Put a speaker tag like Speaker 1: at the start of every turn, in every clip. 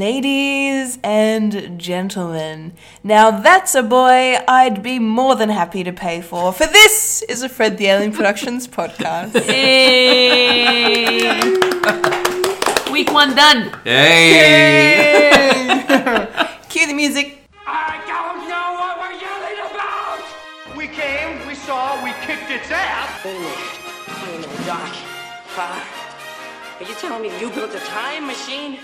Speaker 1: Ladies and gentlemen, now that's a boy I'd be more than happy to pay for, for this is a Fred the Alien Productions podcast.
Speaker 2: Week one done.
Speaker 3: Hey!
Speaker 1: Cue the music.
Speaker 4: I don't know what we're yelling about!
Speaker 5: We came, we saw, we kicked its ass.
Speaker 6: Wait a minute. Wait a minute, Doc. Uh, are you telling me you built a time machine?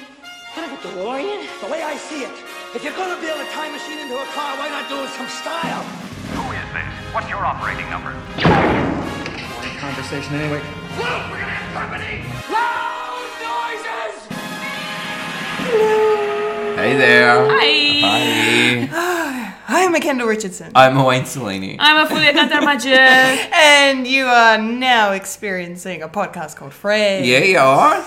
Speaker 6: Kind of a DeLorean?
Speaker 7: The way I see it, if you're gonna build a time machine into a car, why not do it some style?
Speaker 4: Who is this? What's your operating number?
Speaker 8: conversation anyway.
Speaker 4: Look, we're gonna have company! Loud noises!
Speaker 3: Hey there!
Speaker 2: Hi.
Speaker 3: Hi.
Speaker 1: I'm a Kendall Richardson,
Speaker 3: I'm Wayne Cellini.
Speaker 2: I'm a Fulia Katarmaja.
Speaker 1: and you are now experiencing a podcast called Fred.
Speaker 3: Yeah, you are.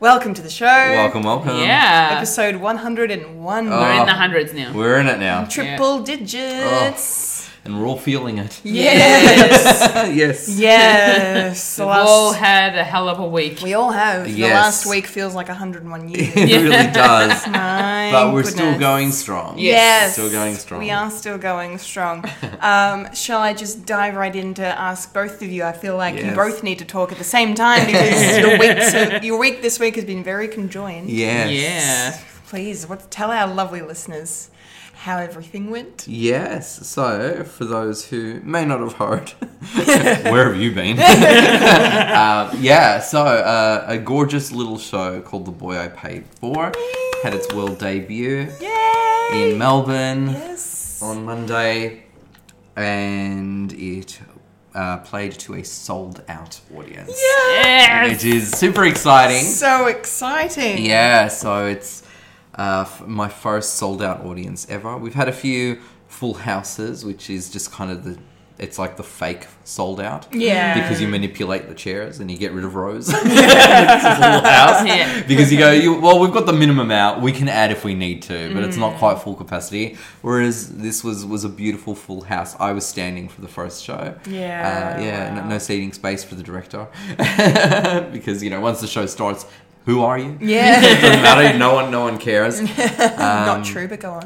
Speaker 1: Welcome to the show.
Speaker 3: Welcome, welcome.
Speaker 2: Yeah.
Speaker 1: Episode 101.
Speaker 2: Um, We're
Speaker 3: Oh.
Speaker 2: in the hundreds now.
Speaker 3: We're in it now,
Speaker 1: Triple digits.
Speaker 3: and we're all feeling it.
Speaker 1: Yes.
Speaker 3: yes.
Speaker 1: yes.
Speaker 2: We've
Speaker 1: The last-
Speaker 2: all had a hell of a week.
Speaker 1: we all have. The
Speaker 3: Yes.
Speaker 1: last week feels like 101 years.
Speaker 3: It really does.
Speaker 1: My
Speaker 3: But we're still
Speaker 1: goodness.
Speaker 3: going strong.
Speaker 1: Yes.
Speaker 3: Still going strong.
Speaker 1: We are still going strong. um, shall I just dive right in to ask both of you? I feel like you
Speaker 3: Yes.
Speaker 1: both need to talk at the same time because your week, so your week this week has been very conjoined.
Speaker 3: Yes.
Speaker 2: Yeah.
Speaker 1: Please, what, tell our lovely listeners how everything went.
Speaker 3: Yes. So, for those who may not have heard, where have you been? um, yeah. So, uh, a gorgeous little show called The Boy I Paid For had its world debut
Speaker 1: Yay!
Speaker 3: in Melbourne.
Speaker 1: Yes.
Speaker 3: on Monday, and it uh, played to a sold out audience,
Speaker 2: Yes.
Speaker 3: which is super exciting.
Speaker 1: So exciting.
Speaker 3: yeah, so it's uh, f- my first sold out audience ever. We've had a few full houses, which is just kind of the it's like the fake sold out.
Speaker 1: Yeah.
Speaker 3: Because you manipulate the chairs and you get rid of rows. It's a full house.
Speaker 2: Yeah.
Speaker 3: Because you go, you, well, we've got the minimum out. We can add if we need to, but it's
Speaker 1: Mm.
Speaker 3: not quite full capacity. Whereas this was was a beautiful full house. I was standing for the first show.
Speaker 1: Yeah,
Speaker 3: Uh, yeah.
Speaker 1: wow.
Speaker 3: No, no seating space for the director because you know once the show starts, who are you?
Speaker 1: Yeah.
Speaker 3: doesn't matter. No one, no one cares. Um,
Speaker 1: Not true, but go on.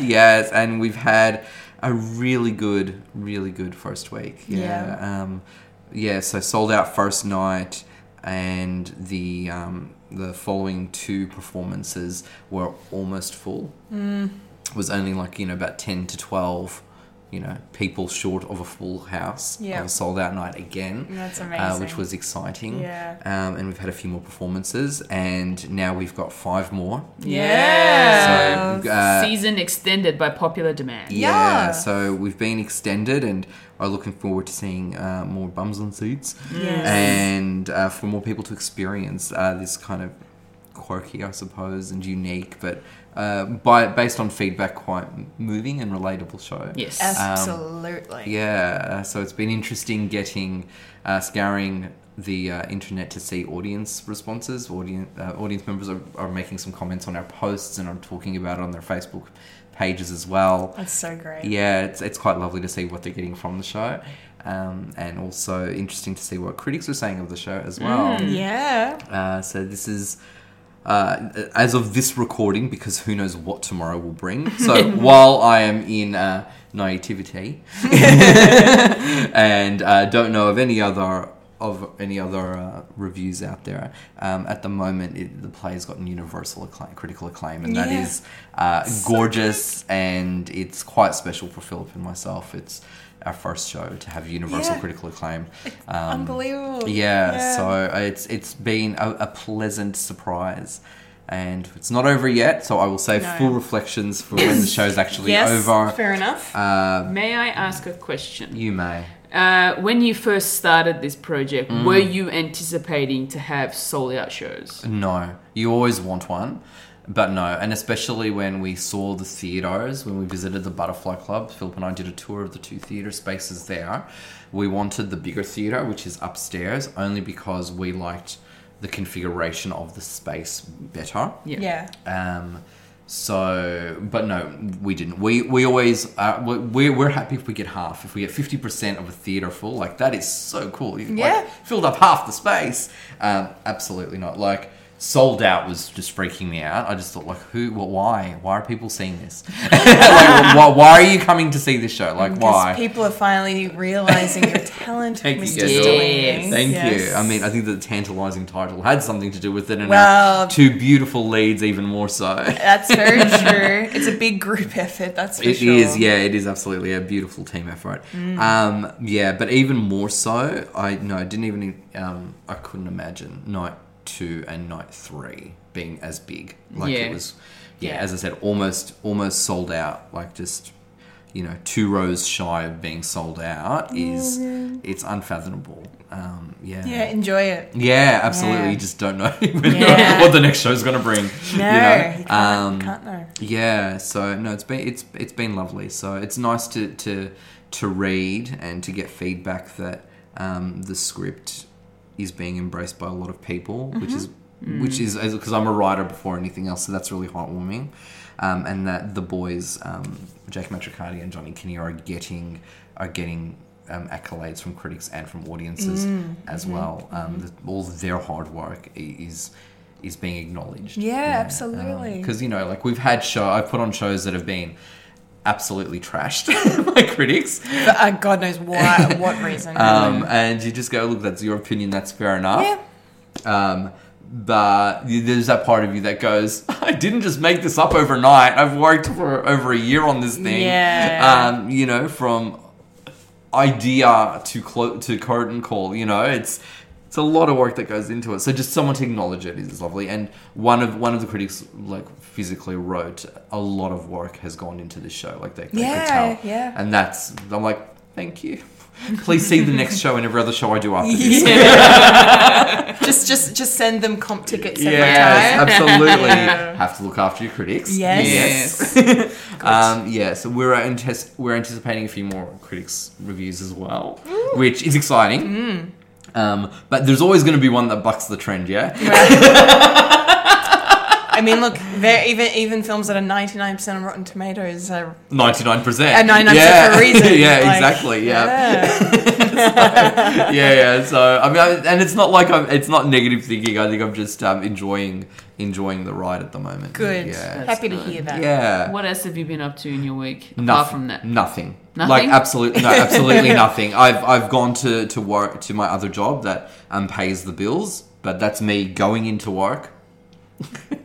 Speaker 3: yes, and we've had a really good, really good first week. Yeah. Um, yeah. So sold out first night, and the um, the following two performances were almost full.
Speaker 1: Mm.
Speaker 3: It was only like you know about ten to twelve. You know, people short of a full house
Speaker 1: Yeah.
Speaker 3: on a sold out night again.
Speaker 1: That's
Speaker 3: uh, which
Speaker 1: amazing.
Speaker 3: was exciting.
Speaker 1: Yeah.
Speaker 3: Um, and we've had a few more performances, and now we've got five more. So,
Speaker 2: Yeah.
Speaker 3: uh,
Speaker 2: Season extended by popular demand.
Speaker 3: yeah.
Speaker 1: Yeah.
Speaker 3: So we've been extended and are looking forward to seeing uh, more bums on seats
Speaker 1: Yes.
Speaker 3: and uh, for more people to experience uh, this kind of quirky, I suppose, and unique, but uh, by based on feedback, quite moving and relatable show.
Speaker 2: Yes. Uh,
Speaker 1: Absolutely.
Speaker 3: um, Yeah, uh, so it's been interesting getting uh, scouring the uh, internet to see audience responses. Audience uh, audience members are, are making some comments on our posts and are talking about it on their Facebook pages as well.
Speaker 1: That's so great.
Speaker 3: Yeah, it's, it's quite lovely to see what they're getting from the show, um, and also interesting to see what critics were saying of the show as well.
Speaker 1: Mm. Yeah.
Speaker 3: Uh, so this is. Uh, as of this recording, because who knows what tomorrow will bring. So while I am in uh, naivety and uh, don't know of any other of any other uh, reviews out there, um, at the moment it, the play's gotten universal acclaim, critical acclaim, and that
Speaker 1: Yeah.
Speaker 3: is uh, gorgeous and it's quite special for Philip and myself. It's our first show to have universal
Speaker 1: Yeah.
Speaker 3: critical acclaim. Um,
Speaker 1: Unbelievable.
Speaker 3: Yeah,
Speaker 1: Yeah.
Speaker 3: so it's it's been a, a pleasant surprise. And it's not over yet, so I will save
Speaker 1: No.
Speaker 3: full reflections for when the show's actually
Speaker 1: Yes.
Speaker 3: over.
Speaker 1: Fair enough.
Speaker 2: May I ask a question?
Speaker 3: You may.
Speaker 2: Uh, when you first started this project, were you anticipating to have sold out shows?
Speaker 3: No. You always want one, but no. And especially when we saw the theatres, when we visited the Butterfly Club, Philip and I did a tour of the two theatre spaces there. We wanted the bigger theatre, which is upstairs, only because we liked the configuration of the space better.
Speaker 2: Yeah.
Speaker 1: yeah.
Speaker 3: Um, so, but no, we didn't. We we always uh, we- we we're happy if we get half. If we get fifty percent of a theater full, like that is so cool. You've like,
Speaker 1: Yeah.
Speaker 3: filled up half the space. Um, absolutely not. Like Sold out was just freaking me out. I just thought, like, who, well, why? Why are people seeing this? like, why, why are you coming to see this show? Like, why?
Speaker 1: Because people are finally realizing your talent,
Speaker 3: Thank you,
Speaker 1: Mr.
Speaker 3: yes.
Speaker 1: Delaney.
Speaker 3: Thank
Speaker 1: Yes.
Speaker 3: you. I mean, I think the tantalizing title had something to do with it, and
Speaker 1: Well-
Speaker 3: our two beautiful leads even more so.
Speaker 1: that's very true. It's a big group effort. That's for
Speaker 3: It is,
Speaker 1: sure.
Speaker 3: yeah, it is absolutely a beautiful team effort. Um, yeah, but even more so, I no, I didn't even, um, I couldn't imagine night two and night three being as big. Like
Speaker 2: Yeah.
Speaker 3: it was, yeah,
Speaker 2: Yeah.
Speaker 3: as I said, almost almost sold out. Like just, you know, two rows shy of being sold out is it's unfathomable. Um, yeah,
Speaker 1: Yeah, enjoy it.
Speaker 3: Yeah, absolutely.
Speaker 1: Yeah.
Speaker 3: You just don't know when-
Speaker 1: Yeah.
Speaker 3: what the next show's going to bring.
Speaker 1: No,
Speaker 3: you know?
Speaker 1: you can't,
Speaker 3: Um,
Speaker 1: can't know.
Speaker 3: yeah, so no, it's been it's it's been lovely. So it's nice to to to read and to get feedback that um, the script is being embraced by a lot of people, which is
Speaker 1: Mm-hmm.
Speaker 3: which is because I'm a writer before anything else, so that's really heartwarming. Um, and that the boys, um, Jack Matricardi and Johnny Kinney, are getting are getting um, accolades from critics and from audiences
Speaker 1: Mm,
Speaker 3: as
Speaker 1: mm-hmm.
Speaker 3: well. Um, the, all their hard work i- is is being acknowledged. um,
Speaker 1: Yeah, absolutely.
Speaker 3: Because you know, like we've had show I've put on shows that have been absolutely trashed by critics,
Speaker 1: But, uh, God knows why, what reason.
Speaker 3: um, and you just go, look, that's your opinion, that's fair enough.
Speaker 1: yeah.
Speaker 3: Um, but y- there's that part of you that goes, I didn't just make this up overnight. I've worked for over a year on this thing.
Speaker 1: Yeah.
Speaker 3: Um, you know, from idea to clo- to curtain call. You know, it's it's a lot of work that goes into it. So just someone to acknowledge it is lovely. And one of one of the critics like physically wrote, a lot of work has gone into this show. Like they, they
Speaker 1: Yeah,
Speaker 3: could tell.
Speaker 1: yeah.
Speaker 3: And that's I'm like, thank you. Please see the next show and every other show I do after this.
Speaker 1: just, just, just send them comp tickets every
Speaker 3: Yes,
Speaker 1: time.
Speaker 3: absolutely.
Speaker 1: Yeah.
Speaker 3: Have to look after your critics.
Speaker 1: Yes.
Speaker 3: um, yeah, so we're antes- we're anticipating a few more critics reviews as well, which is exciting.
Speaker 1: Mm.
Speaker 3: Um, but there's always going to be one that bucks the trend, yeah.
Speaker 1: I mean, look, there even even films that are ninety nine percent on Rotten Tomatoes are
Speaker 3: Ninety nine
Speaker 1: at
Speaker 3: percent.
Speaker 1: ninety nine percent
Speaker 3: yeah.
Speaker 1: for a reason.
Speaker 3: yeah,
Speaker 1: Like,
Speaker 3: exactly. Yeah.
Speaker 1: yeah.
Speaker 3: yeah, yeah. So I mean, I, and it's not like I'm. It's not negative thinking. I think I'm just um, enjoying enjoying the ride at the moment.
Speaker 1: Good.
Speaker 3: Yeah.
Speaker 1: Happy to
Speaker 2: good.
Speaker 1: hear that.
Speaker 3: Yeah.
Speaker 2: What else have you been up to in your week apart
Speaker 3: nothing,
Speaker 2: from that?
Speaker 3: Nothing.
Speaker 2: Nothing?
Speaker 3: Like absolutely no, absolutely nothing. I've I've gone to, to work to my other job that um pays the bills, but that's me going into work,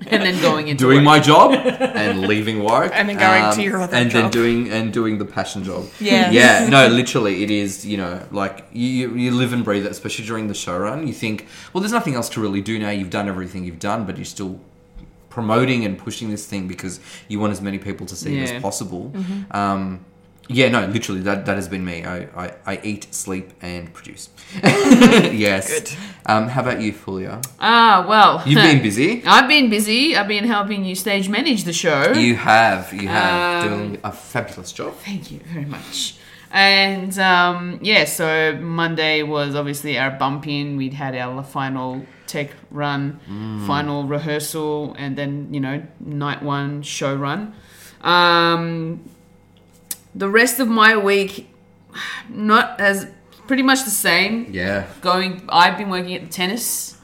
Speaker 2: And then going into
Speaker 3: doing
Speaker 2: work.
Speaker 3: my job, and leaving work, um,
Speaker 1: And then going to your other
Speaker 3: and then
Speaker 1: job.
Speaker 3: doing and doing the passion job.
Speaker 1: Yeah.
Speaker 3: yeah. No, literally, it is. You know, like you you you live and breathe it, especially during the show run. You think, well, there's nothing else to really do now. You've done everything you've done, but you're still promoting and pushing this thing because you want as many people to see it
Speaker 2: Yeah.
Speaker 3: as possible.
Speaker 1: Mm-hmm.
Speaker 3: Um, yeah, no, literally, that, that has been me. I, I, I eat, sleep, and produce. yes. Um, how about you, Fulia?
Speaker 2: Ah, well.
Speaker 3: You've been busy.
Speaker 2: I've been busy. I've been helping you stage manage the show.
Speaker 3: You have. You have.
Speaker 2: Um,
Speaker 3: doing a fabulous job.
Speaker 2: Thank you very much. And um, yeah, so Monday was obviously our bump in. We'd had our final tech run, final rehearsal, and then, you know, night one show run. Um, the rest of my week, not as pretty much the same.
Speaker 3: Yeah.
Speaker 2: Going, I've been working at the tennis.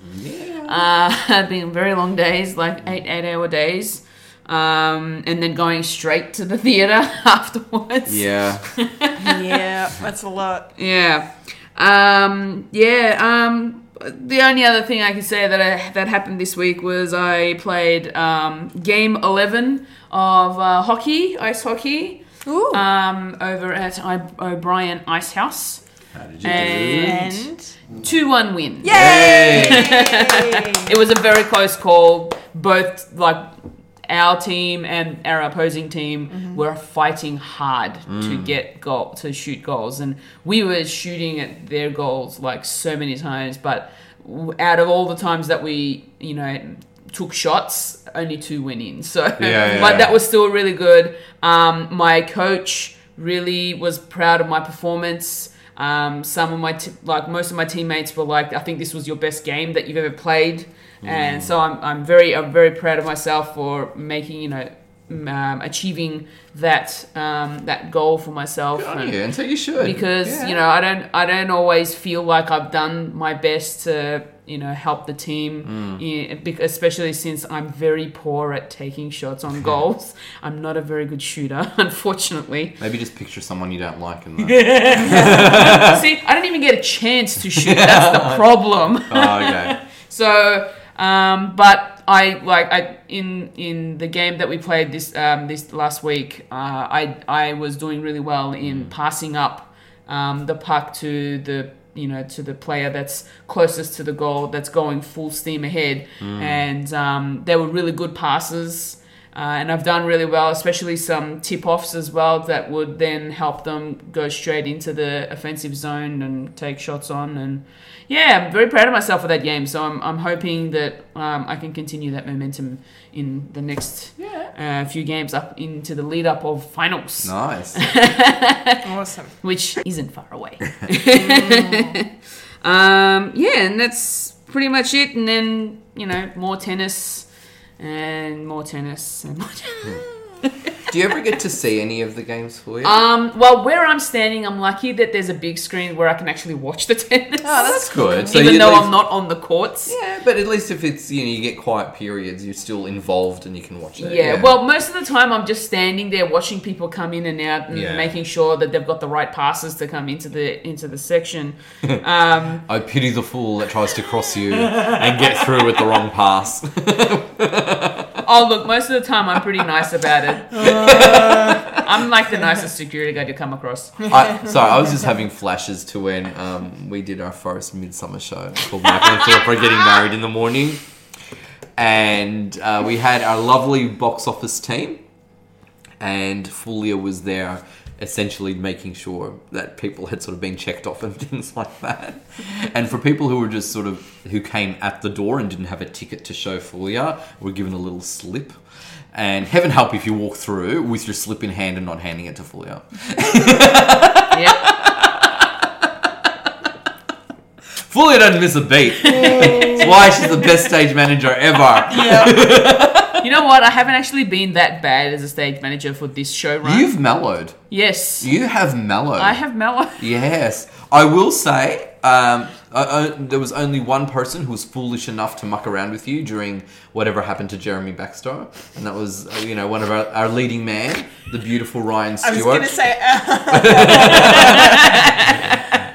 Speaker 2: Uh, I've been very long days, like eight eight hour days, um, and then going straight to the theater afterwards.
Speaker 3: Yeah.
Speaker 1: yeah, that's a lot.
Speaker 2: yeah, um, yeah. Um, the only other thing I can say that I, that happened this week was I played um, game eleven of uh, hockey, ice hockey,
Speaker 1: Ooh.
Speaker 2: um, over at I- O'Brien Ice House.
Speaker 3: How did you
Speaker 2: And
Speaker 1: and
Speaker 2: two one win. Yeah.
Speaker 1: yay!
Speaker 2: It was a very close call. Both like our team and our opposing team were fighting hard to
Speaker 3: Mm.
Speaker 2: get goal to shoot goals, and we were shooting at their goals like so many times. But w- out of all the times that we, you know, took shots, only two went in. So,
Speaker 3: yeah,
Speaker 2: but
Speaker 3: yeah.
Speaker 2: that was still really good. Um, my coach really was proud of my performance. Um, some of my t- like most of my teammates were like, "I think this was your best game
Speaker 3: Mm.
Speaker 2: that you've ever played," and so I'm, I'm very I'm very proud of myself for making you know um, achieving that um, that goal for myself.
Speaker 3: Good on
Speaker 2: and-
Speaker 3: you, and so you should.
Speaker 2: because
Speaker 3: Yeah.
Speaker 2: you know I don't I don't always feel like I've done my best to you know help the team,
Speaker 3: Mm.
Speaker 2: Yeah, bec- especially since I'm very poor at taking shots on goals. I'm not a very good shooter, unfortunately.
Speaker 3: Maybe just picture someone you don't like and then-
Speaker 2: See, I don't even get a chance to shoot. That's the problem.
Speaker 3: Oh, okay.
Speaker 2: So, um, but I like I in in the game that we played this um, this last week, uh, I I was doing really well
Speaker 3: Mm.
Speaker 2: in passing up um, the puck to the you know to the player that's closest to the goal that's going full steam ahead,
Speaker 3: Mm.
Speaker 2: and um, they were really good passes. Uh, and I've done really well, especially some tip offs as well that would then help them go straight into the offensive zone and take shots on. And yeah, I'm very proud of myself for that game. So I'm, I'm hoping that um, I can continue that momentum in the next uh, few games up into the lead up of finals,
Speaker 3: Nice.
Speaker 1: Awesome.
Speaker 2: which isn't far away. um, yeah, and that's pretty much it. And then, you know, more tennis and more tennis and more tennis.
Speaker 3: Do you ever get to see any of the games for you?
Speaker 2: Um, well, where I'm standing, I'm lucky that there's a big screen where I can actually watch the tennis.
Speaker 3: Oh, that's good. So
Speaker 2: even
Speaker 3: you at
Speaker 2: though
Speaker 3: least-
Speaker 2: I'm not on the courts.
Speaker 3: Yeah, but at least if it's you know you get quiet periods, you're still involved and you can watch
Speaker 2: Yeah.
Speaker 3: it.
Speaker 2: well, most of the time I'm just standing there watching people come in and out and
Speaker 3: Yeah.
Speaker 2: making sure that they've got the right passes to come into the into the section.
Speaker 3: I Oh, pity the fool that tries to cross you and get through with the wrong pass.
Speaker 2: Oh, look, most of the time I'm pretty nice about it. I'm like the nicest security guy to come across.
Speaker 3: I, sorry, I was just having flashes to when um, we did our first midsummer show called Michael and Philip are getting married in the morning, and uh, we had our lovely box office team, and Fulia was there, essentially making sure that people had sort of been checked off and things like that. And for people who were just sort of who came at the door and didn't have a ticket to show Fulia, were given a little slip. And heaven help if you walk through with your slip in hand and not handing it to Fulia.
Speaker 2: Yeah.
Speaker 3: Fully doesn't miss a beat. That's why she's the best stage manager ever.
Speaker 2: You know what? I haven't actually been that bad as a stage manager for this show run.
Speaker 3: You've mellowed.
Speaker 2: yes.
Speaker 3: You have mellowed.
Speaker 2: I have mellow.
Speaker 3: Yes. I will say, um, I, I, there was only one person who was foolish enough to muck around with you during whatever happened to Jeremy Baxter, and that was, uh, you know, one of our, our leading man, the beautiful Ryan
Speaker 1: I
Speaker 3: Stewart.
Speaker 1: was going to say, uh,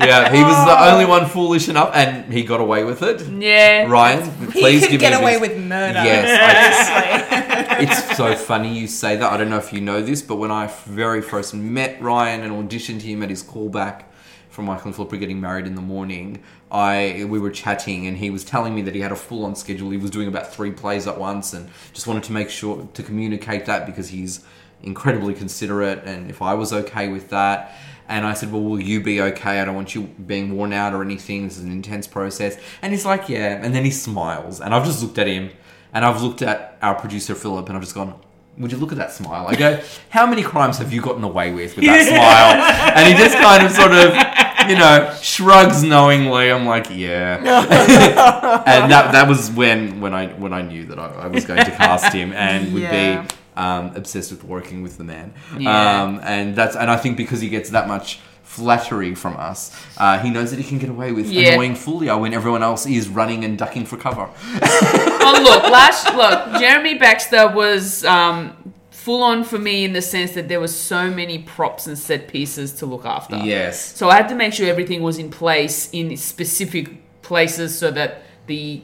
Speaker 3: yeah, he was
Speaker 1: Oh.
Speaker 3: the only one foolish enough, and he got away with it.
Speaker 2: Yeah.
Speaker 3: Ryan,
Speaker 1: he
Speaker 3: please
Speaker 1: could
Speaker 3: give
Speaker 1: get
Speaker 3: me a big-
Speaker 1: away with murder.
Speaker 3: Yes, I-
Speaker 1: Honestly.
Speaker 3: it's so funny you say that. I don't know if you know this, but when I very first met Ryan and auditioned him at his callback from Michael and Flipper getting married in the morning, I we were chatting and he was telling me that he had a full on schedule. He was doing about three plays at once and just wanted to make sure to communicate that because he's incredibly considerate and if I was okay with that. And I said, Well, will you be okay? I don't want you being worn out or anything. This is an intense process. And he's like, Yeah. And then he smiles. And I've just looked at him and I've looked at our producer Philip and I've just gone, would you look at that smile? I go, how many crimes have you gotten away with with that smile? And he just kind of sort of, you know, shrugs knowingly. I'm like, yeah. and that that was when when I when I knew that I, I was going to cast him and would
Speaker 2: Yeah.
Speaker 3: be um, obsessed with working with the man.
Speaker 2: Yeah.
Speaker 3: Um, and that's and I think because he gets that much flattery from us, uh, he knows that he can get away with
Speaker 2: Yeah.
Speaker 3: annoying Fulia when everyone else is running and ducking for cover.
Speaker 2: oh look, last look, Jeremy Baxter was um, full on for me in the sense that there were so many props and set pieces to look after.
Speaker 3: Yes.
Speaker 2: So I had to make sure everything was in place in specific places so that the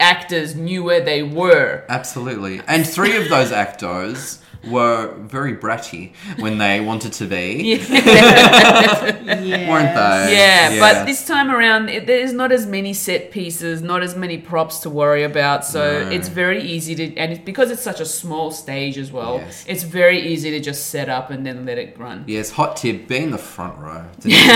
Speaker 2: actors knew where they were.
Speaker 3: Absolutely. And three of those actors were very bratty when they wanted to be, weren't they?
Speaker 2: Yeah, but this time around, it, there's not as many set pieces, not as many props to worry about. So it's very easy to, and it's because it's such a small stage as well,
Speaker 3: Yes.
Speaker 2: it's very easy to just set up and then let it run.
Speaker 3: Yes, hot tip, be in the front row. It's an easy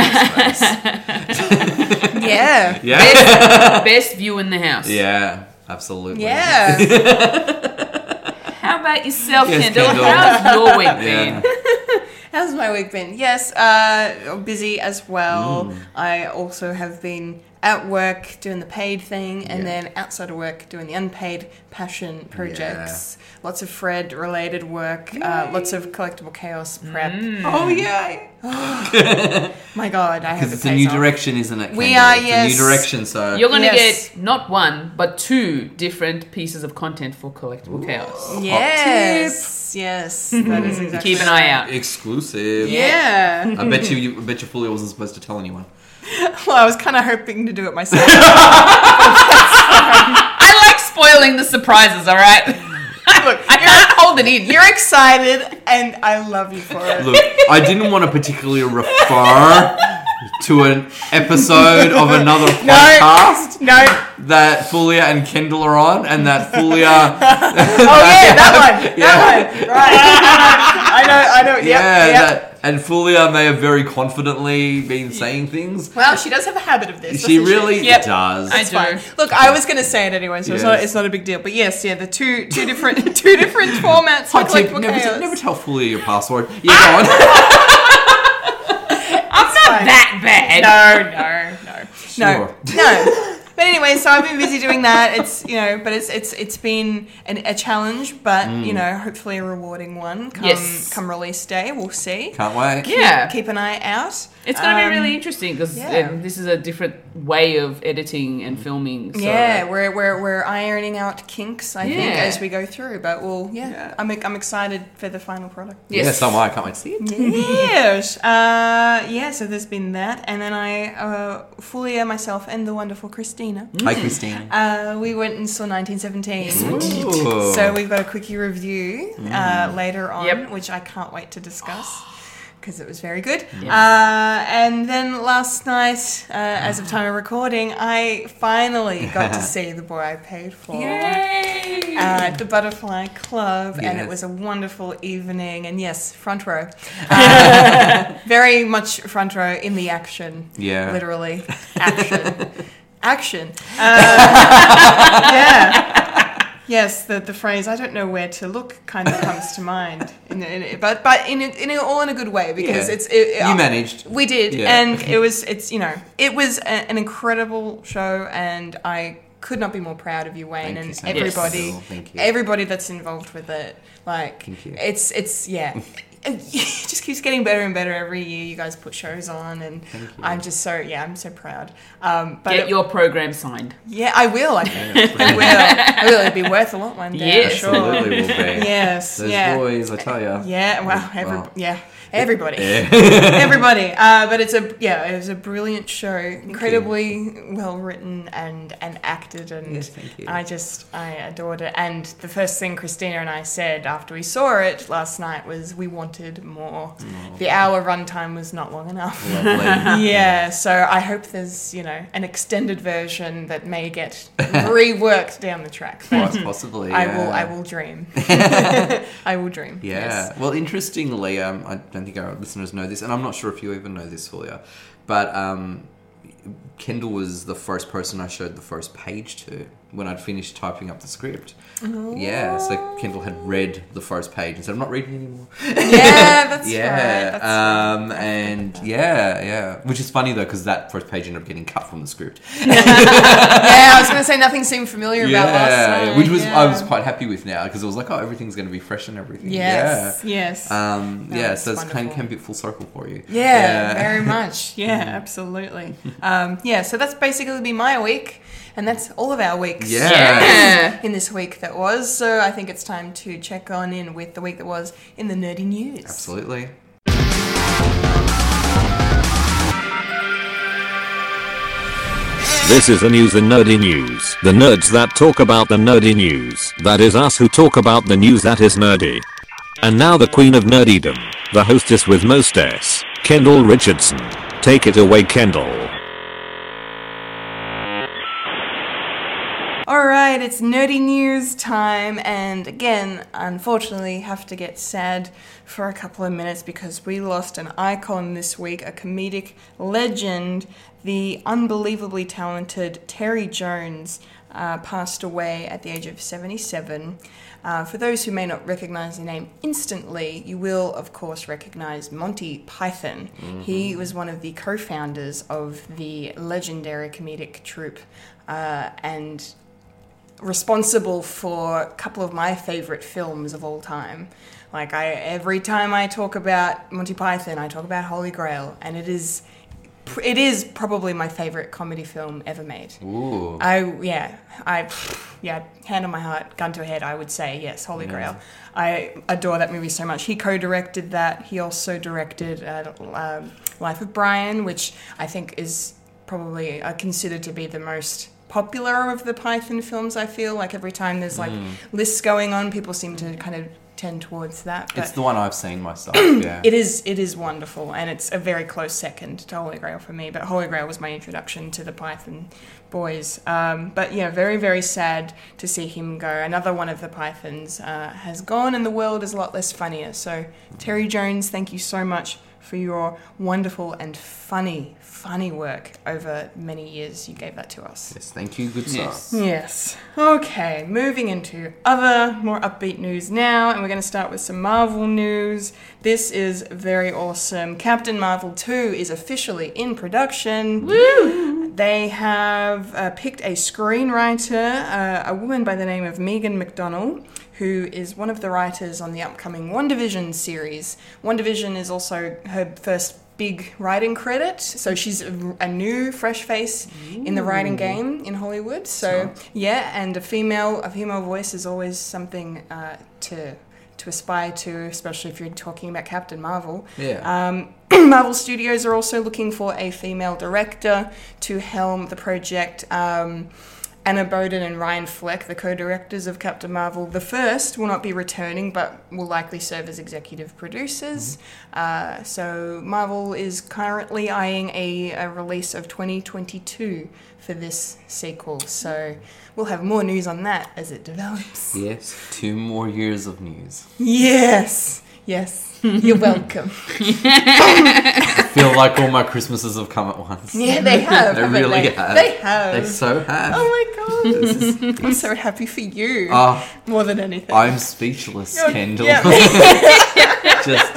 Speaker 3: space.
Speaker 1: yeah.
Speaker 3: yeah.
Speaker 2: Best, best view in the house.
Speaker 3: Yeah, absolutely.
Speaker 1: Yeah.
Speaker 2: How about yourself,
Speaker 3: Yes,
Speaker 2: Kendall?
Speaker 3: Kendall.
Speaker 2: How's your week
Speaker 3: Yeah.
Speaker 2: been?
Speaker 1: How's Mm. my week been? Yes, uh, busy as well. I also have been at work doing the paid thing, and
Speaker 3: Yeah.
Speaker 1: then outside of work doing the unpaid passion projects. Lots of Fred related work, uh, lots of collectible chaos prep.
Speaker 3: Oh yeah,
Speaker 1: My God, I have
Speaker 3: because
Speaker 1: to
Speaker 3: it's a new
Speaker 1: off.
Speaker 3: direction, isn't it?
Speaker 1: We
Speaker 3: Kendall?
Speaker 1: are,
Speaker 3: It's
Speaker 1: yes.
Speaker 3: A new direction. So
Speaker 2: You're going to
Speaker 1: Yes.
Speaker 2: get not one, but two different pieces of content for Collectible Chaos.
Speaker 1: Yes, yes, that is exactly.
Speaker 2: Keep an eye out.
Speaker 3: exclusive.
Speaker 2: Yeah.
Speaker 3: I bet you, you. I bet you fully wasn't supposed to tell anyone.
Speaker 1: Well, I was kind of hoping to do it myself.
Speaker 2: I like spoiling the surprises, all right? I can't hold it in.
Speaker 1: You're excited, and I love you for it.
Speaker 3: Look, I didn't want to particularly refer to an episode of another podcast
Speaker 1: No.
Speaker 3: that Fulia and Kendall are on, and that Fulia.
Speaker 1: Oh yeah, that one. That one. Right. I know. I know. Yep,
Speaker 3: Yeah,
Speaker 1: yep.
Speaker 3: That, and Fulia may have very confidently been saying things.
Speaker 1: Well, she does have a habit of this.
Speaker 3: she
Speaker 1: doesn't
Speaker 3: really
Speaker 2: Yep.
Speaker 3: does.
Speaker 2: I do.
Speaker 1: Look, I was going to say it anyway, so it's, not,
Speaker 3: Yes.
Speaker 1: it's not a big deal. But yes, yeah, the two two different two different formats for
Speaker 3: Hot tip,
Speaker 1: collectible
Speaker 3: never,
Speaker 1: chaos.
Speaker 3: never tell Fulia your
Speaker 1: Ah!
Speaker 3: password. Yeah, go on.
Speaker 2: I'm not that bad.
Speaker 1: no,
Speaker 3: Sure.
Speaker 1: no. But anyway, so I've been busy doing that. It's you know, but it's it's it's been an, a challenge, but
Speaker 3: Mm.
Speaker 1: you know, hopefully a rewarding one. Come
Speaker 2: Yes.
Speaker 1: come release day, we'll see.
Speaker 3: Can't wait.
Speaker 2: Yeah.
Speaker 1: Keep an eye out.
Speaker 2: It's going to
Speaker 1: Um,
Speaker 2: be really interesting because
Speaker 1: yeah.
Speaker 2: this is a different way of editing and filming. So.
Speaker 1: Yeah, we're, we're, we're ironing out kinks, I think,
Speaker 2: Yeah.
Speaker 1: as we go through. But we'll, yeah, I'm, I'm excited for the final product.
Speaker 3: Yes, so am I. I can't wait to see it.
Speaker 1: yes. Uh, yeah, so there's been that. And then I, uh, Fulia, myself, and the wonderful Christina,
Speaker 3: Hi, Christine.
Speaker 1: uh, we went and saw 1917.
Speaker 3: Ooh.
Speaker 1: So we've got a quickie review uh,
Speaker 3: Mm.
Speaker 1: later on,
Speaker 2: Yep.
Speaker 1: which I can't wait to discuss. Because it was very good. Uh, and then last night, uh, as of time of recording, I finally got to see the boy I paid for uh,
Speaker 2: Yay!
Speaker 1: at the Butterfly Club, and it
Speaker 3: Yes.
Speaker 1: was a wonderful evening. And yes, front row, Uh, very much front row in the action.
Speaker 3: Yeah.
Speaker 1: literally action, action. Uh, yeah. Yes, the, the phrase "I don't know where to look" kind of comes to mind, in, in, but but in, in all in a good way because
Speaker 3: Yeah.
Speaker 1: it's it,
Speaker 3: You managed.
Speaker 1: we did,
Speaker 3: Yeah.
Speaker 1: and it was it's you know it was a, an incredible show, and I could not be more proud of you, Wayne,
Speaker 3: Thank
Speaker 1: and
Speaker 3: you so much,
Speaker 1: everybody,
Speaker 3: Sybil. Thank you.
Speaker 1: everybody that's involved with it. Like
Speaker 3: you.
Speaker 1: it's it's yeah. It just keeps getting better and better every year. You guys put shows on, and I'm just so yeah, I'm so proud. Um, but
Speaker 2: Get
Speaker 1: it-
Speaker 2: your program signed.
Speaker 1: yeah, I will. I, I will. I will. It'd be worth a lot one day.
Speaker 2: Yeah,
Speaker 1: I'm sure.
Speaker 3: Absolutely will be.
Speaker 1: Yes.
Speaker 3: Those
Speaker 1: yeah.
Speaker 3: boys, I tell you.
Speaker 1: Yeah, well, every,
Speaker 3: Wow.
Speaker 1: yeah, everybody, everybody. Uh, but it's a yeah, it was a brilliant show, incredibly well written and and acted, and
Speaker 3: Yes, thank you.
Speaker 1: I just I adored it. And the first thing Christina and I said after we saw it last night was we wanted more. The hour runtime was not long enough.
Speaker 3: Lovely.
Speaker 1: Yeah, so I hope there's you know an extended version that may get reworked down the track. But
Speaker 3: Quite possibly.
Speaker 1: I will,
Speaker 3: yeah.
Speaker 1: I will dream. I will dream.
Speaker 3: Yeah.
Speaker 1: Yes.
Speaker 3: Well, interestingly, um, I don't think our listeners know this, and I'm not sure if you even know this, Julia, but um, Kendall was the first person I showed the first page to when I'd finished typing up the script.
Speaker 1: Oh.
Speaker 3: Yeah. So Kendall had read the first page and said, "I'm not reading anymore."
Speaker 1: yeah, that's
Speaker 3: yeah.
Speaker 1: right. That's
Speaker 3: um, and yeah, yeah. Which is funny though, because that first page ended up getting cut from the script.
Speaker 1: yeah, I was going to say nothing seemed familiar about last night.
Speaker 3: which was
Speaker 1: yeah.
Speaker 3: I was quite happy with now because it was like, oh, everything's going to be fresh and everything.
Speaker 1: Yes,
Speaker 3: Yeah.
Speaker 1: yes.
Speaker 3: Um,
Speaker 1: No,
Speaker 3: yeah,
Speaker 1: it's
Speaker 3: so it's kind
Speaker 1: wonderful.
Speaker 3: of can be full circle for you.
Speaker 1: yeah, very much. Yeah, absolutely. Um, yeah, so that's basically been my week, and that's all of our weeks.
Speaker 3: Yeah.
Speaker 2: Yeah.
Speaker 1: In this week that was, so I think it's time to check on in with the week that was in the nerdy news.
Speaker 3: Absolutely.
Speaker 8: This is the news, the nerdy news. The nerds that talk about the nerdy news. That is us who talk about the news that is nerdy. And now the queen of nerdydom, the hostess with most S, Kendall Richardson. Take it away, Kendall.
Speaker 1: All right, it's nerdy news time, and again, unfortunately, have to get sad for a couple of minutes because we lost an icon this week, a comedic legend, the unbelievably talented Terry Jones. uh, passed away at the age of 77. Uh, for those who may not recognize the name instantly, you will, of course, recognize Monty Python. He was one of the co founders of the legendary comedic troupe uh, and responsible for a couple of my favorite films of all time. Like I every time I talk about Monty Python, I talk about Holy Grail and it is it is probably my favorite comedy film ever made.
Speaker 3: Ooh.
Speaker 1: I yeah, I yeah, hand on my heart, gun to head, I would say yes,
Speaker 3: Mm.
Speaker 1: Holy Grail. I adore that movie so much. He co-directed that. He also directed uh, um, Life of Brian, which I think is probably uh, considered to be the most popular of the Python films. I feel like every time there's like
Speaker 3: Mm.
Speaker 1: lists going on, people seem to kind of tend towards that. But
Speaker 3: It's the one I've seen myself. Yeah.
Speaker 1: it is it is wonderful and it's a very close second to Holy Grail for me. But Holy Grail was my introduction to the Python boys. Um, but yeah, very very sad to see him go. Another one of the Pythons uh, has gone, and the world is a lot less funnier. So Terry Jones, thank you so much for your wonderful and funny funny work over many years. You gave that to us.
Speaker 3: Yes, thank you, good sir.
Speaker 2: Yes.
Speaker 1: Yes. Okay, moving into other more upbeat news now, and we're going to start with some Marvel news. This is very awesome. Captain Marvel 2 is officially in production. Woo! They have uh, picked a screenwriter, uh, a woman by the name of Megan McDonnell, who is one of the writers on the upcoming WandaVision series. WandaVision is also her first big writing credit. So she's a, a new, fresh face in the writing game in Hollywood. So yeah, and a female, a female voice is always something uh, to to aspire to, especially if you're talking about Captain Marvel.
Speaker 3: Yeah.
Speaker 1: Um, Marvel Studios are also looking for a female director to helm the project. Um, Anna Boden and Ryan Fleck, the co directors of Captain Marvel, the first will not be returning but will likely serve as executive producers. Uh, so, Marvel is currently eyeing a, a release of 2022 for this sequel. So, we'll have more news on that as it develops.
Speaker 3: Yes, two more years of news.
Speaker 1: Yes, yes, you're welcome.
Speaker 3: I feel like all my Christmases have come at once.
Speaker 1: Yeah, they have.
Speaker 3: They
Speaker 1: haven't
Speaker 3: really
Speaker 1: they?
Speaker 3: have.
Speaker 1: They have.
Speaker 3: They so have.
Speaker 1: oh my god. I'm so happy for you.
Speaker 3: Oh,
Speaker 1: more than anything.
Speaker 3: I'm speechless, Kendall.
Speaker 1: Yeah,
Speaker 3: Just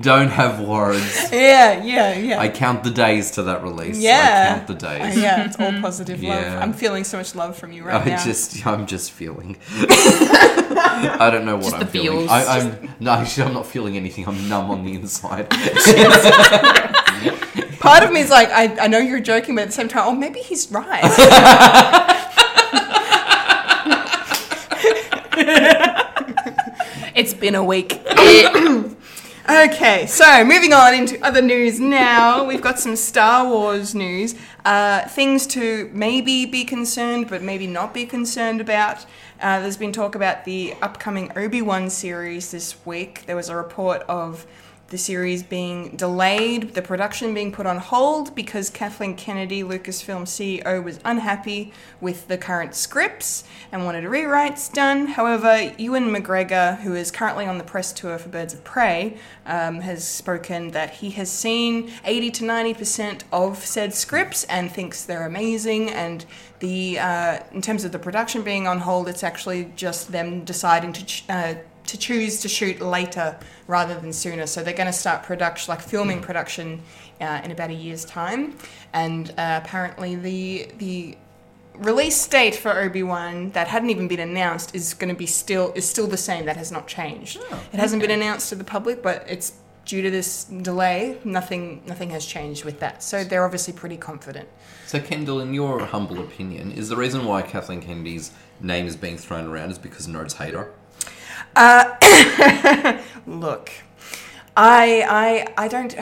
Speaker 3: don't have words.
Speaker 1: yeah, yeah. yeah.
Speaker 3: I count the days to that release. I
Speaker 1: Yeah.
Speaker 3: count the
Speaker 1: Uh,
Speaker 3: days.
Speaker 1: yeah, it's all positive
Speaker 3: Yeah.
Speaker 1: love. I'm feeling so much love from you right
Speaker 3: I
Speaker 1: now.
Speaker 3: just, I'm just feeling. I don't know what
Speaker 2: Just
Speaker 3: I'm
Speaker 2: the
Speaker 3: feeling.
Speaker 2: feels.
Speaker 3: I, I'm no, actually, I'm not feeling anything. I'm numb on the inside.
Speaker 1: Part of me is like, I, I know you're joking, but at the same time, oh, maybe he's right. it's been a week. Okay, so moving on into other news now. We've got some Star Wars news. Uh, things to maybe be concerned, but maybe not be concerned about. Uh, there's been talk about the upcoming Obi Wan series this week. There was a report of the series being delayed, the production being put on hold because Kathleen Kennedy, Lucasfilm CEO, was unhappy with the current scripts and wanted rewrites done. However, Ewan McGregor, who is currently on the press tour for Birds of Prey, um, has spoken that he has seen 80 to 90% of said scripts and thinks they're amazing and the uh, in terms of the production being on hold, it's actually just them deciding to ch- uh, to choose to shoot later rather than sooner. So they're going to start production, like filming production, uh, in about a year's time. And uh, apparently, the the release date for Obi Wan that hadn't even been announced is going to be still is still the same. That has not changed. it hasn't been announced to the public, but it's due to this delay. Nothing nothing has changed with that. So they're obviously pretty confident.
Speaker 3: so, Kendall, in your humble opinion, is the reason why Kathleen Kennedy's name is being thrown around is because nerds hate her?
Speaker 1: look i i i don't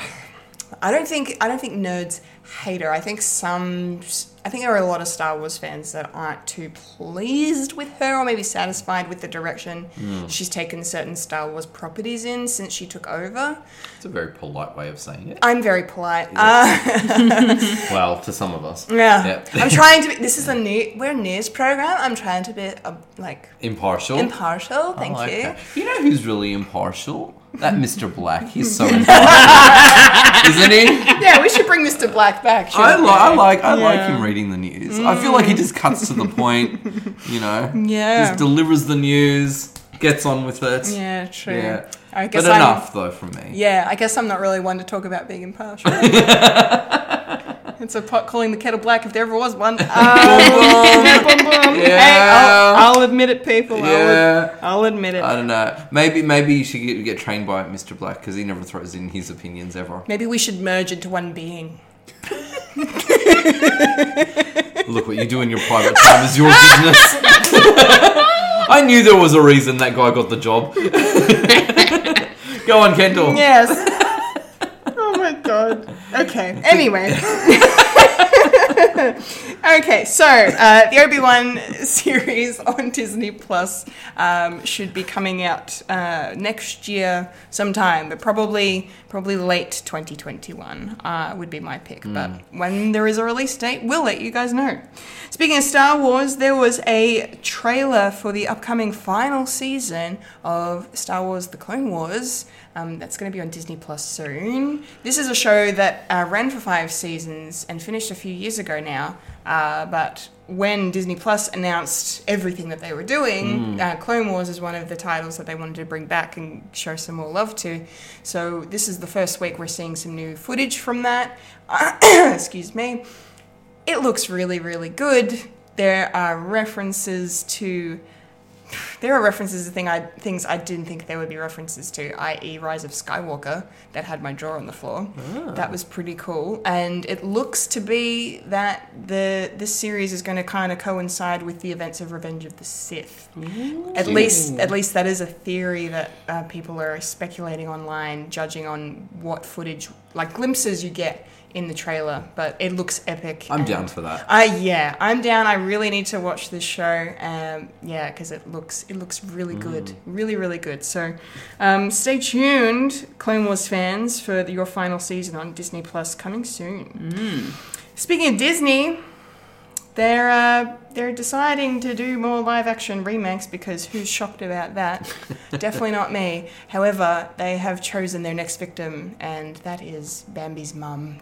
Speaker 1: i don't think i don't think nerds hate her i think some i think there are a lot of star wars fans that aren't too pleased with her or maybe satisfied with the direction
Speaker 3: Hmm.
Speaker 1: she's taken certain star wars properties in since she took over
Speaker 3: It's a very polite way of saying it.
Speaker 1: i'm very polite Um,
Speaker 3: Well, to some of us.
Speaker 1: yeah
Speaker 3: Yep.
Speaker 1: i'm trying to be this is a new we're a news program i'm trying to be uh, like
Speaker 3: impartial.
Speaker 1: impartial thank
Speaker 3: Oh,
Speaker 1: you
Speaker 3: okay. You know who's really impartial? That Mr. Black. He's so impartial, isn't he?
Speaker 1: yeah we should bring mr black back
Speaker 3: I,
Speaker 1: shouldn't
Speaker 3: li-
Speaker 1: we?
Speaker 3: I like I like him reading the news. I feel like he just cuts to the point, you know.
Speaker 1: Mm. Yeah.
Speaker 3: Just delivers the news, gets on with it.
Speaker 1: Yeah, true.
Speaker 3: Yeah.
Speaker 1: I
Speaker 3: But
Speaker 1: guess I'm,
Speaker 3: enough though from me.
Speaker 1: Yeah, I guess I'm not really one to talk about being impartial. it's a pot calling the kettle black if there ever was one. Um, boom, boom. Hey,
Speaker 3: Yeah.
Speaker 1: I'll, I'll admit it, people.
Speaker 3: Yeah.
Speaker 1: I'll, ad- I'll admit it.
Speaker 3: I don't know. Maybe maybe you should get, get trained by Mr. Black because he never throws in his opinions ever.
Speaker 1: Maybe we should merge into one being.
Speaker 3: Look what you do in your private time is your business. I knew there was a reason that guy got the job. Go on, Kendall.
Speaker 1: Yes. oh my god. Okay. Anyway. okay, so uh, the Obi Wan series on Disney Plus um, should be coming out uh, next year sometime, but probably probably late 2021 uh, would be my pick. But when there is a release date, we'll let you guys know. Speaking of Star Wars, there was a trailer for the upcoming final season of Star Wars: The Clone Wars. Um, that's going to be on Disney Plus soon. This is a show that uh, ran for five seasons and finished a few years ago now. Uh, but when Disney Plus announced everything that they were doing, uh, Clone Wars is one of the titles that they wanted to bring back and show some more love to. So this is the first week we're seeing some new footage from that. excuse me it looks really, really good. There are references to there are references to thing I, things I didn't think there would be references to, i.e., Rise of Skywalker, that had my jaw on the floor.
Speaker 3: Ah.
Speaker 1: That was pretty cool, and it looks to be that the this series is going to kind of coincide with the events of Revenge of the Sith. At least, at least that is a theory that uh, people are speculating online, judging on what footage, like glimpses you get in the trailer. But it looks epic.
Speaker 3: I'm
Speaker 1: and-
Speaker 3: down for that.
Speaker 1: uh, yeah, I'm down. I really need to watch this show. Um, yeah, because it looks it looks really good, really really good. So, um, stay tuned, Clone Wars fans, for your final season on Disney Plus coming soon. Speaking of Disney, they're uh, they're deciding to do more live action remakes because who's shocked about that? Definitely not me. However, they have chosen their next victim, and that is Bambi's mum,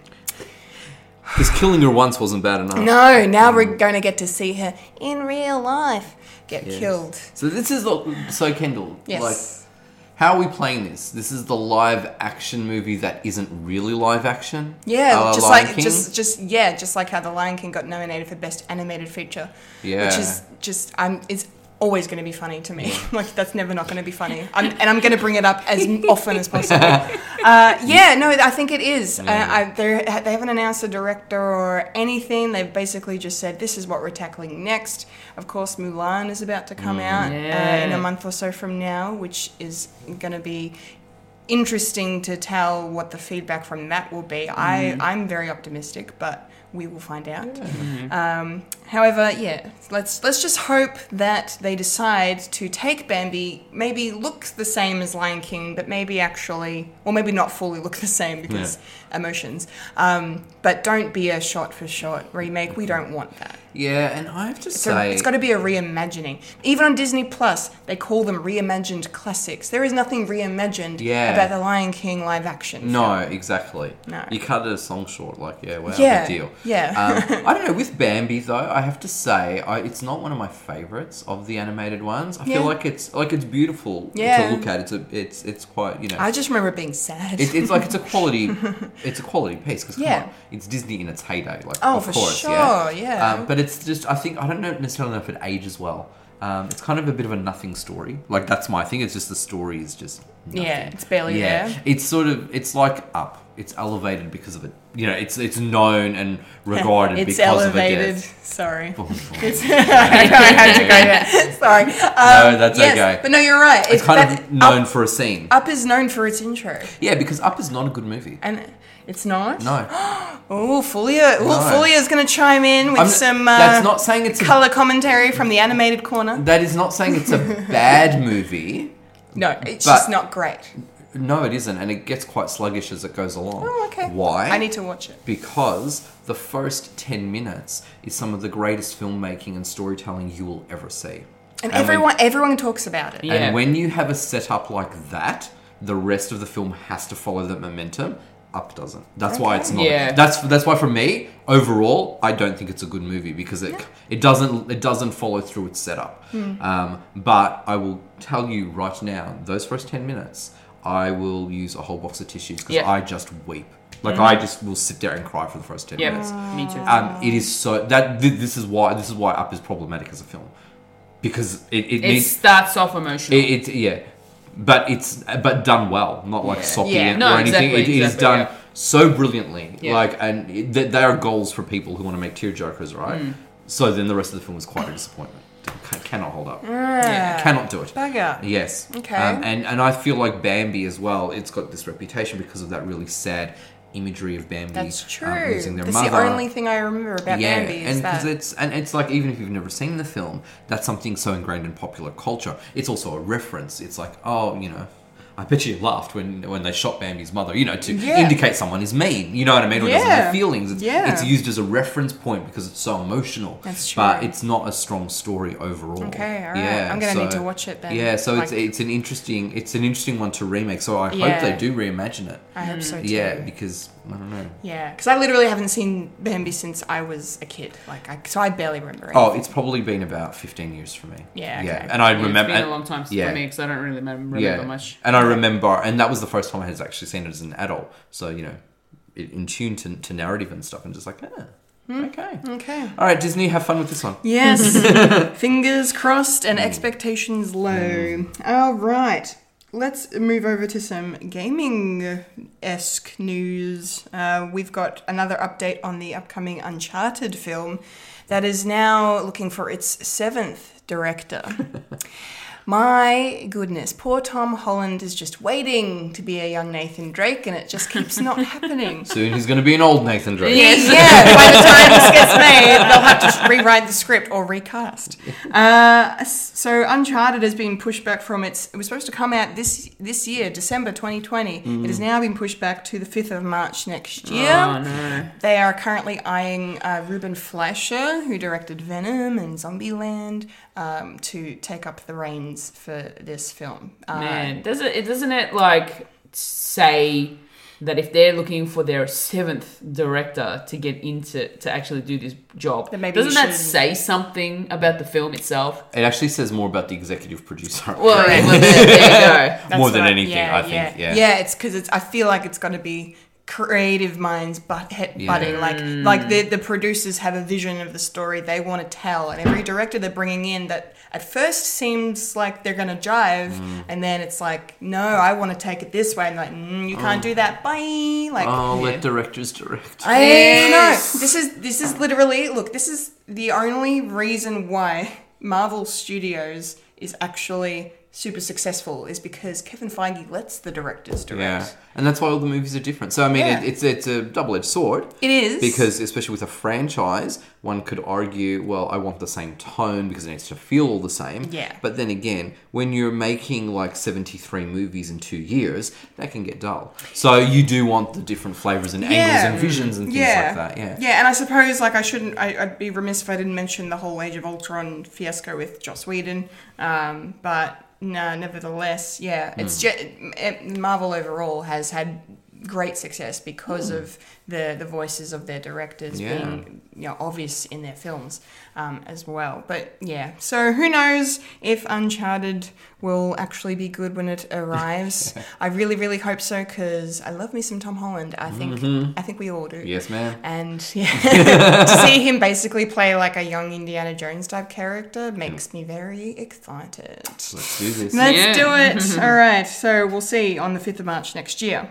Speaker 3: Because killing her once wasn't bad enough.
Speaker 1: no, now we're going to get to see her in real life get
Speaker 3: Yes.
Speaker 1: killed.
Speaker 3: So this is the, so Kendall.
Speaker 1: Yes.
Speaker 3: Like, how are we playing this? This is the live action movie that isn't really live action.
Speaker 1: yeah,
Speaker 3: A la
Speaker 1: just
Speaker 3: Uh, Lion
Speaker 1: like
Speaker 3: King?
Speaker 1: just just yeah, just like how The Lion King got nominated for best animated feature. Which
Speaker 3: Yeah.
Speaker 1: is just I'm it's always going to be funny to me. like that's never not going to be funny. I'm, and I'm going to bring it up as often as possible. Uh, yeah, no, I think it is. Uh, I, they're- they haven't announced a director or anything. They've basically just said this is what we're tackling next. Of course, Mulan is about to come
Speaker 3: Mm.
Speaker 1: out uh, in
Speaker 2: Yeah.
Speaker 1: a month or so from now, which is going to be interesting to tell what the feedback from that will be. I, I'm very optimistic, but we will find out. Um, however, yeah, let's let's just hope that they decide to take Bambi, maybe look the same as Lion King, but maybe actually, or maybe not fully look the same because emotions. Um, but don't be a shot for shot remake. We don't want that.
Speaker 3: Yeah, and I have to
Speaker 1: So
Speaker 3: say,
Speaker 1: it's got to be a reimagining. Even on Disney Plus, they call them reimagined classics. There is nothing reimagined
Speaker 3: Yeah.
Speaker 1: about the Lion King live action.
Speaker 3: No, exactly.
Speaker 1: No.
Speaker 3: You cut a song short, like yeah, wow,
Speaker 1: Yeah,
Speaker 3: big deal.
Speaker 1: yeah.
Speaker 3: um, I don't know. With Bambi though, I have to say, I, it's not one of my favorites of the animated ones. I
Speaker 1: Yeah.
Speaker 3: feel like it's like it's beautiful
Speaker 1: Yeah.
Speaker 3: to look at. It's a, it's it's quite you know.
Speaker 1: I just remember being sad.
Speaker 3: it's, it's like it's a quality, it's a quality piece because
Speaker 1: Yeah.
Speaker 3: it's Disney in its heyday. Like
Speaker 1: Oh,
Speaker 3: of
Speaker 1: for
Speaker 3: course,
Speaker 1: sure,
Speaker 3: yeah,
Speaker 1: yeah.
Speaker 3: Um, but it's just I think I don't know necessarily know if it ages well. Um, it's kind of a bit of a nothing story. Like that's my thing. It's just the story is just nothing.
Speaker 1: yeah, it's barely
Speaker 3: Yeah,
Speaker 1: there.
Speaker 3: it's sort of it's like up. It's elevated because of it. You know, it's it's known and regarded
Speaker 1: it's
Speaker 3: because
Speaker 1: elevated.
Speaker 3: of a death. Oh
Speaker 1: Sorry.
Speaker 3: It's,
Speaker 1: I know I had to go there. Sorry. Um,
Speaker 3: that's
Speaker 1: yes,
Speaker 3: okay.
Speaker 1: But no, you're right. It's,
Speaker 3: kind
Speaker 1: that-
Speaker 3: of known
Speaker 1: Up,
Speaker 3: for a scene.
Speaker 1: Up is known for its intro,
Speaker 3: Yeah, because Up is not a good movie.
Speaker 1: and it's not.
Speaker 3: No,
Speaker 1: Oh, Fulia. Oh,
Speaker 3: No.
Speaker 1: Fulia's going to chime in with
Speaker 3: I'm-
Speaker 1: some. Uh,
Speaker 3: that's not saying it's a-
Speaker 1: color commentary from the animated corner.
Speaker 3: that is not saying it's a bad movie.
Speaker 1: No, it's
Speaker 3: But-
Speaker 1: just not great.
Speaker 3: No, it isn't, and it gets quite sluggish as it goes along.
Speaker 1: Oh, okay.
Speaker 3: Why?
Speaker 1: I need to watch it.
Speaker 3: because the first 10 minutes is some of the greatest filmmaking and storytelling you will ever see.
Speaker 1: And,
Speaker 3: when-
Speaker 1: everyone, everyone talks about it.
Speaker 2: Yeah.
Speaker 3: And when you have a setup like that, the rest of the film has to follow that momentum. Up doesn't. That's why it's not.
Speaker 2: Yeah.
Speaker 3: That's that's why for me overall, I don't think it's a good movie because it it doesn't it doesn't follow through its setup.
Speaker 2: Hmm.
Speaker 3: Um, but I will tell you right now, those first ten minutes, I will use a whole box of tissues because
Speaker 2: Yeah. Hmm.
Speaker 3: I just weep. Like I just will sit there and cry for the first ten
Speaker 2: Yep.
Speaker 3: minutes.
Speaker 2: Me too.
Speaker 1: Uh,
Speaker 3: Um, it is so that th- this is why this is why Up is problematic as a film because it, it,
Speaker 2: it
Speaker 3: needs
Speaker 2: starts off emotional.
Speaker 3: it, it yeah, but it's but done well, not like
Speaker 2: Yeah.
Speaker 3: soppy
Speaker 2: Yeah,
Speaker 3: and-
Speaker 2: no,
Speaker 3: or anything.
Speaker 2: exactly,
Speaker 3: It- it is
Speaker 2: exactly,
Speaker 3: done
Speaker 2: yeah.
Speaker 3: so brilliantly,
Speaker 2: Yeah.
Speaker 3: like and it, th- they are goals for people who want to make tearjerkers, right? So then the rest of the film was quite a disappointment. Ca- cannot hold up.
Speaker 1: Yeah.
Speaker 3: Cannot do it.
Speaker 1: Bugger.
Speaker 3: Yes.
Speaker 1: Okay.
Speaker 3: Um, and and I feel like Bambi as well. It's got this reputation because of that really sad imagery of Bambi
Speaker 1: That's
Speaker 3: um,
Speaker 1: true.
Speaker 3: losing their
Speaker 1: That's
Speaker 3: mother.
Speaker 1: the only thing I remember about
Speaker 3: Yeah,
Speaker 1: Bambi is
Speaker 3: and
Speaker 1: that.
Speaker 3: because it's and it's like even if you've never seen the film, that's something so ingrained in popular culture. It's also a reference. It's like, oh, you know, I bet you laughed when when they shot Bambi's mother, you know, to
Speaker 1: Yeah.
Speaker 3: indicate someone is mean. You know what I mean? Or doesn't
Speaker 1: Yeah.
Speaker 3: have feelings. It's,
Speaker 1: Yeah.
Speaker 3: it's used as a reference point because it's so emotional.
Speaker 1: That's
Speaker 3: But
Speaker 1: true.
Speaker 3: it's not a strong story overall.
Speaker 1: Okay, all right. I'm gonna need to watch it then.
Speaker 3: Yeah, so it's
Speaker 1: Like-
Speaker 3: it's an interesting it's an interesting one to remake. So I
Speaker 1: Yeah.
Speaker 3: hope they do reimagine it.
Speaker 1: I hope so too.
Speaker 3: Yeah, because I don't know.
Speaker 1: Yeah, because I literally haven't seen Bambi since I was a kid. Like, I, so I barely remember it.
Speaker 3: Oh, it's probably been about 15 years for me.
Speaker 1: Yeah,
Speaker 3: Yeah.
Speaker 1: okay.
Speaker 3: And I
Speaker 2: Yeah,
Speaker 3: remember.
Speaker 2: it's been a long time since
Speaker 3: yeah.
Speaker 2: for me because I don't really remember, remember
Speaker 3: yeah.
Speaker 2: much.
Speaker 3: And I remember, and that was the first time I had actually seen it as an adult. So, you know, it, in tune to, to narrative and stuff, and just like, ah, okay.
Speaker 1: Okay.
Speaker 3: All right, Disney, have fun with this one.
Speaker 1: Yes. Fingers crossed and expectations low. All right. Let's move over to some gaming esque news. Uh, we've got another update on the upcoming Uncharted film that is now looking for its seventh director. My goodness, poor Tom Holland is just waiting to be a young Nathan Drake, and it just keeps not happening.
Speaker 3: Soon he's going to be an old Nathan Drake.
Speaker 1: Yes. yeah. By the time this gets made, they'll have to rewrite the script or recast. Uh, so Uncharted has been pushed back from its. It was supposed to come out this this year, December 2020. It has now been pushed back to the 5th of March next year.
Speaker 2: Mm. Oh no.
Speaker 1: They are currently eyeing uh, Ruben Fleischer, who directed Venom and Zombieland, um, to take up the reins for this film. Uh,
Speaker 2: Man, does it, it doesn't it like say that if they're looking for their seventh director to get into to actually do this job,
Speaker 1: Then maybe
Speaker 2: doesn't
Speaker 1: you
Speaker 2: that
Speaker 1: should-
Speaker 2: say something about the film itself?
Speaker 3: It actually says more about the executive producer.
Speaker 2: Well, well, there, there you go.
Speaker 3: more
Speaker 1: That's
Speaker 3: than
Speaker 1: what I-
Speaker 3: anything, I think. Yeah.
Speaker 1: yeah. It's because it's. I feel like it's going to be creative minds, but hit butting. Like, like the the producers have a vision of the story they want to tell, and every director they're bringing in that at first seems like they're going to jive,
Speaker 3: Mm.
Speaker 1: and then it's like, no, I want to take it this way, and like, mm, you can't do that. Bye. Like,
Speaker 3: Oh, let directors direct.
Speaker 1: I
Speaker 2: Yes.
Speaker 1: no. This is this is literally look. This is the only reason why Marvel Studios is actually super successful is because Kevin Feige lets the directors direct.
Speaker 3: Yeah, and that's why all the movies are different. So I mean,
Speaker 1: Yeah.
Speaker 3: it, it's it's a double edged sword.
Speaker 1: It is.
Speaker 3: because especially with a franchise, one could argue, well, I want the same tone because it needs to feel all the same.
Speaker 1: Yeah.
Speaker 3: But then again, when you're making like seventy three movies in two years, that can get dull. So you do want the different flavors and
Speaker 1: Yeah.
Speaker 3: angles and visions and things
Speaker 1: Yeah.
Speaker 3: like that. Yeah.
Speaker 1: Yeah, and I suppose like I shouldn't. I, I'd be remiss if I didn't mention the whole Age of Ultron fiasco with Joss Whedon. Um, but no, nevertheless, yeah, it's just Marvel overall has had great success because of the the voices of their directors
Speaker 3: Yeah.
Speaker 1: being you know obvious in their films um, as well. But yeah, so who knows if Uncharted will actually be good when it arrives? I really, really hope so because I love me some Tom Holland. I think I think we all do
Speaker 3: Yes, ma'am.
Speaker 1: and yeah, to see him basically play like a young Indiana Jones type character makes me very excited.
Speaker 3: Let's do this.
Speaker 1: Let's
Speaker 2: Yeah.
Speaker 1: do it. All right. So we'll see on the 5th of March next year.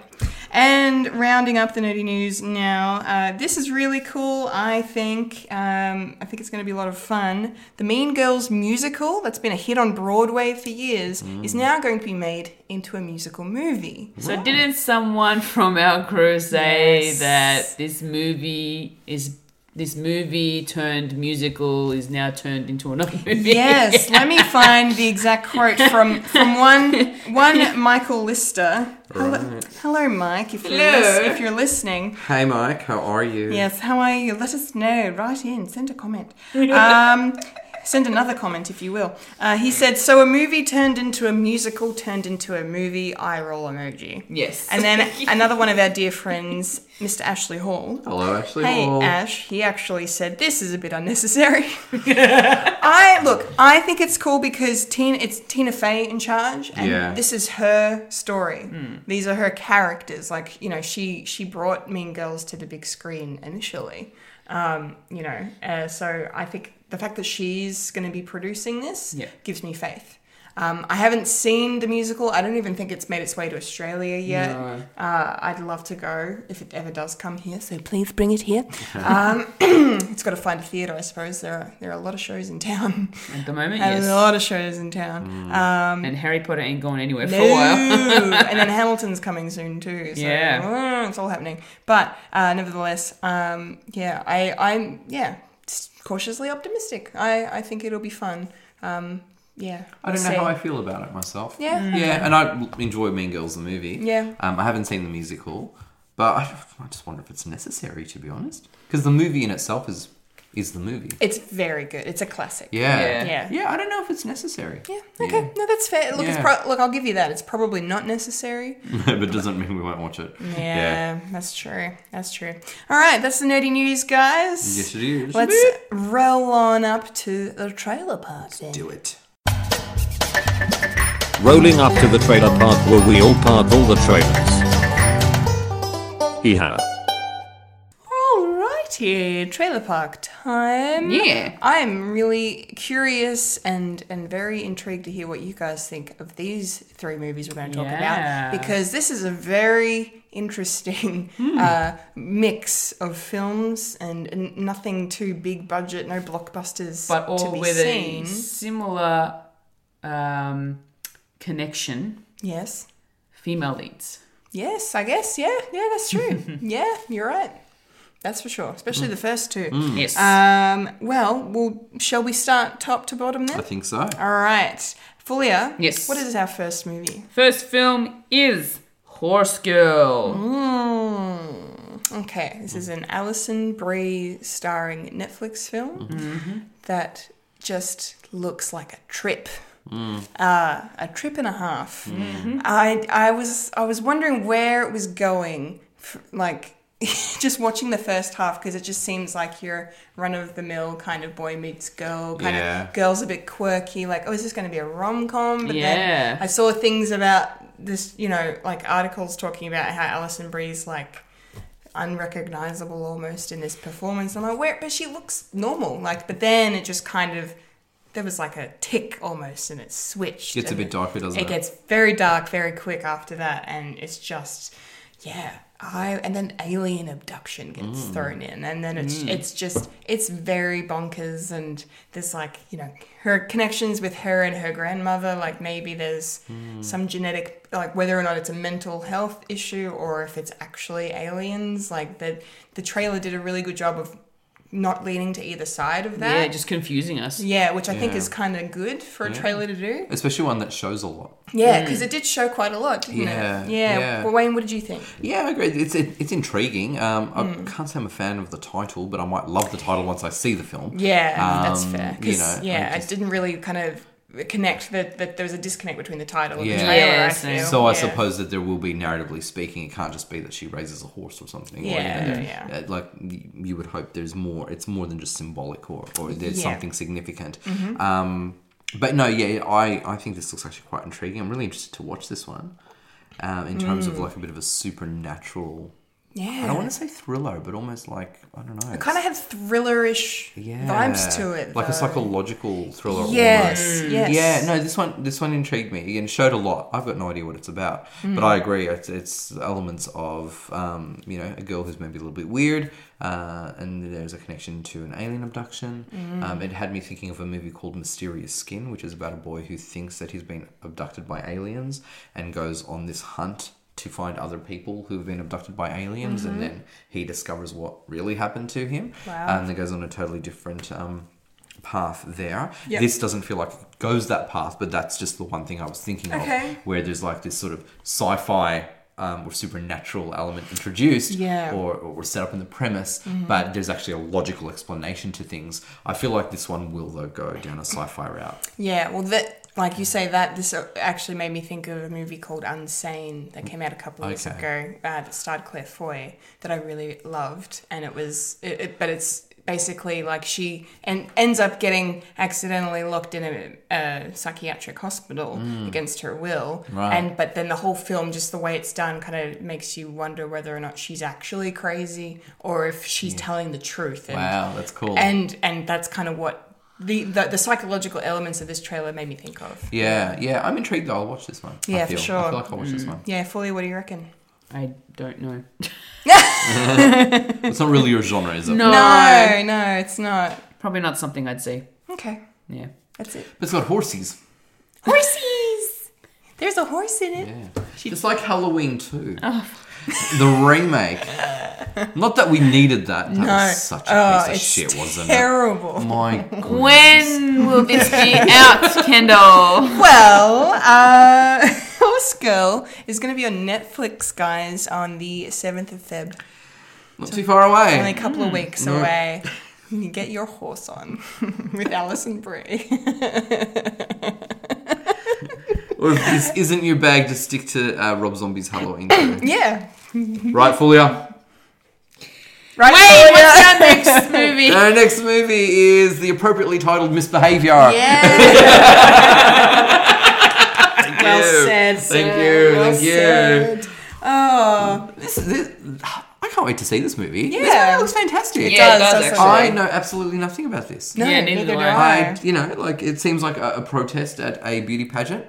Speaker 1: And rounding up the nerdy news now, uh, this is really cool, I think. Um, I think it's going to be a lot of fun. The Mean Girls musical, that's been a hit on Broadway for years, is
Speaker 3: Mm.
Speaker 1: now going to be made into a musical movie.
Speaker 2: So didn't someone from our crew say
Speaker 1: Yes.
Speaker 2: that this movie is this movie turned musical is now turned into another movie?
Speaker 1: Yes, let me find the exact quote from from one one Michael Lister. Hello, hello Mike, if you're, lis-
Speaker 2: Hello.
Speaker 1: if you're listening.
Speaker 3: Hey, Mike, how are you?
Speaker 1: Yes, how are you? Let us know. Write in, send a comment. Um, send another comment if you will. Uh, he said, "So a movie turned into a musical turned into a movie eye roll emoji."
Speaker 2: Yes.
Speaker 1: And then another one of our dear friends, Mr. Ashley Hall.
Speaker 3: Hello, Ashley
Speaker 1: Hey
Speaker 3: Hall.
Speaker 1: Ash, he actually said this is a bit unnecessary. I look, I think it's cool because Tina, it's Tina Fey in charge, and
Speaker 3: Yeah.
Speaker 1: this is her story. These are her characters. Like you know, she she brought Mean Girls to the big screen initially. Um, you know, uh, so I think the fact that she's going to be producing this
Speaker 2: Yeah.
Speaker 1: gives me faith. Um, I haven't seen the musical. I don't even think it's made its way to Australia yet. Uh, I'd love to go if it ever does come here. So please bring it here. Um, it's got to find a theatre, I suppose. There are there are a lot of shows in town.
Speaker 2: At the moment,
Speaker 1: And
Speaker 2: yes. Mm.
Speaker 1: a lot of shows in town. Um,
Speaker 2: And Harry Potter ain't going anywhere for
Speaker 1: no.
Speaker 2: a while.
Speaker 1: and then Hamilton's coming soon too. So
Speaker 2: Yeah.
Speaker 1: mm, it's all happening. But uh, nevertheless, um, yeah, I, I'm yeah s- cautiously optimistic. I, I think it'll be fun. Um, yeah,
Speaker 3: I don't
Speaker 1: we'll
Speaker 3: know
Speaker 1: see.
Speaker 3: how I feel about it myself.
Speaker 1: Yeah. Mm.
Speaker 3: Yeah, and I enjoy Mean Girls the movie.
Speaker 1: Yeah.
Speaker 3: Um, I haven't seen the musical, but I, I just wonder if it's necessary to be honest, because the movie in itself is is the movie.
Speaker 1: It's very good. It's a classic.
Speaker 3: Yeah.
Speaker 2: Yeah.
Speaker 1: Yeah.
Speaker 3: Yeah, I don't know if it's necessary.
Speaker 1: Yeah, Okay. No, that's fair. Look, it's
Speaker 3: Yeah.
Speaker 1: pro- look, I'll give you that. It's probably not necessary.
Speaker 3: but it doesn't mean we won't watch it.
Speaker 1: Yeah, that's true. That's true. All right, that's the nerdy news, guys.
Speaker 3: Yes, it is.
Speaker 1: Let's roll on up to the trailer park. Then.
Speaker 3: do it.
Speaker 8: Rolling up to the trailer park where we all park all the trailers. Hee-ha.
Speaker 1: Alrighty, trailer park time.
Speaker 2: Yeah.
Speaker 1: I am really curious and and very intrigued to hear what you guys think of these three movies we're going to talk
Speaker 2: Yeah.
Speaker 1: about because this is a very interesting
Speaker 2: Hmm.
Speaker 1: uh, mix of films and, and nothing too big budget, no blockbusters
Speaker 2: but
Speaker 1: to
Speaker 2: all
Speaker 1: be
Speaker 2: with
Speaker 1: seen.
Speaker 2: a similar um, connection.
Speaker 1: Yes.
Speaker 2: Female leads.
Speaker 1: Yes, I guess. Yeah, yeah, that's true. yeah, you're right. That's for sure.
Speaker 2: Hmm.
Speaker 1: Especially the first two.
Speaker 2: Yes.
Speaker 1: Um, well, well, shall we start top to bottom then?
Speaker 3: I think so.
Speaker 1: All right. Fulia.
Speaker 2: Yes.
Speaker 1: What is our first movie?
Speaker 2: First film is Horse Girl.
Speaker 1: Hmm. Okay. This is an Alison Brie starring Netflix film that just looks like a trip. Uh, a trip and a half. I I was I was wondering where it was going, f- like just watching the first half because it just seems like your run of the mill kind of boy meets girl kind
Speaker 3: Yeah.
Speaker 1: of girl's a bit quirky. Like oh, is this going to be a rom com? But
Speaker 2: Yeah.
Speaker 1: then I saw things about this, you know, like articles talking about how Alison Brie's like unrecognizable almost in this performance. I'm like, where? But she looks normal. Like, but then it just kind of there was like a tick almost, and it switched.
Speaker 3: Gets a
Speaker 1: and
Speaker 3: bit darker, doesn't it?
Speaker 1: It gets very dark very quick after that, and it's just yeah. I and then alien abduction gets
Speaker 2: Mm.
Speaker 1: thrown in, and then it's it's just it's very bonkers, and there's like you know her connections with her and her grandmother. Like maybe there's
Speaker 2: Mm.
Speaker 1: some genetic like whether or not it's a mental health issue or if it's actually aliens. Like the the trailer did a really good job of not leaning to either side of that.
Speaker 2: Yeah, just confusing us.
Speaker 1: Yeah, which I think
Speaker 3: Yeah.
Speaker 1: is kind of good for a trailer to do.
Speaker 3: Especially one that shows a lot.
Speaker 1: Yeah, because it did show quite a lot, didn't
Speaker 3: Mm. Yeah,
Speaker 1: it? Yeah.
Speaker 3: yeah.
Speaker 1: Well, Wayne, what did you think?
Speaker 3: Yeah, I agree. It's it, it's intriguing. Um, I
Speaker 1: Hmm.
Speaker 3: can't say I'm a fan of the title, but I might love the title once I see the film.
Speaker 1: Yeah, that's
Speaker 3: Um,
Speaker 1: fair. 'Cause,
Speaker 3: you know,
Speaker 1: yeah, I,
Speaker 3: I just-
Speaker 1: didn't really kind of connect that, that there was a disconnect between the title and
Speaker 3: Yeah.
Speaker 1: the trailer.
Speaker 2: Yeah,
Speaker 1: I
Speaker 2: same.
Speaker 1: feel.
Speaker 3: So I
Speaker 1: Yeah.
Speaker 3: suppose that there will be narratively speaking. It can't just be that she raises a horse or something. or, you
Speaker 1: Yeah,
Speaker 3: know,
Speaker 1: yeah.
Speaker 3: that- Like y- you would hope, there's more. It's more than just symbolic, or, or there's
Speaker 1: Yeah. Mm-hmm.
Speaker 3: something significant. Um, but no, yeah, I I think this looks actually quite intriguing. I'm really interested to watch this one. Um, in terms of like a bit of a supernatural,
Speaker 1: Mm. yeah,
Speaker 3: I don't want to say thriller, but almost like I don't know.
Speaker 1: kind of had thrillerish vibes to it,
Speaker 3: like a
Speaker 1: though.
Speaker 3: psychological thriller.
Speaker 1: Yes,
Speaker 3: almost.
Speaker 1: yes.
Speaker 3: yeah. No, this one, this one intrigued me and showed a lot. I've got no idea what it's about,
Speaker 1: Mm.
Speaker 3: but I agree. It's, it's elements of um, you know a girl who's maybe a little bit weird, uh, and there's a connection to an alien abduction.
Speaker 1: Mm.
Speaker 3: Um, it had me thinking of a movie called Mysterious Skin, which is about a boy who thinks that he's been abducted by aliens and goes on this hunt to find other people who have been abducted by aliens, and then he discovers what really happened to him,
Speaker 1: Mm-hmm. Wow.
Speaker 3: and it goes on a totally different um, path there. This doesn't feel like it goes that path, but that's just the one thing I was thinking
Speaker 1: Okay.
Speaker 3: of, where there's like this sort of sci-fi um, or supernatural element introduced
Speaker 1: Yeah. Mm-hmm.
Speaker 3: or, or set up in the premise, but there's actually a logical explanation to things. I feel like this one will, though, go down a sci fi route.
Speaker 1: Yeah, well, that like you say that this uh, actually made me think of a movie called Unsane that came out a couple of years
Speaker 3: Okay.
Speaker 1: ago uh, that starred Claire Foy that I really loved, and it was, it, it, but it's basically like she and ends up getting accidentally locked in a, a psychiatric hospital against her will,
Speaker 3: Mm. Right.
Speaker 1: and but then the whole film, just the way it's done, kind of makes you wonder whether or not she's actually crazy or if she's telling the truth. and-
Speaker 3: Wow, that's cool.
Speaker 1: and and that's kind of what the, the the psychological elements of this trailer made me think of.
Speaker 3: yeah, yeah, I'm intrigued though. I'll watch this one.
Speaker 1: Yeah,
Speaker 3: I
Speaker 1: for
Speaker 3: feel. I
Speaker 1: sure. Mm.
Speaker 3: feel like I'll watch this one.
Speaker 1: Yeah, Foley, what do you reckon?
Speaker 2: I don't know.
Speaker 3: It's not really your genre, is it?
Speaker 2: No.
Speaker 1: No, no, it's not.
Speaker 2: Probably not something I'd see.
Speaker 1: Okay,
Speaker 2: Yeah.
Speaker 1: that's it.
Speaker 3: But it's got horses.
Speaker 1: Horses. There's a horse in it.
Speaker 3: Yeah. It's like Halloween too.
Speaker 1: Oh.
Speaker 3: The remake. Not that we needed that. That was such a
Speaker 1: Oh,
Speaker 3: piece of
Speaker 1: it's
Speaker 3: shit, wasn't
Speaker 1: Terrible.
Speaker 3: it? My goodness.
Speaker 2: When will this be out, Kendall?
Speaker 1: Well, uh, Horse Girl is going to be on Netflix, guys, on the seventh of Feb.
Speaker 3: Not too far
Speaker 1: Only a
Speaker 3: away.
Speaker 1: couple of weeks
Speaker 3: Mm.
Speaker 1: away. You can get your horse on with Alison Brie.
Speaker 3: Or if this isn't your bag, just stick to uh, Rob Zombie's Halloween. too.
Speaker 1: yeah.
Speaker 3: right, Fulia?
Speaker 1: Right.
Speaker 2: Wait,
Speaker 1: Folia?
Speaker 2: what's our next movie?
Speaker 3: Our next movie is the appropriately titled Misbehavior.
Speaker 1: Yeah. well
Speaker 3: you.
Speaker 1: said.
Speaker 3: Thank
Speaker 1: sir.
Speaker 3: you,
Speaker 1: Well
Speaker 3: thank you.
Speaker 1: said. Oh,
Speaker 3: This, this, I can't wait to see this movie. This
Speaker 1: Yeah.
Speaker 3: movie looks fantastic.
Speaker 2: Yeah,
Speaker 1: does,
Speaker 2: it does,
Speaker 1: does,
Speaker 3: I
Speaker 1: does.
Speaker 3: know absolutely nothing about this.
Speaker 1: no,
Speaker 2: Yeah, neither
Speaker 1: neither
Speaker 2: do
Speaker 1: do
Speaker 2: I.
Speaker 1: I.
Speaker 3: I, you know, like it seems like a, a protest at a beauty pageant.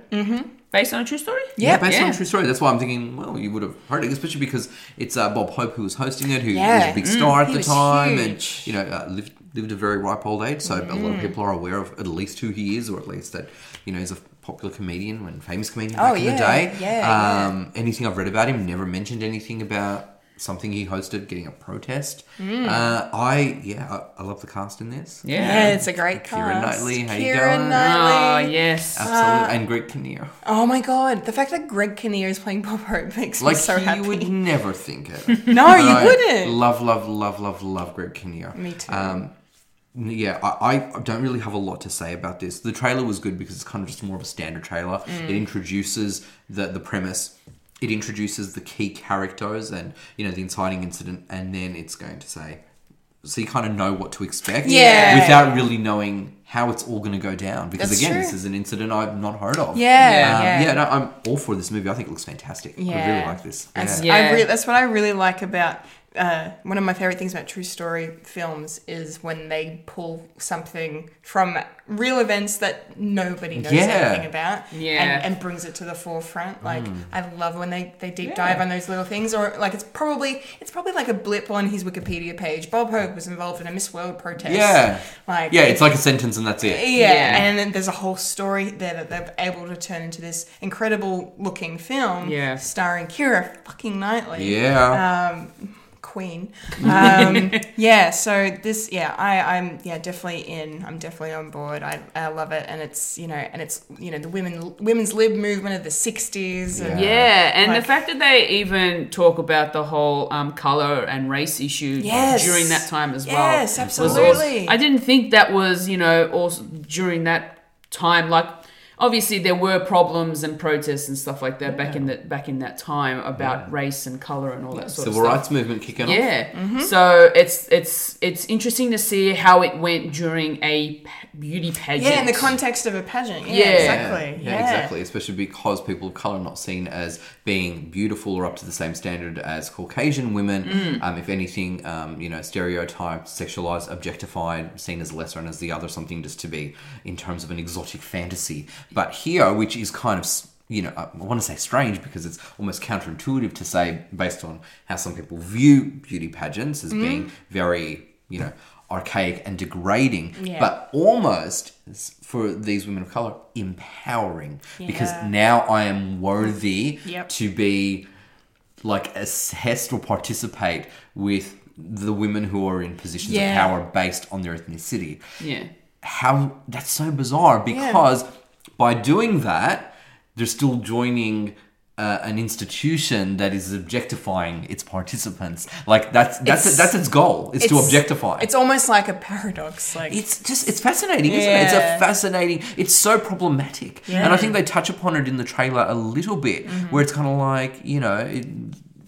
Speaker 2: Based on a true story?
Speaker 3: Yeah, based on
Speaker 2: yeah.
Speaker 3: a true story. That's why I'm thinking, well, you would have heard it, especially because it's uh, Bob Hope who was hosting it, who was
Speaker 1: Yeah. Mm.
Speaker 3: a big star at
Speaker 1: He
Speaker 3: the
Speaker 1: was
Speaker 3: time,
Speaker 1: huge. Mm.
Speaker 3: and you know, uh, lived lived a very ripe old age. So a lot of people are aware of at least who he is, or at least that you know he's a popular comedian and famous comedian
Speaker 1: Oh,
Speaker 3: back in the
Speaker 1: yeah,
Speaker 3: day.
Speaker 1: yeah,
Speaker 3: um, Anything I've read about him never mentioned anything about. Something he hosted, getting a protest. Uh, I yeah, I, I love the cast in this.
Speaker 2: Yeah.
Speaker 1: Mm. Yeah, it's a great cast.
Speaker 3: Keira Knightley, how you
Speaker 1: Keira
Speaker 3: doing?
Speaker 2: Oh,
Speaker 1: Knightley.
Speaker 2: yes.
Speaker 1: Uh,
Speaker 3: absolutely, and Greg Kinnear.
Speaker 1: Oh my god, the fact that Greg Kinnear is playing Bob Hope makes
Speaker 3: Like
Speaker 1: me so
Speaker 3: you
Speaker 1: happy.
Speaker 3: would never think it.
Speaker 1: no, you
Speaker 3: I
Speaker 1: wouldn't.
Speaker 3: Love, love, love, love, love Greg Kinnear.
Speaker 1: Me too.
Speaker 3: Um, n- yeah, I, I don't really have a lot to say about this. The trailer was good because it's kind of just more of a standard trailer.
Speaker 1: Mm.
Speaker 3: It introduces the the premise. It introduces the key characters and you know the inciting incident, and then it's going to say, so you kind of know what to expect,
Speaker 1: Yeah.
Speaker 3: without really knowing how it's all going to go down. Because
Speaker 1: That's
Speaker 3: again,
Speaker 1: true.
Speaker 3: this is an incident I've not heard of.
Speaker 1: yeah,
Speaker 3: Um,
Speaker 1: yeah,
Speaker 3: yeah. no, I'm all for this movie. I think it looks fantastic. I really
Speaker 1: Yeah.
Speaker 3: like this.
Speaker 1: That's,
Speaker 2: Yeah.
Speaker 1: I re- that's what I really like about uh, one of my favorite things about true story films is when they pull something from real events that nobody knows
Speaker 3: Yeah.
Speaker 1: anything about
Speaker 2: Yeah.
Speaker 1: and, and brings it to the forefront. Like
Speaker 3: Mm.
Speaker 1: I love when they, they deep dive on those little things or like it's probably it's probably like a blip on his Wikipedia page. Bob Hope was involved in a Miss World protest.
Speaker 3: Yeah.
Speaker 1: Like
Speaker 3: Yeah, it's like a sentence and that's it.
Speaker 1: yeah.
Speaker 2: Yeah.
Speaker 1: and then there's a whole story there that they're able to turn into this incredible looking film
Speaker 2: Yeah.
Speaker 1: starring Kira fucking Knightley,
Speaker 2: Uh,
Speaker 3: Yeah.
Speaker 1: queen. Um, yeah, so this, yeah, I, I'm, yeah, definitely in. I'm definitely on board. I, I love it, and it's, you know, and it's, you know, the women women's lib movement of the '60s. And,
Speaker 2: Yeah, and
Speaker 1: Uh, Like-
Speaker 2: the fact that they even talk about the whole um, color and race issue
Speaker 1: Yes.
Speaker 2: during that time as well.
Speaker 1: Yes,
Speaker 2: was also-
Speaker 1: absolutely.
Speaker 2: I didn't think that was, you know, also during that time like obviously there were problems and protests and stuff like that back in that back in that time about race and color and all that sort
Speaker 3: Civil
Speaker 2: of stuff.
Speaker 3: rights movement kicking off.
Speaker 2: Yeah.
Speaker 1: Mm-hmm.
Speaker 2: So it's it's it's interesting to see how it went during a p- beauty pageant.
Speaker 1: Yeah, in the context of a pageant. Yeah,
Speaker 2: Yeah.
Speaker 1: exactly.
Speaker 3: Yeah, exactly. Especially because people of color are not seen as being beautiful or up to the same standard as Caucasian women. Um, if anything, um, you know, stereotyped, sexualized, objectified, seen as lesser and as the other, something just to be in terms of an exotic fantasy. But here, which is kind of. s- You know, I want to say strange because it's almost counterintuitive to say, based on how some people view beauty pageants as being very, you know, archaic and degrading, but almost for these women of color empowering because
Speaker 1: Yeah.
Speaker 3: now I am worthy
Speaker 1: Yep.
Speaker 3: to be like assessed or participate with the women who are in positions
Speaker 1: Yeah.
Speaker 3: of power based on their ethnicity.
Speaker 2: Yeah.
Speaker 3: How that's so bizarre because by doing that, they're still joining uh, an institution that is objectifying its participants. Like that's that's
Speaker 1: It's-
Speaker 3: that's its goal. It's, to objectify.
Speaker 1: It's almost like a paradox. Like
Speaker 3: It's just it's fascinating, isn't it? It's a
Speaker 1: Yeah.
Speaker 3: fascinating. It's so problematic, and I think they touch upon it in the trailer a little bit, where it's kind of like you know. It,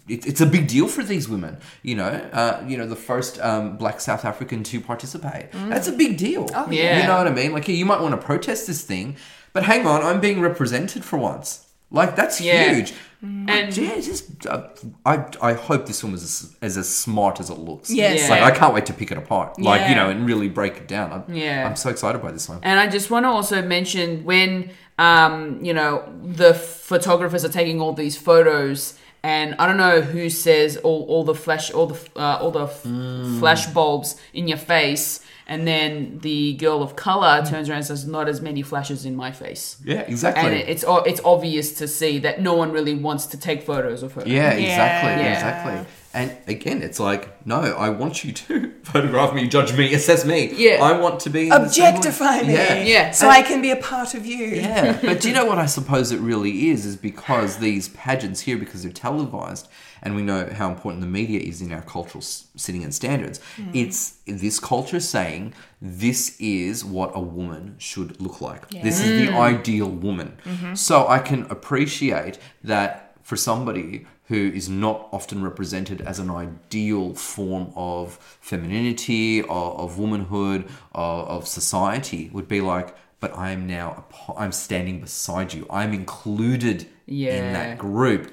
Speaker 3: it, it's a big deal for these women, you know. Uh, you know, the first um, black South African to participate. That's a big deal. Oh,
Speaker 2: yeah.
Speaker 3: You know what I mean? Like, you might want to protest this thing, but hang on, I'm being represented for once. Like, that's
Speaker 2: Yeah.
Speaker 3: huge.
Speaker 2: And-
Speaker 3: yeah, it's just uh, I, I hope this one was as, as, as smart as it looks.
Speaker 1: Yes.
Speaker 3: Like, I can't wait to pick it apart. Like, you
Speaker 1: Yeah.
Speaker 3: know, and really break it down. I'm,
Speaker 2: Yeah.
Speaker 3: I'm so excited by this one.
Speaker 2: And I just want to also mention when, um, you know, the photographers are taking all these photos, and I don't know who says all, all the flash, all the uh, all the f-
Speaker 3: Hmm.
Speaker 2: flash bulbs in your face, and then the girl of color turns around and says, "Not as many flashes in my face."
Speaker 3: Yeah, exactly.
Speaker 2: And it, it's o- it's obvious to see that no one really wants to take photos of her.
Speaker 3: yeah, exactly,
Speaker 2: Yeah.
Speaker 3: exactly. And again, it's like, no, I want you to photograph me, judge me, assess me.
Speaker 2: Yeah.
Speaker 3: I want to be in the same way.
Speaker 1: objectify me.
Speaker 3: Yeah.
Speaker 2: Yeah.
Speaker 1: So I can be a part of you.
Speaker 3: Yeah, but do you know what I suppose it really is? Is because these pageants here, because they're televised, and we know how important the media is in our cultural s- sitting and standards. It's this culture saying this is what a woman should look like. This is the ideal woman. So I can appreciate that for somebody who is not often represented as an ideal form of femininity, of, of womanhood, of, of society, would be like, but I am now, a po- I'm standing beside you. I'm included in
Speaker 2: Yeah.
Speaker 3: that group.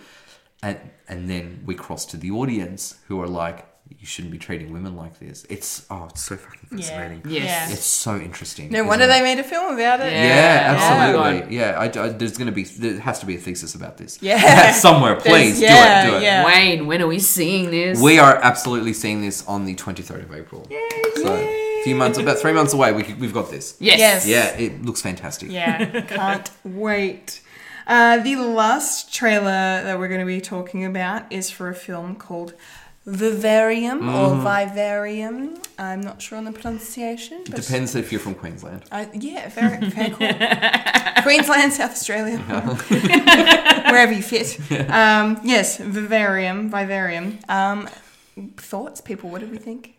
Speaker 3: And, and then we cross to the audience who are like, you shouldn't be treating women like this. It's, oh, it's so fucking fascinating.
Speaker 2: Yes.
Speaker 3: It's so interesting.
Speaker 1: No
Speaker 3: isn't
Speaker 1: wonder
Speaker 3: it?
Speaker 1: they made a film about it.
Speaker 2: Yeah.
Speaker 3: Yeah,
Speaker 2: Oh my
Speaker 3: absolutely. Yeah, I, I- there's going to be there has to be a thesis about this.
Speaker 1: Yeah.
Speaker 3: somewhere, please
Speaker 1: yeah,
Speaker 3: do it, do it.
Speaker 1: yeah.
Speaker 2: Wayne, when are we seeing this?
Speaker 3: We are absolutely seeing this on the 23rd of April. So a few months, about three months away. We, c- we've got this.
Speaker 1: Yes.
Speaker 2: yes.
Speaker 3: Yeah, it looks fantastic.
Speaker 1: Yeah, can't wait. Uh, the last trailer that we're going to be talking about is for a film called Vivarium or
Speaker 3: Mm-hmm.
Speaker 1: Vivarium. I'm not sure on the pronunciation. But
Speaker 3: Depends if you're from Queensland.
Speaker 1: I, yeah, very, very cool. Queensland, South Australia, wherever you fit. Um, yes, Vivarium, Vivarium. Um, thoughts, people? What did we think?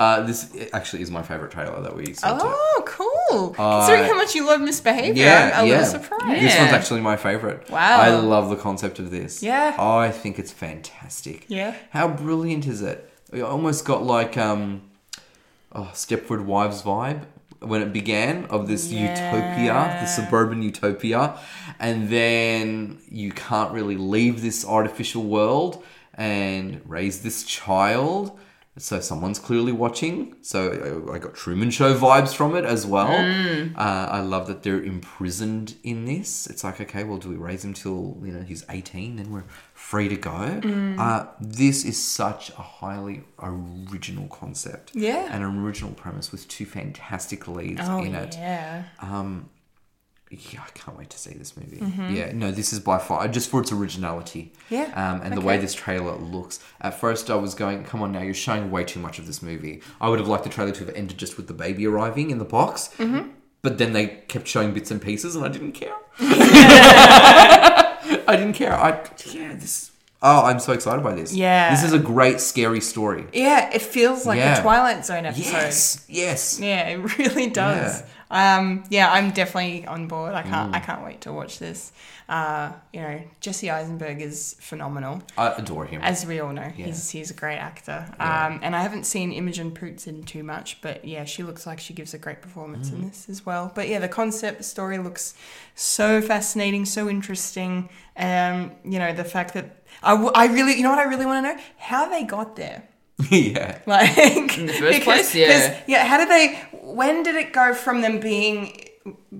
Speaker 3: Uh, this actually is my favorite trailer that we saw.
Speaker 1: Oh, cool! Considering how much you love misbehavior,
Speaker 3: Uh, Yeah,
Speaker 1: I'm a
Speaker 3: yeah.
Speaker 1: little surprised.
Speaker 3: This
Speaker 2: Yeah.
Speaker 3: one's actually my favorite.
Speaker 1: Wow.
Speaker 3: I love the concept of this.
Speaker 1: Yeah.
Speaker 3: I think it's fantastic.
Speaker 1: Yeah.
Speaker 3: How brilliant is it? It almost got like um oh, Stepford Wives vibe when it began of this utopia, the suburban utopia, and then you can't really leave this artificial world and raise this child. So someone's clearly watching. So I- I got Truman Show vibes from it as well.
Speaker 1: Mm.
Speaker 3: Uh, I love that they're imprisoned in this. It's like, okay, well, do we raise him till you know he's eighteen, then we're free to go?
Speaker 1: Mm.
Speaker 3: Uh, this is such a highly original concept.
Speaker 1: Yeah.
Speaker 3: an original premise with two fantastic leads
Speaker 1: Oh,
Speaker 3: in it.
Speaker 1: yeah.
Speaker 3: Yeah, I can't wait to see this movie. Yeah, no, this is by far just for its originality.
Speaker 1: Mm-hmm. Yeah,
Speaker 3: um, and the way this trailer looks. At first, I was going, "Come on, now you're showing way too much of this movie." I would have liked the trailer to have ended just with the baby arriving in the box. Mm-hmm. But then they kept showing bits and pieces, and I didn't care. I didn't care. I yeah, this. Oh, I'm so excited by this.
Speaker 1: Yeah.
Speaker 3: this is a great scary story.
Speaker 1: Yeah, it feels like
Speaker 3: Yeah.
Speaker 1: a Twilight Zone episode.
Speaker 3: Yes, yes.
Speaker 1: Yeah, it really does. Um, yeah, I'm definitely on board. I can't.
Speaker 3: Mm.
Speaker 1: I can't wait to watch this. Uh, you know, Jesse Eisenberg is phenomenal,
Speaker 3: I adore him.
Speaker 1: as we all know. He's he's a great actor. Um, and I haven't seen Imogen Poots in too much, but yeah, she looks like she gives a great performance in this as well. But yeah, the concept, the story looks so fascinating, so interesting. Um, you know, the fact that I, w- I really, you know what I really want to know how they got there.
Speaker 3: yeah,
Speaker 1: Like in the
Speaker 2: first place, yeah.
Speaker 1: yeah. How did they? When did it go from them being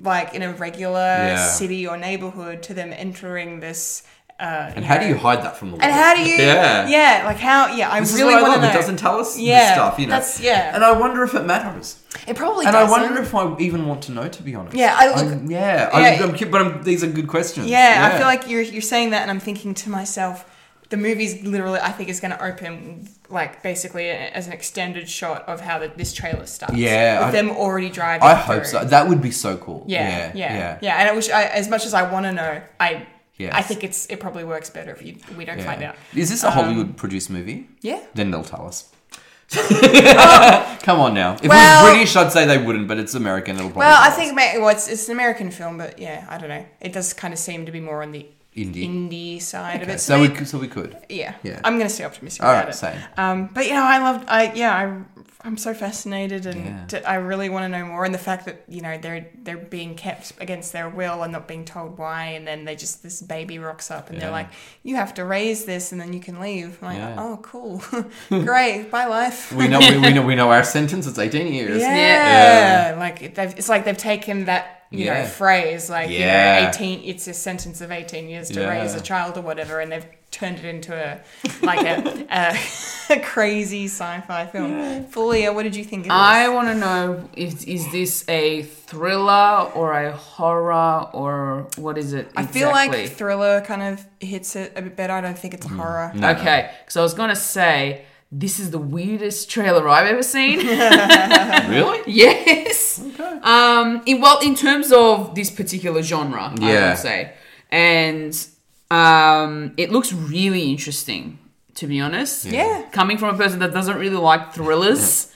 Speaker 1: like in a regular
Speaker 3: Yeah.
Speaker 1: city or neighborhood to them entering this? Uh,
Speaker 3: and how do you hide that from the world?
Speaker 1: and how do you? yeah. Like how? Yeah, I
Speaker 3: This
Speaker 1: really
Speaker 3: is
Speaker 1: want
Speaker 3: what I
Speaker 1: to
Speaker 3: love.
Speaker 1: know.
Speaker 3: It doesn't tell us this
Speaker 1: Yeah,
Speaker 3: stuff, you know.
Speaker 1: that's- yeah.
Speaker 3: And I wonder if it matters.
Speaker 1: It probably
Speaker 3: and
Speaker 1: doesn't.
Speaker 3: I wonder if I even want to know, to be honest.
Speaker 1: Yeah, I look-
Speaker 3: I'm- yeah, I'm-
Speaker 1: yeah.
Speaker 3: I'm, but I'm, these are good questions.
Speaker 1: yeah, I feel like you're you're saying that, and I'm thinking to myself, the movie's literally, I think, is going to open like basically as an extended shot of how the, this trailer starts.
Speaker 3: Yeah,
Speaker 1: with
Speaker 3: I-
Speaker 1: them already driving.
Speaker 3: I hope
Speaker 1: through.
Speaker 3: so. That would be so cool.
Speaker 1: Yeah, yeah,
Speaker 3: yeah.
Speaker 1: yeah. And I wish, I, as much as I want to know, I
Speaker 3: Yes.
Speaker 9: I think it's it probably works better if you, we don't find out.
Speaker 3: Is this a
Speaker 1: Um,
Speaker 3: Hollywood produced movie?
Speaker 9: Yeah.
Speaker 3: Then they'll tell us. Come on now. If
Speaker 1: Well-
Speaker 3: it was British, I'd say they wouldn't, but it's American. It'll probably.
Speaker 1: Well, I
Speaker 3: tell us.
Speaker 1: think ma- well, it's, it's an American film, but yeah, I don't know. It does kind of seem to be more on the
Speaker 3: Indie.
Speaker 1: indie side of it.
Speaker 3: So we,
Speaker 1: maybe-
Speaker 3: could- so we could.
Speaker 1: yeah,
Speaker 3: yeah.
Speaker 1: I'm gonna stay optimistic
Speaker 3: All
Speaker 1: about
Speaker 3: right,
Speaker 1: it.
Speaker 3: same.
Speaker 1: Um, but you know, I loved. I yeah, I I'm so fascinated, and
Speaker 3: Yeah.
Speaker 1: d- I really want to know more. And the fact that you know they're they're being kept against their will and not being told why, and then they just this baby rocks up, and they're
Speaker 3: Yeah.
Speaker 1: like, "You have to raise this, and then you can leave." I'm like,
Speaker 3: Yeah.
Speaker 1: oh, cool, great, bye, life.
Speaker 3: We know, we, we know, we know our sentence. It's eighteen years.
Speaker 1: Yeah. Like it- they've, it's like they've taken that you
Speaker 3: Yeah.
Speaker 1: know phrase like you
Speaker 3: Yeah.
Speaker 1: know 18 it's a sentence of 18 years to
Speaker 3: Yeah.
Speaker 1: raise a child or whatever and they've turned it into a like a, a, a crazy sci-fi film. Fulia, what did you think of
Speaker 2: I want to know if is this a thriller or a horror or what is it?
Speaker 1: I feel
Speaker 2: exactly?
Speaker 1: like thriller kind of hits it a bit better. I don't think
Speaker 3: Mm.
Speaker 1: it's horror.
Speaker 2: okay, so I was gonna say this is the weirdest trailer I've ever seen.
Speaker 3: Really?
Speaker 2: yes. Okay. Um. In, well, in terms of this particular genre, I
Speaker 3: Yeah.
Speaker 2: would say, and um, it looks really interesting. To be honest,
Speaker 1: Yeah.
Speaker 2: coming from a person that doesn't really like thrillers,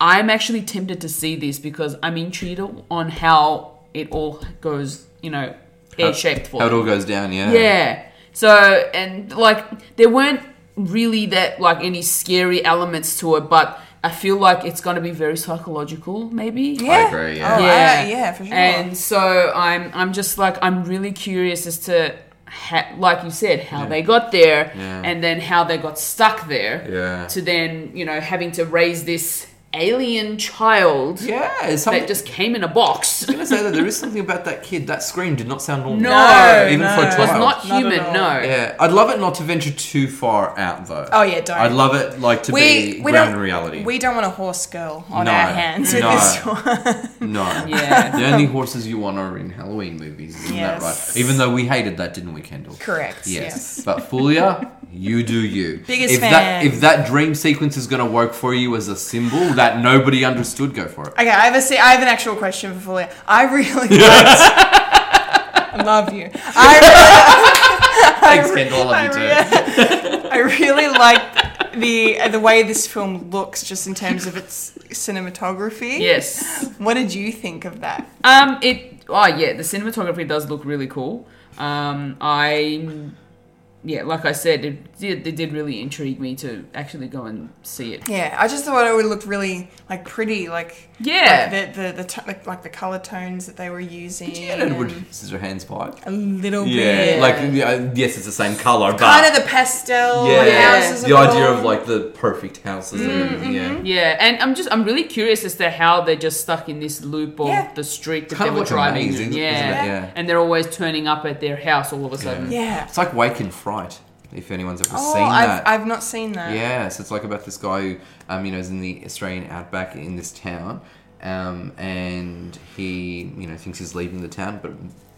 Speaker 2: I'm actually tempted to see this because I'm intrigued on how it all goes, you know, air shaped for
Speaker 3: How it
Speaker 2: them.
Speaker 3: all goes down. Yeah.
Speaker 2: Yeah. So and like there weren't really that like any scary elements to it, but I feel like it's gonna be very psychological, maybe.
Speaker 1: Yeah.
Speaker 3: agree, yeah.
Speaker 1: Oh,
Speaker 2: Yeah.
Speaker 1: I- yeah, for sure.
Speaker 2: And so I'm I'm just like I'm really curious as to ha- like you said how they got there
Speaker 3: Yeah.
Speaker 2: and then how they got stuck there.
Speaker 3: Yeah.
Speaker 2: To then you know having to raise this alien child
Speaker 3: Yeah. It's something.
Speaker 2: that just came in a box.
Speaker 3: I was gonna say that there is something about that kid. That scream did not sound normal.
Speaker 2: No,
Speaker 3: even
Speaker 1: no.
Speaker 3: for a
Speaker 1: It
Speaker 3: child.
Speaker 2: was not
Speaker 1: Not at
Speaker 2: human.
Speaker 1: all.
Speaker 2: no.
Speaker 3: Yeah, I'd love it not to venture too far out though.
Speaker 1: Oh, yeah, don't.
Speaker 3: I'd love it like to be grounded in reality.
Speaker 1: We don't want a horse girl on
Speaker 3: No.
Speaker 1: our hands with
Speaker 3: No.
Speaker 1: this one.
Speaker 3: no.
Speaker 2: Yeah.
Speaker 3: The only horses you want are in Halloween movies, isn't
Speaker 1: Yes.
Speaker 3: that right? Even though we hated that, didn't we, Kendall?
Speaker 1: Correct,
Speaker 3: Yes. But Fulia, you do you.
Speaker 1: Biggest
Speaker 3: if
Speaker 1: fan.
Speaker 3: That, if that dream sequence is going to work for you as a symbol that nobody understood, go for it.
Speaker 1: Okay, I have a se- I have an actual question for Fulia. I really liked. I love you. I
Speaker 3: Thanks, Kendall. I love you too.
Speaker 1: really, I really liked the the way this film looks, just in terms of its cinematography.
Speaker 2: Yes.
Speaker 1: What did you think of that?
Speaker 2: Um, it. Oh yeah, the cinematography does look really cool. Um, I. Yeah, like I said, it did, it did really intrigue me to actually go and see it.
Speaker 1: Yeah, I just thought it would look really like pretty, like
Speaker 2: Yeah.
Speaker 1: like the the, the t- like, like the color tones that they were using.
Speaker 3: Yeah, Edward
Speaker 1: and
Speaker 3: Scissorhands vibe.
Speaker 1: a little
Speaker 3: Yeah,
Speaker 1: bit.
Speaker 3: like yeah, yes, it's the same color, but
Speaker 1: kind of the pastel
Speaker 3: yeah,
Speaker 1: houses.
Speaker 3: the
Speaker 1: of Mm-hmm. it
Speaker 3: idea
Speaker 1: all.
Speaker 3: of like the perfect houses and everything. Yeah,
Speaker 2: Yeah, and I'm just I'm really curious as to how they're just stuck in this loop of
Speaker 1: Yeah.
Speaker 2: the street that
Speaker 3: Kind
Speaker 2: they
Speaker 3: of
Speaker 2: were
Speaker 3: like a
Speaker 2: driving.
Speaker 3: maze,
Speaker 2: in.
Speaker 3: isn't it?
Speaker 2: yeah.
Speaker 3: Yeah.
Speaker 2: and they're always turning up at their house all of a sudden.
Speaker 1: yeah.
Speaker 3: It's like Wake and Fright, if anyone's ever
Speaker 1: Oh,
Speaker 3: seen
Speaker 1: I've,
Speaker 3: that.
Speaker 1: I've not seen that.
Speaker 3: yeah, so it's like about this guy who, um, you know, is in the Australian outback in this town, um, and he, you know, thinks he's leaving the town, but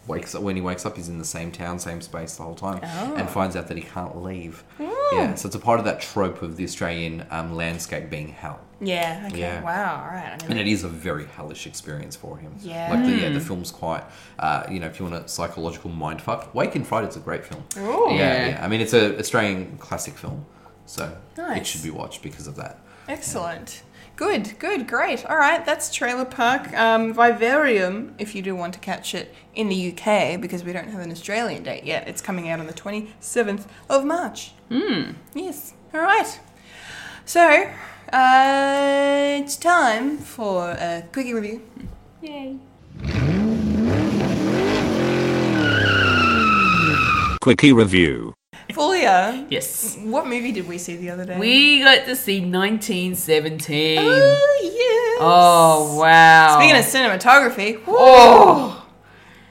Speaker 3: wakes up when he wakes up, he's in the same town, same space the whole time,
Speaker 1: Oh.
Speaker 3: and finds out that he can't leave.
Speaker 1: Hmm.
Speaker 3: Yeah, so it's a part of that trope of the Australian um, landscape being hell.
Speaker 1: Yeah. Okay.
Speaker 3: Yeah.
Speaker 1: Wow. All right. I
Speaker 3: And
Speaker 1: mean,
Speaker 3: it is a very hellish experience for him.
Speaker 1: Yeah. Mm.
Speaker 3: Like the, yeah, the film's quite, uh, you know, if you want a psychological mindfuck, Wake and Fright is a great film.
Speaker 1: Ooh.
Speaker 3: Yeah,
Speaker 2: Yeah.
Speaker 3: yeah. I mean, it's a Australian classic film, so it
Speaker 1: Nice.
Speaker 3: should be watched because of that.
Speaker 1: excellent. Good. Good. Great. All right. That's Trailer Park um, Vivarium. If you do want to catch it in the UK, because we don't have an Australian date yet, it's coming out on the twenty seventh of March. Hmm. Yes. All right. So uh, it's time for a quickie review.
Speaker 8: Quickie review.
Speaker 1: Fulia,
Speaker 2: Yes,
Speaker 1: what movie did we see the other day?
Speaker 2: we got to see 1917.
Speaker 1: Oh, yes.
Speaker 2: oh wow!
Speaker 1: Speaking of cinematography, whoo,
Speaker 2: oh,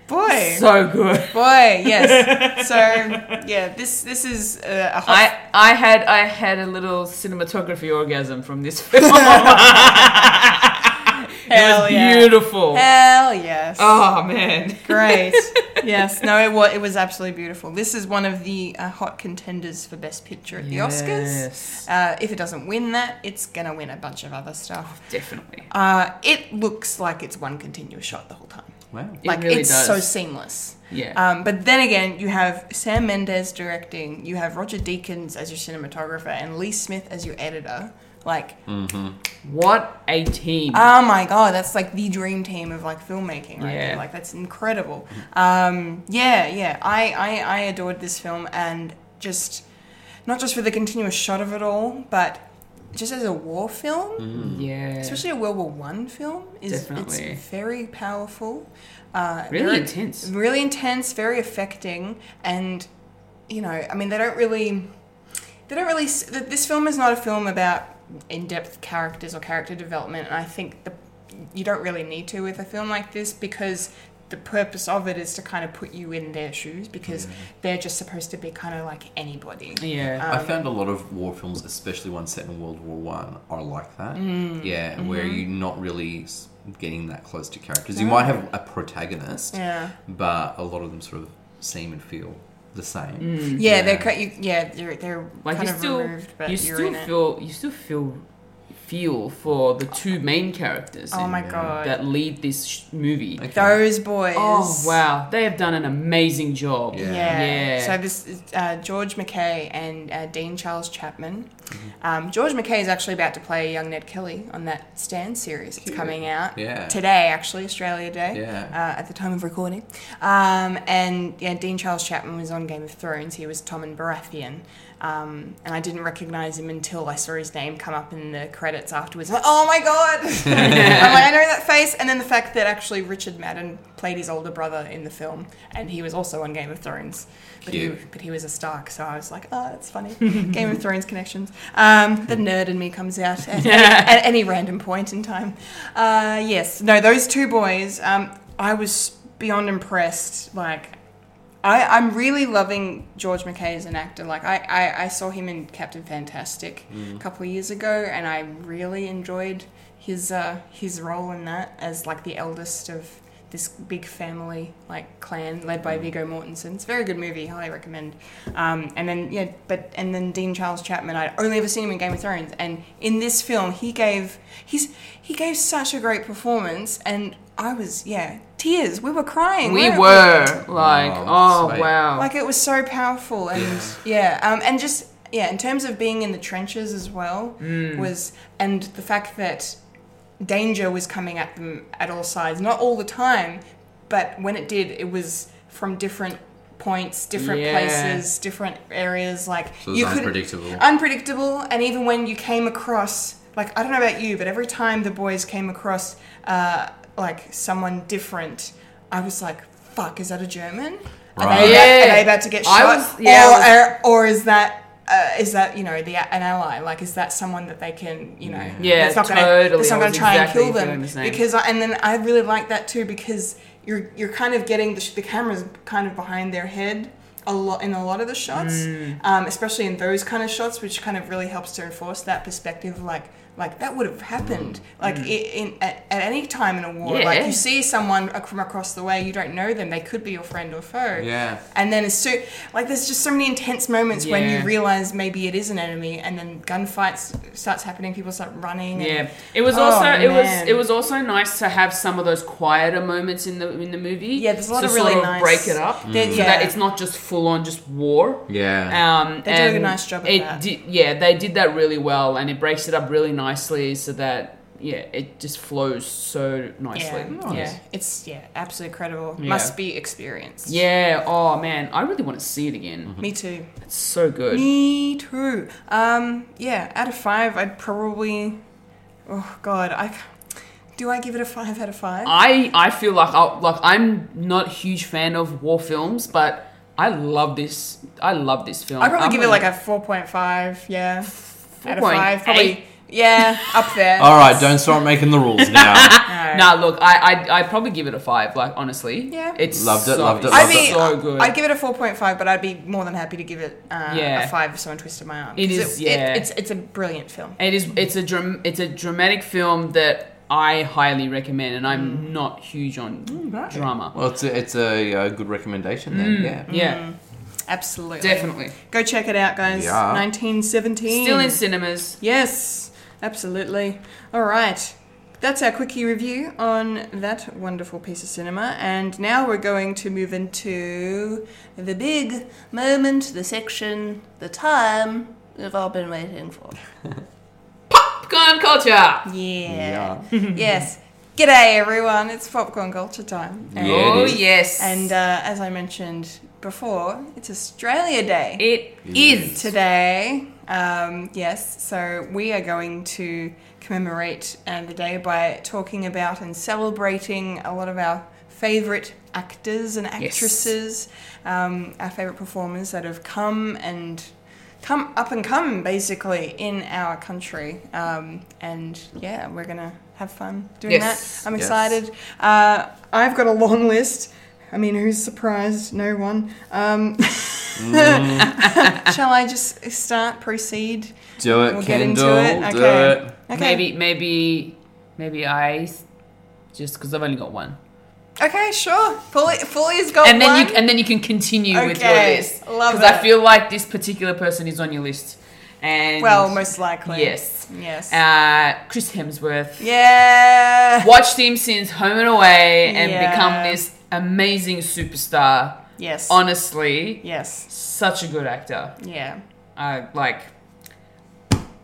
Speaker 1: boy,
Speaker 2: so good.
Speaker 1: boy, yes. So yeah, this this is uh, a hot.
Speaker 2: I, I had I had a little cinematography orgasm from this film. it
Speaker 1: Hell
Speaker 2: was
Speaker 1: yeah.
Speaker 2: beautiful.
Speaker 1: Hell yes.
Speaker 2: Oh man.
Speaker 1: Great. yes. No, it was it was absolutely beautiful. This is one of the uh, hot contenders for Best Picture at
Speaker 2: Yes.
Speaker 1: the Oscars. Uh, if it doesn't win that, it's gonna win a bunch of other stuff.
Speaker 2: Definitely.
Speaker 1: Uh, it looks like it's one continuous shot the whole time.
Speaker 3: Wow.
Speaker 2: It
Speaker 1: like
Speaker 2: really
Speaker 1: it's
Speaker 2: does.
Speaker 1: so seamless.
Speaker 2: Yeah.
Speaker 1: Um, but then again, you have Sam Mendes directing, you have Roger Deakins as your cinematographer, and Lee Smith as your editor. Like,
Speaker 2: What a team.
Speaker 1: oh my god, that's like the dream team of like filmmaking, right?
Speaker 2: Yeah.
Speaker 1: there. Like that's incredible. Um, yeah, yeah. I, I I adored this film and just not just for the continuous shot of it all, but just as a war film,
Speaker 2: yeah.
Speaker 1: especially a World War One film, is
Speaker 2: Mm. Definitely.
Speaker 1: it's very powerful. Uh,
Speaker 2: Really
Speaker 1: very-
Speaker 2: intense.
Speaker 1: Really intense, very affecting, and you know, I mean, they don't really, they don't really. s- th- This film is not a film about in-depth characters or character development, and I think the you don't really need to with a film like this because the purpose of it is to kind of put you in their shoes because they're just supposed to be kind of like anybody.
Speaker 2: yeah.
Speaker 3: I found a lot of war films, especially ones set in World War One, are like that.
Speaker 1: Mm.
Speaker 3: yeah,
Speaker 1: Mm-hmm.
Speaker 3: where you're not really s- getting that close to characters. You might have a protagonist,
Speaker 1: Yeah.
Speaker 3: but a lot of them sort of seem and feel the same.
Speaker 1: Yeah, they're ki- you, yeah they're they're
Speaker 2: like
Speaker 1: kind
Speaker 2: you
Speaker 1: of
Speaker 2: still
Speaker 1: removed, but
Speaker 2: you
Speaker 1: you are
Speaker 2: still
Speaker 1: in it.
Speaker 2: feel you still feel feel for the two main characters
Speaker 1: Oh
Speaker 2: in-
Speaker 1: my god.
Speaker 2: that lead this sh- movie.
Speaker 3: Okay.
Speaker 1: Those boys.
Speaker 2: Oh wow, they have done an amazing job.
Speaker 3: Yeah.
Speaker 1: Yeah.
Speaker 2: Yeah.
Speaker 1: So this is uh, George McKay and uh, Dean Charles Chapman.
Speaker 3: Mm-hmm.
Speaker 1: Um, George McKay is actually about to play young Ned Kelly on that Stan series. It's coming out
Speaker 3: Yeah.
Speaker 1: today, actually Australia Day.
Speaker 3: Yeah.
Speaker 1: Uh, at the time of recording, um, and yeah, Dean Charles Chapman was on Game of Thrones. He was Tommen Baratheon. Um, and I didn't recognize him until I saw his name come up in the credits afterwards. Like, oh my god! I'm like, I know that face. And then the fact that actually Richard Madden played his older brother in the film, and he was also on Game of Thrones, but he,
Speaker 3: Cute.
Speaker 1: but he was a Stark. So I was like, oh, that's funny. Game of Thrones connections. Um, the nerd in me comes out at, at any random point in time. Uh, yes, no, those two boys. Um, I was beyond impressed. Like. I, I'm really loving George McKay as an actor. Like I, I, I saw him in Captain Fantastic a couple of years ago, and I really enjoyed his uh, his role in that as like the eldest of this big family like clan led by Viggo Mortensen. It's a very good movie. Highly recommend. Um, and then yeah, but and then Dean Charles Chapman. I'd only ever seen him in Game of Thrones, and in this film he gave he's he gave such a great performance, and I was yeah tears. We were crying.
Speaker 2: we
Speaker 1: We're-
Speaker 2: were like,
Speaker 3: Wow,
Speaker 2: oh
Speaker 3: sweet.
Speaker 2: wow,
Speaker 1: like it was so powerful and yeah, um, and just yeah in terms of being in the trenches as well
Speaker 2: Mm.
Speaker 1: was and the fact that danger was coming at them at all sides not all the time but when it did it was from different points different
Speaker 2: Yeah.
Speaker 1: places different areas like
Speaker 3: So it was
Speaker 1: couldn't-
Speaker 3: unpredictable.
Speaker 1: unpredictable and even when you came across like i don't know about you but every time the boys came across uh, like someone different i was like fuck is that a german Are they
Speaker 3: Right.
Speaker 1: about-
Speaker 2: Yeah.
Speaker 1: are they about to get
Speaker 2: I
Speaker 1: shot
Speaker 2: was- yeah,
Speaker 1: or,
Speaker 2: I
Speaker 1: or, or is that uh, is that you know the an ally like is that someone that they can you know
Speaker 2: Yeah,
Speaker 1: that's not gonna
Speaker 2: totally.
Speaker 1: that's not
Speaker 2: I
Speaker 1: gonna
Speaker 2: was
Speaker 1: try
Speaker 2: exactly
Speaker 1: and kill them
Speaker 2: feeling the same.
Speaker 1: because I, and then I really like that too because you're you're kind of getting the, sh- the cameras kind of behind their head a lot in a lot of the shots
Speaker 2: Mm.
Speaker 1: um, especially in those kind of shots which kind of really helps to enforce that perspective like like that would have happened like
Speaker 2: Mm.
Speaker 1: i in at, at any time in a war like
Speaker 2: Yeah.
Speaker 1: you see someone ac- from across the way you don't know them they could be your friend or foe
Speaker 3: Yeah.
Speaker 1: and then as soon like there's just so many intense moments when you
Speaker 2: Yeah.
Speaker 1: realize maybe it is an enemy and then gunfights starts happening people start running and-
Speaker 2: Yeah, it was
Speaker 1: Oh,
Speaker 2: also it
Speaker 1: man.
Speaker 2: was it was also nice to have some of those quieter moments in the in the movie.
Speaker 1: Yeah, there's a lot
Speaker 2: to
Speaker 1: of really
Speaker 2: sort of
Speaker 1: nice-
Speaker 2: break it up
Speaker 1: There-
Speaker 2: so
Speaker 1: yeah.
Speaker 2: that it's not just full on just war.
Speaker 1: Uh,
Speaker 3: Yeah.
Speaker 2: Um,
Speaker 1: They do a
Speaker 2: and
Speaker 1: nice job at
Speaker 2: it
Speaker 1: that.
Speaker 2: Did, yeah, they did that really well, and it breaks it up really nicely so that yeah, it just flows so nicely.
Speaker 1: yeah, yeah. it's yeah absolutely incredible
Speaker 2: Yeah.
Speaker 1: must be experienced
Speaker 2: Yeah, Oh man, I really want to see it again.
Speaker 1: me too
Speaker 2: It's so good.
Speaker 1: me too um yeah out of five i'd probably oh god i c- do i give it a five out of five
Speaker 2: I I feel like I like I'm not a huge fan of war films, but I love this. I love this film.
Speaker 1: I'd probably
Speaker 2: I'm
Speaker 1: give it
Speaker 2: gonna-
Speaker 1: like a 4.5, yeah. Out of 5,
Speaker 2: 4.8.
Speaker 1: probably. Yeah, up there.
Speaker 3: All right, don't start making the rules now.
Speaker 2: Nah, look, I I I probably give it a five. Like honestly,
Speaker 1: Yeah.
Speaker 2: it's
Speaker 3: Loved it,
Speaker 2: so-
Speaker 3: loved it,
Speaker 2: it's
Speaker 1: I'd
Speaker 3: loved
Speaker 1: be,
Speaker 2: so good.
Speaker 1: I'd give it a 4.5, but I'd be more than happy to give it uh,
Speaker 2: Yeah.
Speaker 1: a 5 if someone twisted my arm.
Speaker 2: It
Speaker 1: 'Cause
Speaker 2: is, yeah.
Speaker 1: it's, it's a brilliant film.
Speaker 2: it is it's a dram- it's a dramatic film that I highly recommend, and
Speaker 1: Mm.
Speaker 2: I'm not huge on drama.
Speaker 3: well, it's a, it's a, uh good recommendation then.
Speaker 2: Mm.
Speaker 3: Yeah.
Speaker 2: yeah,
Speaker 1: Absolutely.
Speaker 2: definitely.
Speaker 1: Go check it out, guys.
Speaker 3: Yeah.
Speaker 1: 1917.
Speaker 2: Still in cinemas.
Speaker 1: Yes, absolutely. All right. that's our quickie review on that wonderful piece of cinema. And now we're going to move into the big moment, the section, the time we've all been waiting for.
Speaker 2: Popcorn culture.
Speaker 1: Yeah. yes. G'day, everyone. It's popcorn culture time. And,
Speaker 3: Yeah,
Speaker 2: oh
Speaker 3: it is.
Speaker 2: yes.
Speaker 1: and uh, as I mentioned before, it's Australia Day.
Speaker 2: it is.
Speaker 1: today. Um, yes, so we are going to commemorate uh, the day by talking about and celebrating a lot of our favourite actors and actresses, um, our favourite performers that have come and come up and come basically in our country. Um, and yeah, we're gonna have fun doing
Speaker 2: Yes.
Speaker 1: that. I'm
Speaker 3: Yes.
Speaker 1: excited. Uh, I've got a long list. I mean, who's surprised? No one. Um, Shall I just start, proceed?
Speaker 3: Do it,
Speaker 1: We'll get into
Speaker 3: Kendall.
Speaker 1: it.
Speaker 3: Do
Speaker 1: Okay.
Speaker 3: it.
Speaker 1: Okay.
Speaker 2: Maybe maybe maybe I s- just because I've only got one.
Speaker 1: Okay, sure. Polly, Polly's got
Speaker 2: and then
Speaker 1: one.
Speaker 2: you and then you can continue with your
Speaker 1: Okay,
Speaker 2: list
Speaker 1: love
Speaker 2: because I
Speaker 1: it.
Speaker 2: feel like this particular person is on your list. And
Speaker 1: well, most likely.
Speaker 2: yes,
Speaker 1: Yes.
Speaker 2: uh, Chris Hemsworth.
Speaker 1: yeah.
Speaker 2: Watched him since Home and Away and
Speaker 1: Yeah.
Speaker 2: become this amazing superstar.
Speaker 1: Yes.
Speaker 2: Honestly,
Speaker 1: Yes.
Speaker 2: such a good actor.
Speaker 1: Yeah.
Speaker 2: I like,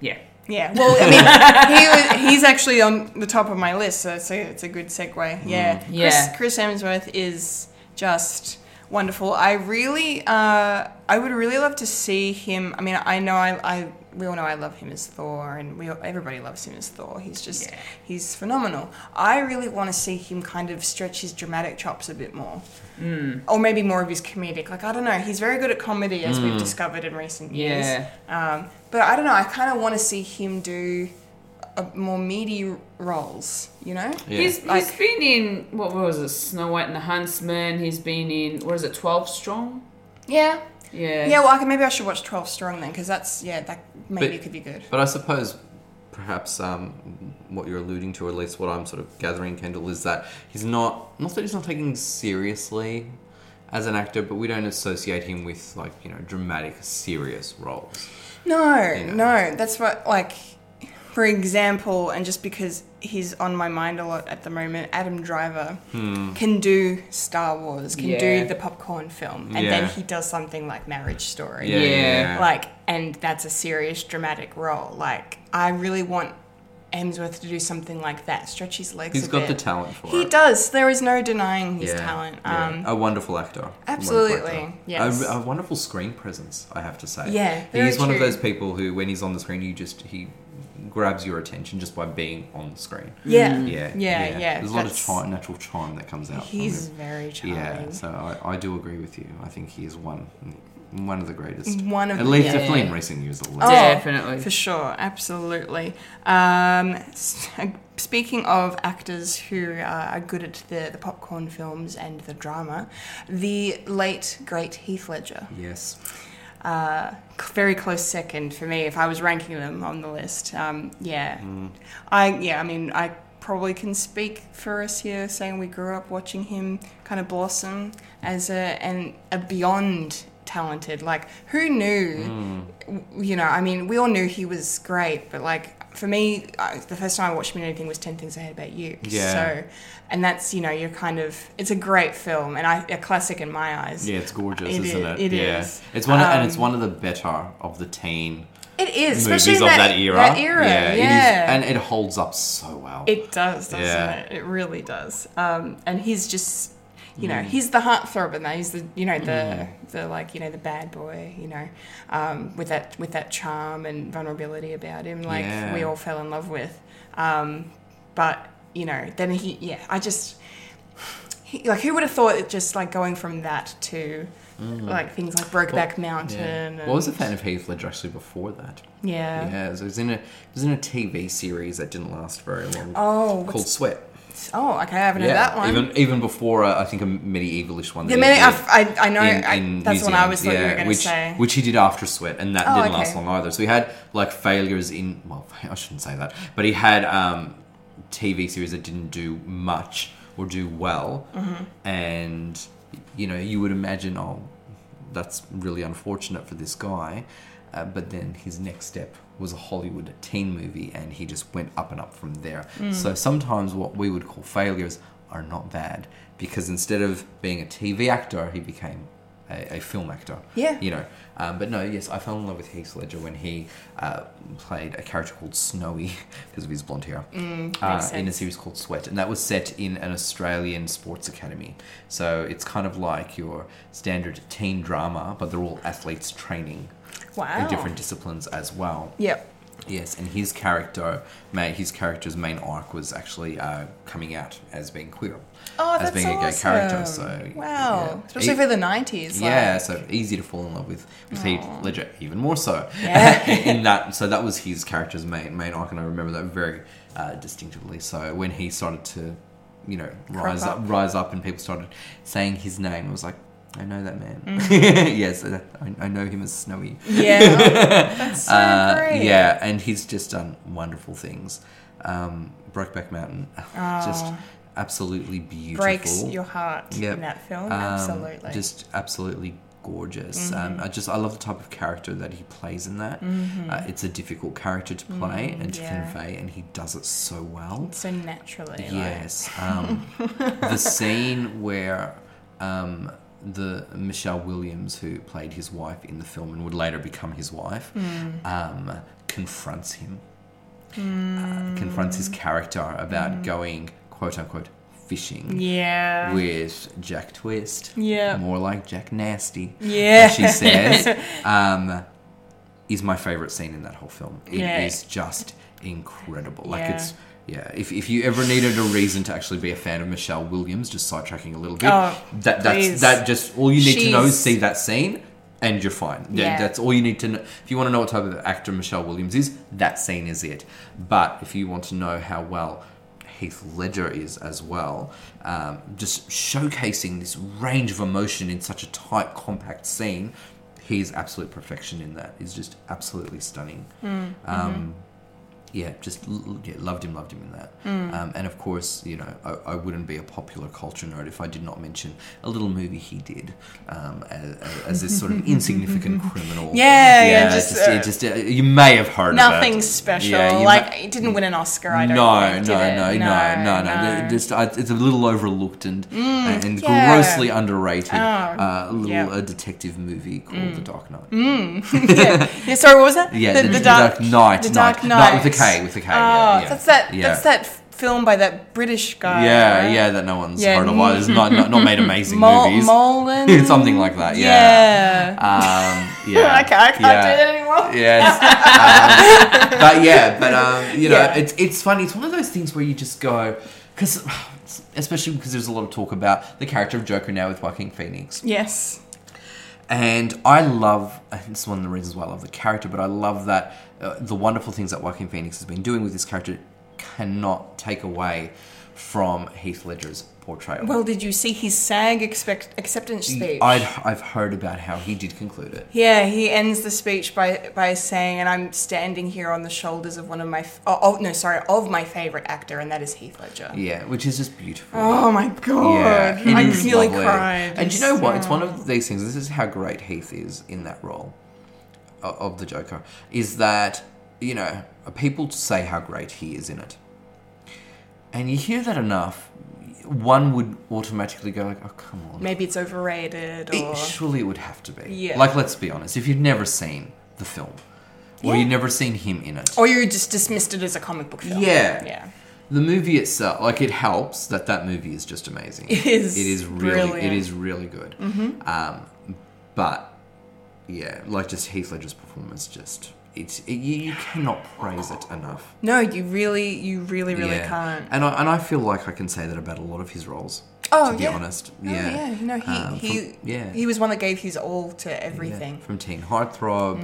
Speaker 2: yeah.
Speaker 1: Yeah. Well, I mean, he was, he's actually on the top of my list, so it's a, it's a good segue. Yeah.
Speaker 2: Mm, Yeah.
Speaker 1: Chris, Chris Hemsworth is just wonderful. I really, uh, I would really love to see him. I mean, I know I, I we all know I love him as Thor, and we all- everybody loves him as Thor. He's just he's phenomenal. I really want to see him kind of stretch his dramatic chops a bit more.
Speaker 2: Mm.
Speaker 1: Or maybe more of his comedic. Like, I don't know. He's very good at comedy, as we've discovered in recent years.
Speaker 2: Mm. Yeah.
Speaker 1: Um, but I don't know. I kind of want to see him do uh more meaty roles. You know?
Speaker 3: Yeah.
Speaker 2: He's, he's
Speaker 1: Like-
Speaker 2: been in what was it Snow White and the Huntsman. He's been in what is it Twelve Strong?
Speaker 1: Yeah.
Speaker 2: Yeah.
Speaker 1: Yeah. Well, I can, maybe I should watch Twelve Strong then, because that's yeah, that maybe
Speaker 3: But-
Speaker 1: could be good.
Speaker 3: But I suppose perhaps um, what you're alluding to, or at least what I'm sort of gathering, Kendall, is that he's not not that he's not taken seriously as an actor, but we don't associate him with like you know dramatic, serious roles.
Speaker 1: No,
Speaker 3: know.
Speaker 1: no, that's what like. For example, and just because he's on my mind a lot at the moment, Adam Driver
Speaker 3: Hmm.
Speaker 1: can do Star Wars, can
Speaker 2: Yeah.
Speaker 1: do the popcorn film, and
Speaker 3: Yeah.
Speaker 1: then he does something like Marriage Story.
Speaker 2: Yeah.
Speaker 1: like and that's a serious dramatic role like i really want Emsworth to do something like that stretch his legs
Speaker 3: He's
Speaker 1: a
Speaker 3: got the
Speaker 1: bit.
Speaker 3: talent for
Speaker 1: he
Speaker 3: it.
Speaker 1: does there is no denying his
Speaker 3: Yeah,
Speaker 1: talent
Speaker 3: yeah.
Speaker 1: um
Speaker 3: a wonderful actor. Wonderful
Speaker 1: absolutely,
Speaker 3: actor.
Speaker 1: yes.
Speaker 3: A, a wonderful screen presence, I have to say.
Speaker 1: Yeah,
Speaker 3: He
Speaker 1: very
Speaker 3: is one of
Speaker 1: true.
Speaker 3: those people who, when he's on the screen, you just he grabs your attention just by being on the screen.
Speaker 1: yeah.
Speaker 3: Yeah,
Speaker 1: yeah yeah
Speaker 3: There's a lot of
Speaker 1: that's-
Speaker 3: charm, natural charm that comes out. from
Speaker 1: he's
Speaker 3: him.
Speaker 1: very charming
Speaker 3: Mm. yeah. So I, I do agree with you. I think he is one one of the greatest.
Speaker 1: One of
Speaker 3: at
Speaker 1: the-
Speaker 3: least
Speaker 1: yeah.
Speaker 3: definitely in recent years. At least.
Speaker 1: Oh,
Speaker 2: Definitely.
Speaker 1: For sure, absolutely. Um, s- speaking of actors who are are good at the, the popcorn films and the drama, the late, great Heath Ledger.
Speaker 3: Yes.
Speaker 1: uh, c- very close second for me if I was ranking them on the list. Um, yeah,
Speaker 3: Hmm.
Speaker 1: I yeah, I mean, I probably can speak for us here, saying we grew up watching him kind of blossom as a and a beyond talented. Like, who knew?
Speaker 3: Hmm.
Speaker 1: w- You know, I mean, we all knew he was great, but like for me, I, the first time I watched him in anything was Ten Things I Hate About You.
Speaker 3: Yeah.
Speaker 1: So, and that's you know, you're kind of it's a great film and I, a classic in my eyes.
Speaker 3: Yeah, it's gorgeous,
Speaker 1: It
Speaker 3: is isn't
Speaker 1: is- it
Speaker 3: it? yeah.
Speaker 1: is. Um,
Speaker 3: It's one, and it's one of the better of the teen
Speaker 1: It is,
Speaker 3: movies
Speaker 1: especially in
Speaker 3: of that, era.
Speaker 1: That era, yeah.
Speaker 3: it is- and it holds up so well.
Speaker 1: It does, doesn't
Speaker 3: Yeah.
Speaker 1: it? It really does. Um, and he's just, you know,
Speaker 3: Mm.
Speaker 1: he's the heartthrob in that. He's the, you know, the the like, you know, the bad boy, you know, um, with that with that charm and vulnerability about him, like
Speaker 3: Yeah.
Speaker 1: we all fell in love with. Um, but you know, then he, yeah, I just. He, like who would have thought it just like going from that to like things like Brokeback Mountain
Speaker 3: Mm. Yeah.
Speaker 1: and
Speaker 3: Well, I was a fan of Heath Ledger actually before that.
Speaker 1: yeah.
Speaker 3: Yeah, so it was in a it was in a TV series that didn't last very long.
Speaker 1: Oh,
Speaker 3: called
Speaker 1: what's-
Speaker 3: Sweat.
Speaker 1: oh okay I haven't heard that one
Speaker 3: Even even before uh, I think a medievalish one.
Speaker 1: The
Speaker 3: that he
Speaker 1: minute
Speaker 3: did
Speaker 1: I, I, I know
Speaker 3: in-
Speaker 1: I,
Speaker 3: in
Speaker 1: that's
Speaker 3: New
Speaker 1: what I
Speaker 3: Zealand.
Speaker 1: was thought you were
Speaker 3: Yeah,
Speaker 1: going to
Speaker 3: which,
Speaker 1: say.
Speaker 3: Which he did after Sweat, and that
Speaker 1: Oh,
Speaker 3: didn't
Speaker 1: okay.
Speaker 3: last long either. So he had like failures in well, I shouldn't say that, but he had um, TV series that didn't do much or do well, and you know you would imagine oh that's really unfortunate for this guy. Uh, but then his next step was a Hollywood teen movie, and he just went up and up from there. So sometimes what we would call failures are not bad because instead of being a TV actor, he became a, a film actor.
Speaker 1: Yeah.
Speaker 3: You know, um, but no, yes, I fell in love with Heath Ledger when he uh, played a character called Snowy because of his blonde hair uh, in a series called Sweat, and that was set in an Australian sports academy. So it's kind of like your standard teen drama, but they're all athletes training
Speaker 1: Wow.
Speaker 3: in different disciplines as well.
Speaker 1: Yep.
Speaker 3: Yes, and his character, ma his character's main arc was actually uh, coming out as being queer,
Speaker 1: Oh,
Speaker 3: as
Speaker 1: that's
Speaker 3: being a gay
Speaker 1: awesome.
Speaker 3: character. So
Speaker 1: wow,
Speaker 3: yeah.
Speaker 1: especially
Speaker 3: E-
Speaker 1: for the nineties.
Speaker 3: yeah, so easy to fall in love with with Heath Ledger, even more so.
Speaker 1: Yeah.
Speaker 3: in that, so that was his character's main main arc, and I remember that very uh, distinctively. So when he started to, you know, rise
Speaker 1: up.
Speaker 3: up. rise up, and people started saying his name, I was like, I know that man.
Speaker 1: Mm.
Speaker 3: yes, I, I know him as Snowy.
Speaker 1: yeah. that's so
Speaker 3: Uh,
Speaker 1: great.
Speaker 3: yeah, and he's just done wonderful things. Um, Brokeback Mountain, just absolutely beautiful.
Speaker 1: Oh. breaks your heart
Speaker 3: Yep.
Speaker 1: in that film.
Speaker 3: Um,
Speaker 1: Oh, Absolutely. Mm-hmm.
Speaker 3: Just absolutely gorgeous. Um, I just I love the type of character that he plays in that. Uh, it's a difficult character to play and to
Speaker 1: Mm, yeah.
Speaker 3: convey, and he does it so well.
Speaker 1: so naturally. Like,
Speaker 3: Yes. Um, the scene where um, the Michelle Williams, who played his wife in the film and would later become his wife,
Speaker 1: Mm.
Speaker 3: um, confronts him,
Speaker 1: Mm.
Speaker 3: uh, confronts his character about going quote unquote fishing
Speaker 1: yeah.
Speaker 3: with Jack Twist.
Speaker 1: Yeah.
Speaker 3: More like Jack Nasty.
Speaker 1: Yeah.
Speaker 3: as She says, um, is my favorite scene in that whole film. It is
Speaker 1: Yeah.
Speaker 3: just incredible. Like
Speaker 1: Yeah.
Speaker 3: it's. Yeah, if, if you ever needed a reason to actually be a fan of Michelle Williams, just sidetracking a little bit,
Speaker 1: Oh,
Speaker 3: that that's
Speaker 1: please.
Speaker 3: that just all you need to know is
Speaker 1: She's-
Speaker 3: see that scene and you're fine. Yeah,
Speaker 1: Yeah.
Speaker 3: that's all you need to know. If you want to know what type of actor Michelle Williams is, that scene is it. But if you want to know how well Heath Ledger is as well, um, just showcasing this range of emotion in such a tight, compact scene, his absolute perfection in that is just absolutely stunning. Um, yeah, just l- l- yeah, loved him, loved him in that.
Speaker 1: Hmm.
Speaker 3: Um, and of course, you know, I, I wouldn't be a popular culture nerd if I did not mention a little movie he did um, as, as this sort of insignificant criminal.
Speaker 1: Yeah, yeah, just,
Speaker 3: just, yeah,
Speaker 1: uh,
Speaker 3: just, uh, you may have heard about
Speaker 1: Nothing
Speaker 3: it.
Speaker 1: special.
Speaker 3: Yeah, you
Speaker 1: like
Speaker 3: ma-
Speaker 1: it didn't win an Oscar. I
Speaker 3: no,
Speaker 1: don't
Speaker 3: no,
Speaker 1: think,
Speaker 3: no,
Speaker 1: did it?
Speaker 3: no, no, no, They're Just, uh, it's a little overlooked and, and and
Speaker 1: Hmm, yeah. Oh,
Speaker 3: grossly underrated. uh, little
Speaker 1: yeah. Hmm.
Speaker 3: uh, detective movie called The Dark Knight.
Speaker 1: Yeah, sorry, what was that?
Speaker 3: Yeah, the, the Dark Knight.
Speaker 1: The Dark
Speaker 3: Knight. Knight
Speaker 1: Knight.
Speaker 3: with a K, with a K.
Speaker 1: Oh,
Speaker 3: yeah, yeah.
Speaker 1: that's that.
Speaker 3: Yeah.
Speaker 1: That's that f- film by that British guy.
Speaker 3: Yeah,
Speaker 1: right?
Speaker 3: yeah, that no one's
Speaker 1: Yeah,
Speaker 3: heard of. Well, It's not, not not made amazing
Speaker 1: Mol-
Speaker 3: movies.
Speaker 1: Mullen.
Speaker 3: Something like that. Yeah.
Speaker 1: Yeah.
Speaker 3: Um, yeah.
Speaker 1: I can't, I can't
Speaker 3: yeah.
Speaker 1: do that anymore.
Speaker 3: Yes. um, but yeah, but um, you know,
Speaker 1: Yeah.
Speaker 3: it's it's funny. It's one of those things where you just go because. Especially because there's a lot of talk about the character of Joker now with Joaquin Phoenix.
Speaker 1: Yes.
Speaker 3: And I love, and it's one of the reasons why I love the character, but I love that uh, the wonderful things that Joaquin Phoenix has been doing with this character cannot take away from Heath Ledger's portrayal.
Speaker 1: Well, did you see his SAG expect- acceptance speech?
Speaker 3: I'd, I've heard about how he did conclude it.
Speaker 1: Yeah, he ends the speech by by saying, "And I'm standing here on the shoulders of one of my f- oh, oh no, sorry, of my favorite actor, and that is Heath Ledger."
Speaker 3: Yeah, which is just beautiful.
Speaker 1: Oh my god,
Speaker 3: it
Speaker 1: I
Speaker 3: is
Speaker 1: nearly
Speaker 3: lovely.
Speaker 1: cried.
Speaker 3: And you know what? It's one of these things. This is how great Heath is in that role o- of the Joker. Is that you know people say how great he is in it, and you hear that enough, one would automatically go like, "Oh come on,
Speaker 1: Maybe it's overrated, or
Speaker 3: it, surely it would have to be."
Speaker 1: Yeah.
Speaker 3: Like let's be honest. If you've never seen the film, or
Speaker 1: Yeah.
Speaker 3: you've never seen him in it,
Speaker 1: or you just dismissed it as a comic book film.
Speaker 3: Yeah.
Speaker 1: yeah.
Speaker 3: the movie itself like it helps that that movie is just amazing it
Speaker 1: is
Speaker 3: it is really it
Speaker 1: brilliant. Mm-hmm.
Speaker 3: is really good um, but yeah like just heath ledger's performance just it's it, you, you cannot praise it enough
Speaker 1: No, you really, you really, really
Speaker 3: yeah.
Speaker 1: can't.
Speaker 3: and I, and i feel like i can say that about a lot of his roles
Speaker 1: Oh,
Speaker 3: to be
Speaker 1: yeah.
Speaker 3: honest
Speaker 1: No,
Speaker 3: yeah
Speaker 1: yeah, no, he
Speaker 3: Um, from-
Speaker 1: he
Speaker 3: yeah
Speaker 1: he was one that gave his all to
Speaker 3: yeah,
Speaker 1: everything. Mm-hmm.
Speaker 3: from Teen Heartthrob,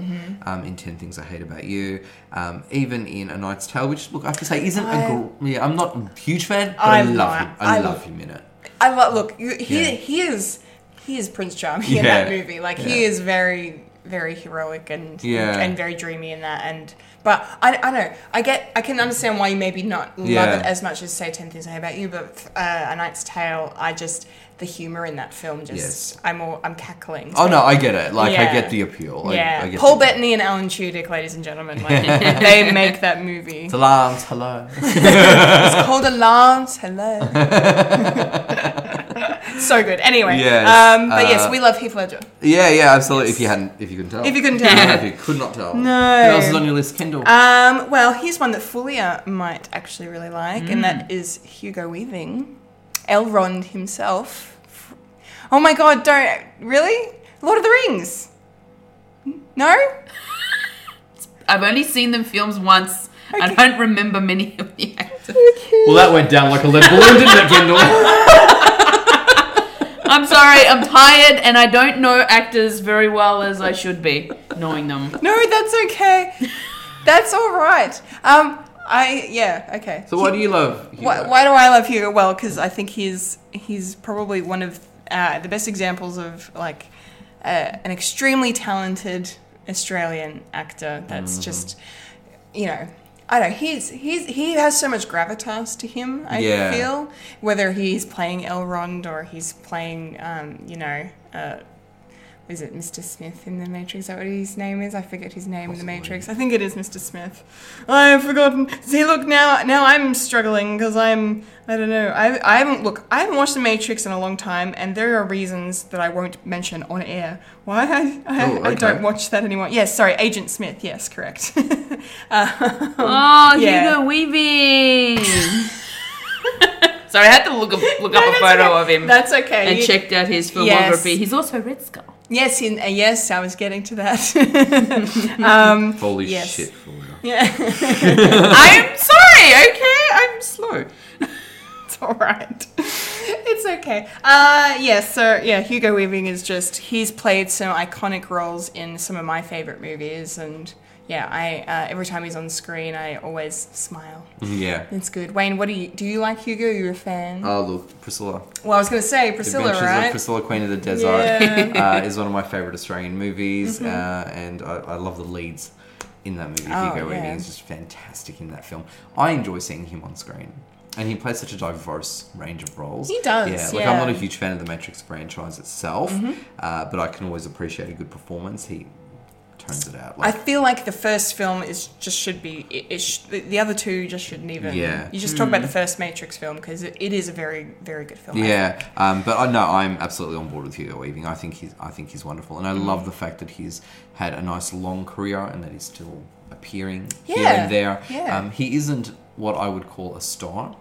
Speaker 3: um, in Ten Things I Hate About You, um, even in A Knight's Tale, which look I have to say isn't a gr- yeah I'm not a huge fan, but I,
Speaker 1: I
Speaker 3: love
Speaker 1: like-
Speaker 3: him. I,
Speaker 1: I
Speaker 3: love
Speaker 1: lo-
Speaker 3: him in it.
Speaker 1: I love. Look, you, he
Speaker 3: Yeah.
Speaker 1: he is he is Prince Charming in
Speaker 3: Yeah.
Speaker 1: that movie. Like
Speaker 3: Yeah.
Speaker 1: he is very very heroic and
Speaker 3: Yeah.
Speaker 1: and very dreamy in that. And but I, I don't know. I get I can understand why you maybe not
Speaker 3: Yeah.
Speaker 1: love it as much as say Ten Things I Hate About You, but uh, A Knight's Tale. I just the humor in that film just
Speaker 3: Yes.
Speaker 1: I'm all I'm cackling.
Speaker 3: Oh no, I get it. Like I
Speaker 1: Yeah.
Speaker 3: get the appeal. I,
Speaker 1: yeah,
Speaker 3: I get
Speaker 1: Paul
Speaker 3: the-
Speaker 1: Bettany and Alan Tudyk, ladies and gentlemen, like, they make that movie. It's
Speaker 3: Alarms, hello.
Speaker 1: called Alarms. Hello. so good. Anyway,
Speaker 3: Yes,
Speaker 1: um, but
Speaker 3: uh,
Speaker 1: yes, we love Heath Ledger.
Speaker 3: yeah, yeah, absolutely. If you hadn't, if you couldn't tell,
Speaker 1: If you couldn't
Speaker 3: No,
Speaker 1: tell.
Speaker 3: if you could not tell,
Speaker 1: No.
Speaker 3: Who else is on your list, Kendall?
Speaker 1: Um, well, here's one that Fulia might actually really like, and that is Hugo Weaving, Elrond himself. Oh my god, don't. Really? Lord of the Rings? No?
Speaker 2: I've only seen them films once. I don't remember many of the actors.
Speaker 10: Well, that went down like a lead balloon, didn't it, Kendall?
Speaker 2: I'm sorry, I'm tired and I don't know actors very well as I should be, knowing them.
Speaker 1: No, that's okay. that's alright. Um, I. Yeah, okay.
Speaker 3: so, why do you love? Hugo?
Speaker 1: Why, why do I love Hugo? Well, because I think he's he's probably one of uh, the best examples of like uh, an extremely talented Australian actor.
Speaker 3: Mm-hmm.
Speaker 1: That's just you know. I don't. know, He's he's he has so much gravitas to him. I
Speaker 3: Yeah.
Speaker 1: feel whether he's playing Elrond or he's playing, um, you know, uh, is it Mr. Smith in The Matrix? Is that what his name is? I forget his name in The Matrix. I think it is Mr. Smith. I have forgotten. See, look now. Now I'm struggling because I'm. I don't know. I, I haven't look. I haven't watched The Matrix in a long time, and there are reasons that I won't mention on air why I, I,
Speaker 3: Oh,
Speaker 1: I
Speaker 3: okay.
Speaker 1: don't watch that anymore. Yes, sorry, Agent Smith. Yes, correct. Um,
Speaker 2: Oh,
Speaker 1: Yeah.
Speaker 2: Hugo Weaving! sorry, I had to look up, look up a
Speaker 1: that's
Speaker 2: photo
Speaker 1: okay.
Speaker 2: of him
Speaker 1: That's okay.
Speaker 2: and
Speaker 1: You-
Speaker 2: checked out his filmography.
Speaker 1: Yes.
Speaker 2: He's also Red Skull.
Speaker 1: Yes, in, uh, yes, I was getting to that. um,
Speaker 3: Holy
Speaker 1: Yes.
Speaker 3: shit! Fulia.
Speaker 1: yeah,
Speaker 2: I'm sorry, okay? I'm slow.
Speaker 1: it's all right. It's okay. Uh, yes, so yeah, Hugo Weaving is just he's played some iconic roles in some of my favorite movies, and yeah, I uh, every time he's on screen, I always smile.
Speaker 3: Yeah.
Speaker 1: It's good. Wayne, what do you do? You like Hugo? You're a fan?
Speaker 3: Oh look, Priscilla.
Speaker 1: well, I was gonna say Priscilla,
Speaker 3: Adventures
Speaker 1: right?
Speaker 3: of Priscilla, Queen of the Desert, uh, is one of my favourite Australian movies,
Speaker 1: Mm-hmm.
Speaker 3: uh, and I, I love the leads in that movie.
Speaker 1: Oh,
Speaker 3: Hugo
Speaker 1: yeah.
Speaker 3: Weaving is just fantastic in that film. I enjoy seeing him on screen, and he plays such a diverse range of roles.
Speaker 1: He does,
Speaker 3: Yeah, like
Speaker 1: yeah. Mm-hmm.
Speaker 3: I'm not a huge fan of the Matrix franchise itself, uh, but I can always appreciate a good performance. He turns it out.
Speaker 1: I
Speaker 3: Like,
Speaker 1: feel like the first film is just should be it, it sh- the the other two just shouldn't even.
Speaker 3: Yeah.
Speaker 1: You just talk about the first Matrix film because it, it is a very very good film.
Speaker 3: yeah, um, but I know I'm absolutely on board with Hugo Weaving. I think he's I think he's wonderful, and I
Speaker 1: Mm-hmm.
Speaker 3: love the fact that he's had a nice long career and that he's still appearing here
Speaker 1: Yeah,
Speaker 3: and there.
Speaker 1: yeah.
Speaker 3: Um, he isn't what I would call a star.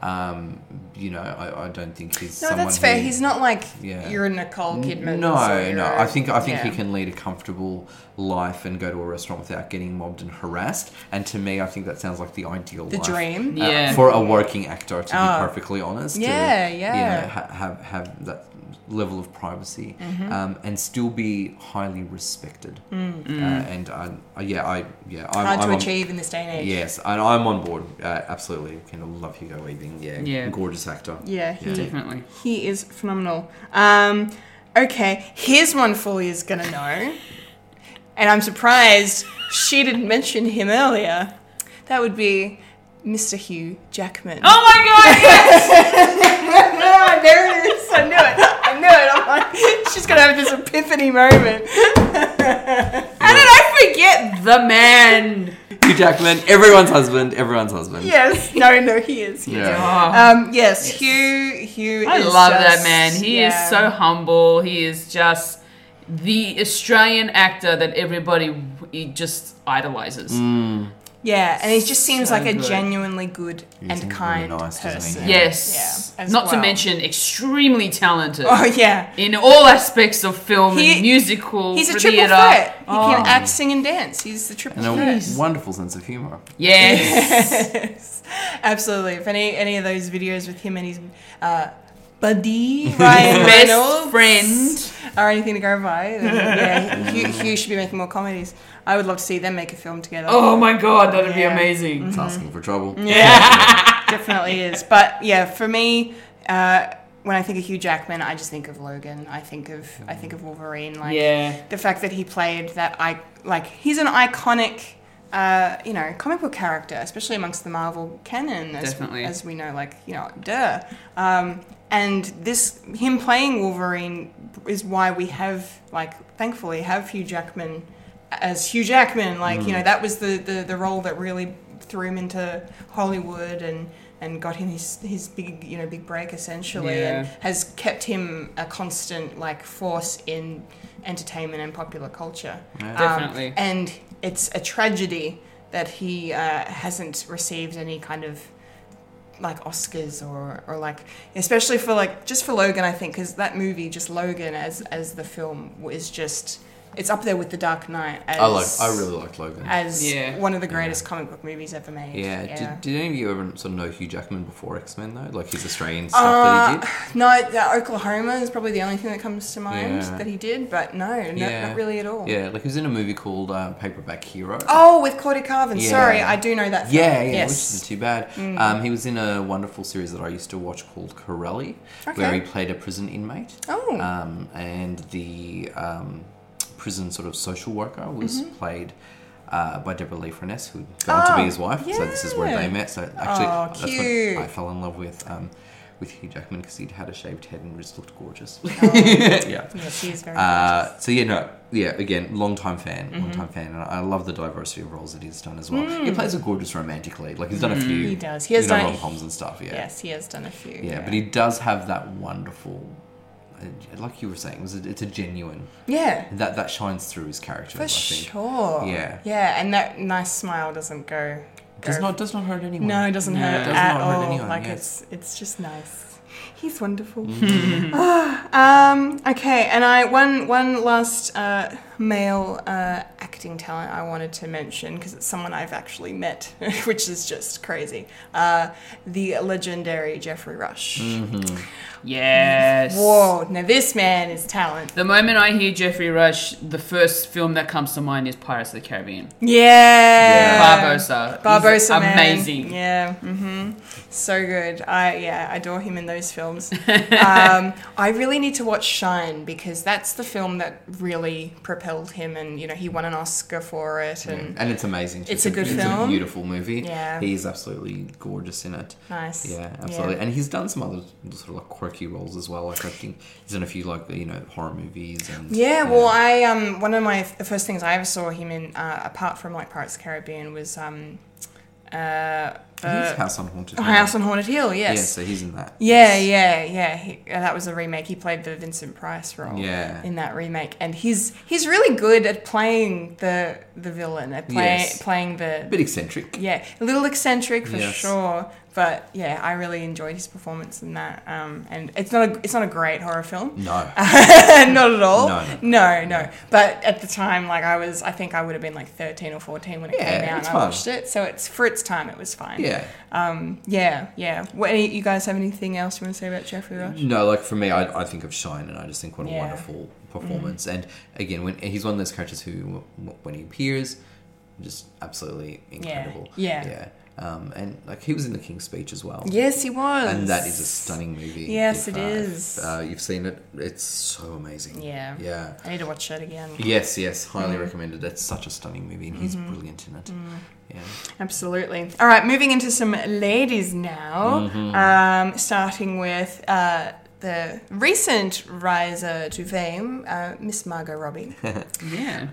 Speaker 3: Um, you know, I, I don't think he's.
Speaker 1: Mm. No,
Speaker 3: someone
Speaker 1: that's fair.
Speaker 3: who-
Speaker 1: He's not like
Speaker 3: Yeah.
Speaker 1: you're Nicole Kidman.
Speaker 3: No,
Speaker 1: so
Speaker 3: no.
Speaker 1: you're-
Speaker 3: I think I think he
Speaker 1: yeah.
Speaker 3: can lead a comfortable life and go to a restaurant without getting mobbed and harassed. And to me, I think that sounds like the ideal
Speaker 1: The
Speaker 3: life,
Speaker 1: dream.
Speaker 3: uh,
Speaker 2: Yeah.
Speaker 3: for a working actor. To
Speaker 1: Oh.
Speaker 3: be perfectly honest,
Speaker 1: Yeah,
Speaker 3: to,
Speaker 1: yeah.
Speaker 3: You know, ha- have have that level of privacy
Speaker 1: Mm-hmm.
Speaker 3: um, and still be highly respected.
Speaker 2: Mm.
Speaker 3: Uh, and I, I- yeah, I yeah, I'm,
Speaker 1: Mm. Hard
Speaker 3: I'm
Speaker 1: to
Speaker 3: on-
Speaker 1: achieve in this day and age.
Speaker 3: Yes, and I'm on board. Uh, absolutely, kind of love Hugo Weaving. Yeah,
Speaker 2: Yeah.
Speaker 3: gorgeous actor.
Speaker 1: Yeah, he,
Speaker 2: Definitely.
Speaker 1: he is phenomenal. Um, okay, here's one Foley is gonna know, and I'm surprised she didn't mention him earlier. That would be Mr. Hugh Jackman.
Speaker 2: Oh my god! yes!
Speaker 1: Ah, there it is. I knew it. I knew it. I'm like, she's gonna have this epiphany moment.
Speaker 2: How did I forget the man?
Speaker 3: Hugh Jackman, everyone's husband, everyone's husband.
Speaker 1: Yes. No, no, he is. He is.
Speaker 3: Yeah.
Speaker 2: Oh.
Speaker 1: Um, yes, Hugh. Hugh.
Speaker 2: I
Speaker 1: is
Speaker 2: love that
Speaker 1: just-
Speaker 2: man. He
Speaker 1: yeah.
Speaker 2: is so humble. He is just the Australian actor that everybody w- he just idolizes.
Speaker 1: Yeah, and he just seems
Speaker 2: so
Speaker 1: like a
Speaker 2: good.
Speaker 1: genuinely good
Speaker 3: seems
Speaker 1: and
Speaker 3: really
Speaker 1: kind
Speaker 3: nice, doesn't he?
Speaker 1: person.
Speaker 2: Yes.
Speaker 1: Yeah, as
Speaker 2: Not to
Speaker 1: well.
Speaker 2: mention extremely talented
Speaker 1: Oh yeah.
Speaker 2: in all aspects of film
Speaker 1: He-
Speaker 2: and musical.
Speaker 1: He's a
Speaker 2: theater.
Speaker 1: triple threat. He
Speaker 2: Oh,
Speaker 1: can act, sing, and dance. He's the triple
Speaker 3: And a
Speaker 1: threat.
Speaker 3: wonderful sense of humor.
Speaker 2: yes.
Speaker 1: Yes, absolutely. If any any of those videos with him and his uh, buddy Ryan
Speaker 2: Best
Speaker 1: Reynolds
Speaker 2: friend.
Speaker 1: or anything to go by, then, yeah, Hugh, Hugh should be making more comedies. I would love to see them make a film together.
Speaker 2: Oh my god, that'd be
Speaker 1: Yeah. Mm-hmm.
Speaker 2: amazing.
Speaker 3: It's asking for trouble.
Speaker 1: definitely is. But yeah, for me, uh, when I think of Hugh Jackman, I just think of Logan. I think of I think of Wolverine. Like
Speaker 2: Yeah.
Speaker 1: the fact that he played that I like he's an iconic. Uh, you know, comic book character, especially amongst the Marvel canon, as,
Speaker 2: Definitely.
Speaker 1: as we know, like you know, duh. Um, and this, him playing Wolverine, is why we have, like, thankfully, have Hugh Jackman as Hugh Jackman. Like, you know, that was the, the the role that really threw him into Hollywood and and got him his his big you know big break essentially, and
Speaker 2: Yeah.
Speaker 1: has kept him a constant like force in entertainment and popular culture. Um,
Speaker 2: Definitely.
Speaker 1: and it's a tragedy that he uh, hasn't received any kind of like Oscars or, or like especially for like just for Logan I think because that movie just Logan as as the film is just it's up there with The Dark Knight as
Speaker 3: I like. I really liked Logan.
Speaker 1: as
Speaker 2: Yeah.
Speaker 1: one of the greatest comic book movies ever made
Speaker 3: yeah. Did, did any of you ever sort of know Hugh Jackman before X Men though? Like his Australian stuff
Speaker 1: Uh,
Speaker 3: that he did.
Speaker 1: no the Oklahoma is probably the only thing that comes to mind
Speaker 3: Yeah.
Speaker 1: that he did but no, no
Speaker 3: yeah.
Speaker 1: not really at all
Speaker 3: Yeah, like he was in a movie called uh, Paperback Hero.
Speaker 1: oh with Cordy Carvin
Speaker 3: Yeah.
Speaker 1: sorry I do know that film.
Speaker 3: Yeah, yeah,
Speaker 1: yes Mm.
Speaker 3: which isn't too bad. Um, he was in a wonderful series that I used to watch called Corelli, where
Speaker 1: Okay.
Speaker 3: he played a prison inmate.
Speaker 1: Oh.
Speaker 3: Um, and the um, prison sort of social worker was played. Uh, by Deborah Lee Furness, who would go on to
Speaker 1: Mm-hmm.
Speaker 3: be
Speaker 1: Oh,
Speaker 3: his wife. So this is where
Speaker 1: yeah.
Speaker 3: they met. So actually,
Speaker 1: Oh,
Speaker 3: that's
Speaker 1: cute.
Speaker 3: when I fell in love with um, with Hugh Jackman because he'd had a shaved head and just looked gorgeous.
Speaker 1: Oh.
Speaker 3: yeah.
Speaker 1: yeah she is very
Speaker 3: Uh, so yeah, no, yeah. Again, long time fan,
Speaker 1: Mm-hmm.
Speaker 3: long time fan, and I love the diversity of roles that he's done as well. He plays a gorgeous romantic lead. Like he's done a few.
Speaker 1: Mm. He does. He has
Speaker 3: you know,
Speaker 1: done-
Speaker 3: rom coms and stuff. Yeah.
Speaker 1: yes he has done a few
Speaker 3: Yeah, but he does have that wonderful. uh, Like you were saying, it was a, it's a genuine
Speaker 1: yeah
Speaker 3: that that shines through his character. I
Speaker 1: For
Speaker 3: think
Speaker 1: sure.
Speaker 3: Yeah.
Speaker 1: Yeah, and that nice smile doesn't go.
Speaker 3: does
Speaker 1: go-
Speaker 3: not does not hurt anyone.
Speaker 1: No, it doesn't
Speaker 2: No,
Speaker 1: hurt
Speaker 2: it does
Speaker 1: at
Speaker 3: not hurt
Speaker 1: all.
Speaker 3: anyone,
Speaker 1: like
Speaker 3: yes.
Speaker 1: it's
Speaker 3: Mm-hmm.
Speaker 1: it's just nice. He's wonderful. um, okay, and I one one last uh, male uh, acting talent I wanted to mention because it's someone I've actually met, which is just crazy. Uh, the legendary Jeffrey Rush.
Speaker 3: Mm.
Speaker 2: Yes.
Speaker 1: Whoa! Now this man is talent.
Speaker 2: The moment I hear Jeffrey Rush, the first film that comes to mind is Pirates of the Caribbean.
Speaker 1: Yeah.
Speaker 2: Barbosa. He's
Speaker 1: Barbosa, man.
Speaker 2: Amazing.
Speaker 1: Yeah, hmm so good. I yeah, I adore him in those films. um, I really need to watch Shine because that's the film that really propelled him, and you know he won an Oscar for it. And
Speaker 3: and it's amazing. Too.
Speaker 1: Mm. It's a good
Speaker 3: It's a
Speaker 1: film.
Speaker 3: beautiful movie.
Speaker 1: Yeah.
Speaker 3: he's absolutely gorgeous in it.
Speaker 1: Nice.
Speaker 3: Yeah, absolutely. And he's done some other sort of like quirky roles as well. Like I think he's done a few like you know horror movies and
Speaker 1: Yeah, well, I um one of my the first things I ever saw him in, uh, apart from like Pirates of the Caribbean, was um
Speaker 3: I think it's House on Haunted Hill.
Speaker 1: Oh, House on Haunted Hill.
Speaker 3: Yeah,
Speaker 1: Yes.
Speaker 3: so he's in that.
Speaker 1: Yeah, yeah, yeah. He, uh, that was a remake. He played the Vincent Price role
Speaker 3: Yeah.
Speaker 1: in that remake, and he's he's really good at playing the the villain at play,
Speaker 3: Yes.
Speaker 1: playing
Speaker 3: A
Speaker 1: the
Speaker 3: bit eccentric.
Speaker 1: yeah a little eccentric for
Speaker 3: Yes.
Speaker 1: sure. But yeah, I really enjoyed his performance in that. Um, and it's not a it's not a great horror film,
Speaker 3: No.
Speaker 1: not at all.
Speaker 3: No,
Speaker 1: no, no. But at the time, like I was, I think I would have been like thirteen or fourteen when it
Speaker 3: Yeah,
Speaker 1: came out. and
Speaker 3: it's
Speaker 1: I
Speaker 3: fun.
Speaker 1: watched it, so it's for its time, it was fine.
Speaker 3: yeah.
Speaker 1: yeah, yeah. What, any, you guys have anything else you want to say about Jeffrey Rush?
Speaker 3: No, like for me, I, I think of Shine, and I just think what a
Speaker 1: Yeah. Mm.
Speaker 3: wonderful performance. And again, when he's one of those characters who, w- when he appears, just absolutely incredible.
Speaker 1: Yeah.
Speaker 3: Yeah. Um, and like he was in The King's Speech as well.
Speaker 1: Yes, he was.
Speaker 3: And that is a stunning movie.
Speaker 1: Yes,
Speaker 3: it
Speaker 1: it
Speaker 3: is.
Speaker 1: is.
Speaker 3: uh, you've seen it. It's so amazing.
Speaker 1: Yeah.
Speaker 3: Yeah.
Speaker 1: I need to watch that again.
Speaker 3: Yes, yes, highly recommended. That's such a stunning movie, and
Speaker 1: Mm-hmm.
Speaker 3: he's brilliant in it.
Speaker 1: Mm.
Speaker 3: Yeah.
Speaker 1: Absolutely. All right, moving into some ladies now.
Speaker 3: Mm-hmm.
Speaker 1: Um, starting with uh, the recent riser to fame, uh, Miss Margot Robbie.
Speaker 2: Yeah.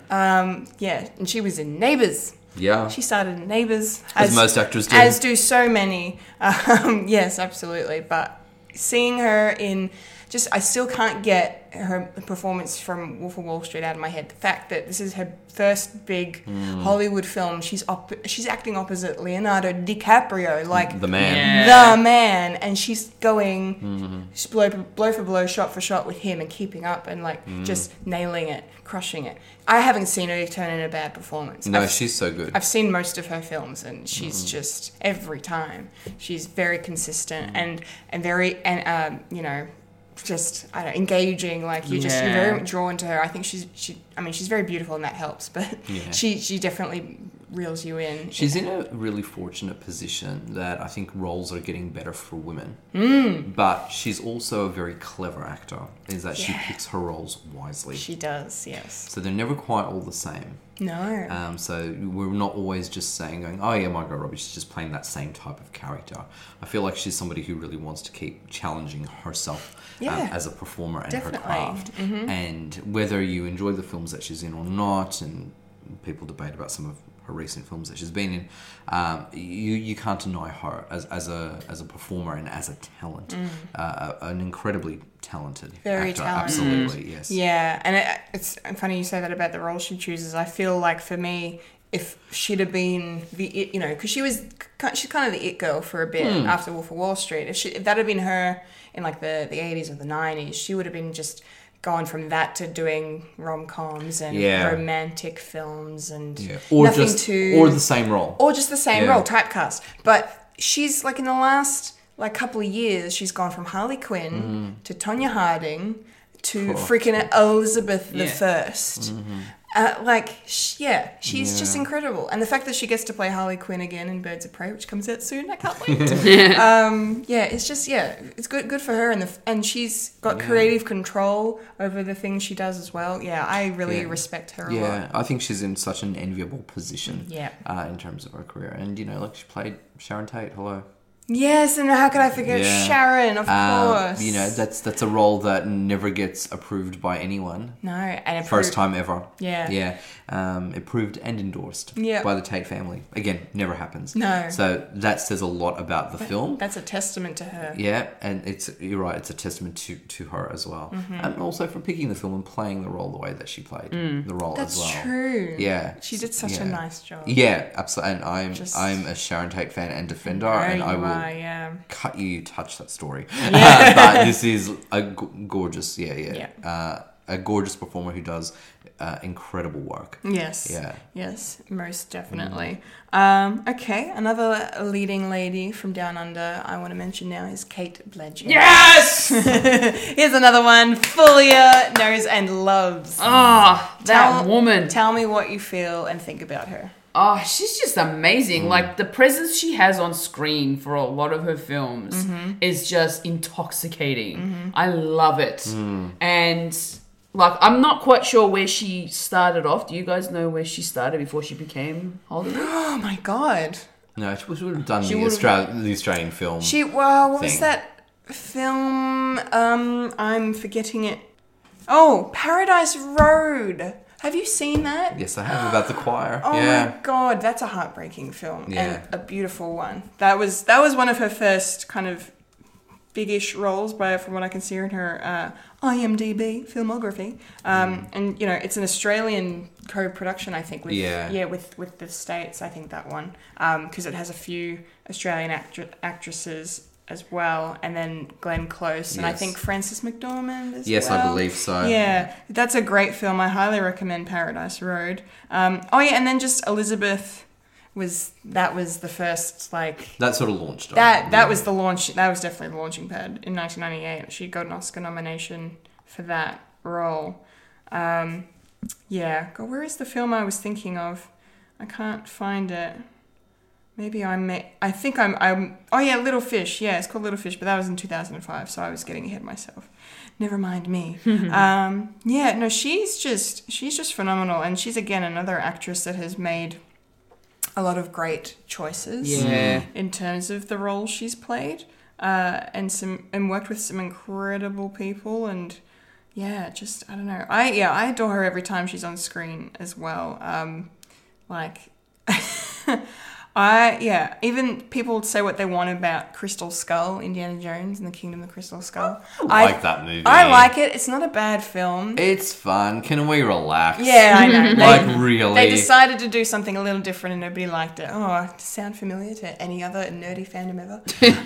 Speaker 1: yeah, and she was in Neighbours.
Speaker 3: Yeah.
Speaker 1: She started in Neighbours,
Speaker 3: As most actors do.
Speaker 1: as do so many. Um, yes, absolutely. But seeing her in just, I still can't get her performance from Wolf of Wall Street out of my head. The fact that this is her first big
Speaker 3: Hmm.
Speaker 1: Hollywood film, she's op- she's acting opposite Leonardo DiCaprio, like
Speaker 3: the man. Mm-hmm.
Speaker 2: Yeah.
Speaker 1: the man, and she's going she's blow, blow for blow, shot for shot with him, and keeping up and like
Speaker 3: Mm.
Speaker 1: just nailing it, crushing it. I haven't seen her turn in a bad performance.
Speaker 3: No,
Speaker 1: I've-
Speaker 3: she's so good.
Speaker 1: I've seen most of her films, and she's just every time she's very consistent and and very and um, you know just I don't know, engaging. Like you just you're
Speaker 2: Yeah.
Speaker 1: very drawn to her. I think she's she. I mean, she's very beautiful, and that helps. But she she definitely reels you in.
Speaker 3: She's in a really fortunate position that I think roles are getting better for women.
Speaker 1: Mm.
Speaker 3: But she's also a very clever actor, is that she picks her roles wisely.
Speaker 1: She does, yes.
Speaker 3: so they're never quite all the same.
Speaker 1: No.
Speaker 3: Um, so we're not always just saying, going, oh yeah, Margot Robbie, she's just playing that same type of character. I feel like she's somebody who really wants to keep challenging herself um,
Speaker 1: Yeah.
Speaker 3: as a performer and
Speaker 1: Definitely. Mm-hmm.
Speaker 3: her craft. And whether you enjoy the films that she's in or not, and people debate about some of her recent films that she's been in, um, you, you can't deny her as, as, a, as a performer and as a talent. Uh, a- an incredibly talented
Speaker 1: Mm. Very
Speaker 3: actor,
Speaker 1: talented. Mm.
Speaker 3: absolutely, yes.
Speaker 1: Yeah, and it, it's funny you say that about the role she chooses. I feel like for me, if she'd have been the it, you know, because she was ki- she's kind of the it girl for a bit
Speaker 3: Hmm.
Speaker 1: after Wolf of Wall Street. If she if that had been her in like the the eighties or the nineties, she would have been just gone from that to doing rom coms and
Speaker 3: Yeah.
Speaker 1: romantic films and
Speaker 3: Yeah. Or
Speaker 1: nothing
Speaker 3: just
Speaker 1: too
Speaker 3: or the same role.
Speaker 1: or just the same
Speaker 3: Yeah.
Speaker 1: role typecast but she's like in the last like couple of years she's gone from harley quinn
Speaker 3: Mm-hmm.
Speaker 1: to tonya harding to freaking elizabeth the
Speaker 2: Yeah.
Speaker 1: 1st
Speaker 3: Mm-hmm.
Speaker 1: uh, like sh- yeah she's just incredible and the fact that she gets to play harley quinn again in birds of prey which comes out soon i can't wait um, yeah it's just yeah it's good good for her and the f- and she's got creative control over the things she does as well yeah i really
Speaker 3: Yeah.
Speaker 1: respect her a lot
Speaker 3: Yeah, I think she's in such an enviable position.
Speaker 1: Yeah.
Speaker 3: Uh, in terms of her career, and you know, like she played Sharon Tate. Hello.
Speaker 1: yes and how could i forget
Speaker 3: Yeah.
Speaker 1: sharon of
Speaker 3: Um,
Speaker 1: course
Speaker 3: you know, that's that's a role that never gets approved by anyone.
Speaker 1: No, and it
Speaker 3: First
Speaker 1: proved-
Speaker 3: time ever.
Speaker 1: Yeah.
Speaker 3: Yeah. Um, approved and endorsed
Speaker 1: Yeah.
Speaker 3: by the Tate family. Again, never happens.
Speaker 1: No.
Speaker 3: So that says a lot about the film.
Speaker 1: That's a testament to her.
Speaker 3: Yeah, and it's you're right. It's a testament to, to her as well,
Speaker 1: Mm-hmm.
Speaker 3: and also for picking the film and playing the role the way that she played the role
Speaker 1: Mm. That's
Speaker 3: as well.
Speaker 1: true.
Speaker 3: Yeah,
Speaker 1: She did such
Speaker 3: Yeah.
Speaker 1: a nice job.
Speaker 3: Yeah, absolutely. And I'm
Speaker 1: Just-
Speaker 3: I'm a Sharon Tate fan and defender,
Speaker 1: Oh,
Speaker 3: and I
Speaker 1: you
Speaker 3: will
Speaker 1: are, yeah.
Speaker 3: cut you. You touch that story, Uh, but this is a g- gorgeous, yeah, yeah, Uh, a gorgeous performer who does uh, incredible work.
Speaker 1: Yes.
Speaker 3: Yeah. Mm.
Speaker 1: Yes, most definitely. Um, okay, another leading lady from Down Under I want to mention now is Kate Bledger.
Speaker 2: Yes!
Speaker 1: Here's another one Fulia knows and loves.
Speaker 2: Ah, that
Speaker 1: Tell-
Speaker 2: woman.
Speaker 1: Tell me what you feel and think about her.
Speaker 2: oh, she's just amazing. Like the presence she has on screen for a lot of her films is just intoxicating. I love it. And like I'm not quite sure where she started off. Do you guys know where she started before she became Hollywood?
Speaker 1: Oh my god.
Speaker 3: No, she would have done the
Speaker 2: would've-
Speaker 3: Australian, the Australian film.
Speaker 1: She well, what was
Speaker 3: thing.
Speaker 1: that film? Um, I'm forgetting it. Oh, Paradise Road. Have you seen that?
Speaker 3: yes, I have about the choir.
Speaker 1: Oh
Speaker 3: yeah,
Speaker 1: my god, that's a heartbreaking film
Speaker 3: Yeah.
Speaker 1: and a beautiful one. That was that was one of her first kind of biggish roles by from what I can see in her uh, IMDb filmography.
Speaker 3: Mm.
Speaker 1: Um, and you know, it's an Australian co-production I think with
Speaker 3: Yeah.
Speaker 1: with with the states I think that one because it has a few Australian actri- actresses as well and then Glenn Close and I
Speaker 3: Yes.
Speaker 1: think Frances McDormand as
Speaker 3: Yes, I
Speaker 1: well.
Speaker 3: believe so.
Speaker 1: Yeah, that's a great film. I highly recommend Paradise Road. Um, oh yeah, and then just Elizabeth was that was the first like
Speaker 3: that sort of launched her.
Speaker 1: that that was the launch that was definitely the launching pad in 1998. She got an Oscar nomination for that role. Um, yeah, God, where is the film I was thinking of? I can't find it. Maybe I may. I think I'm. I'm. Oh yeah, Little Fish. Yeah, it's called Little Fish, but that was in 2005, so I was getting ahead of myself. Never mind me. um, yeah, no, she's just she's just phenomenal, and she's again another actress that has made a lot of great choices
Speaker 2: Yeah.
Speaker 1: in terms of the role she's played, uh, and some and worked with some incredible people, and yeah, just I don't know. I yeah, I adore her every time she's on screen as well. Um, like I yeah, even people say what they want about Crystal Skull, Indiana Jones and the Kingdom of the Crystal Skull. I
Speaker 3: like that movie.
Speaker 1: I like it. It's not a bad film.
Speaker 3: It's fun. Can we relax?
Speaker 1: yeah, I know. They-
Speaker 3: Like really.
Speaker 1: They decided to do something a little different and nobody liked it. Oh, to sound familiar to any other nerdy fandom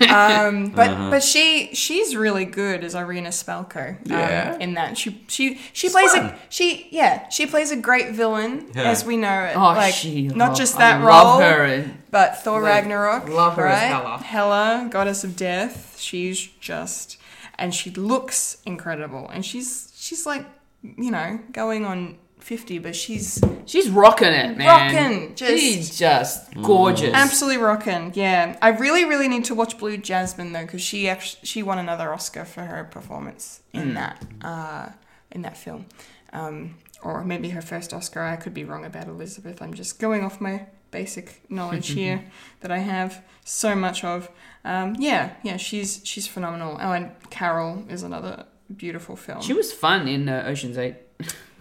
Speaker 1: ever. um, but
Speaker 3: Uh-huh.
Speaker 1: but she she's really good as Irina Spalko. Um,
Speaker 3: Yeah.
Speaker 1: In that she she she plays
Speaker 3: fun.
Speaker 1: a she yeah she plays a great villain
Speaker 3: Yeah.
Speaker 1: as we know it.
Speaker 2: Oh,
Speaker 1: like
Speaker 2: she
Speaker 1: not
Speaker 2: lo-
Speaker 1: just
Speaker 2: I
Speaker 1: that role,
Speaker 2: love her in-
Speaker 1: but Thor Ragnarok.
Speaker 2: love her as
Speaker 1: right?
Speaker 2: Hela.
Speaker 1: Hela, goddess of death. She's just and she looks incredible and she's she's like you know going on fifty, but she's
Speaker 2: She's rocking it, man.
Speaker 1: Rockin', just-
Speaker 2: She's just gorgeous.
Speaker 1: absolutely rocking. Yeah, I really, really need to watch Blue Jasmine though, because she actually she won another Oscar for her performance in that uh, in that film, um, or maybe her first Oscar. I could be wrong about Elizabeth. I'm just going off my basic knowledge here that I have so much of. Um, yeah, yeah, she's she's phenomenal. Oh, and Carol is another beautiful film.
Speaker 2: She was fun in uh, Ocean's Eight.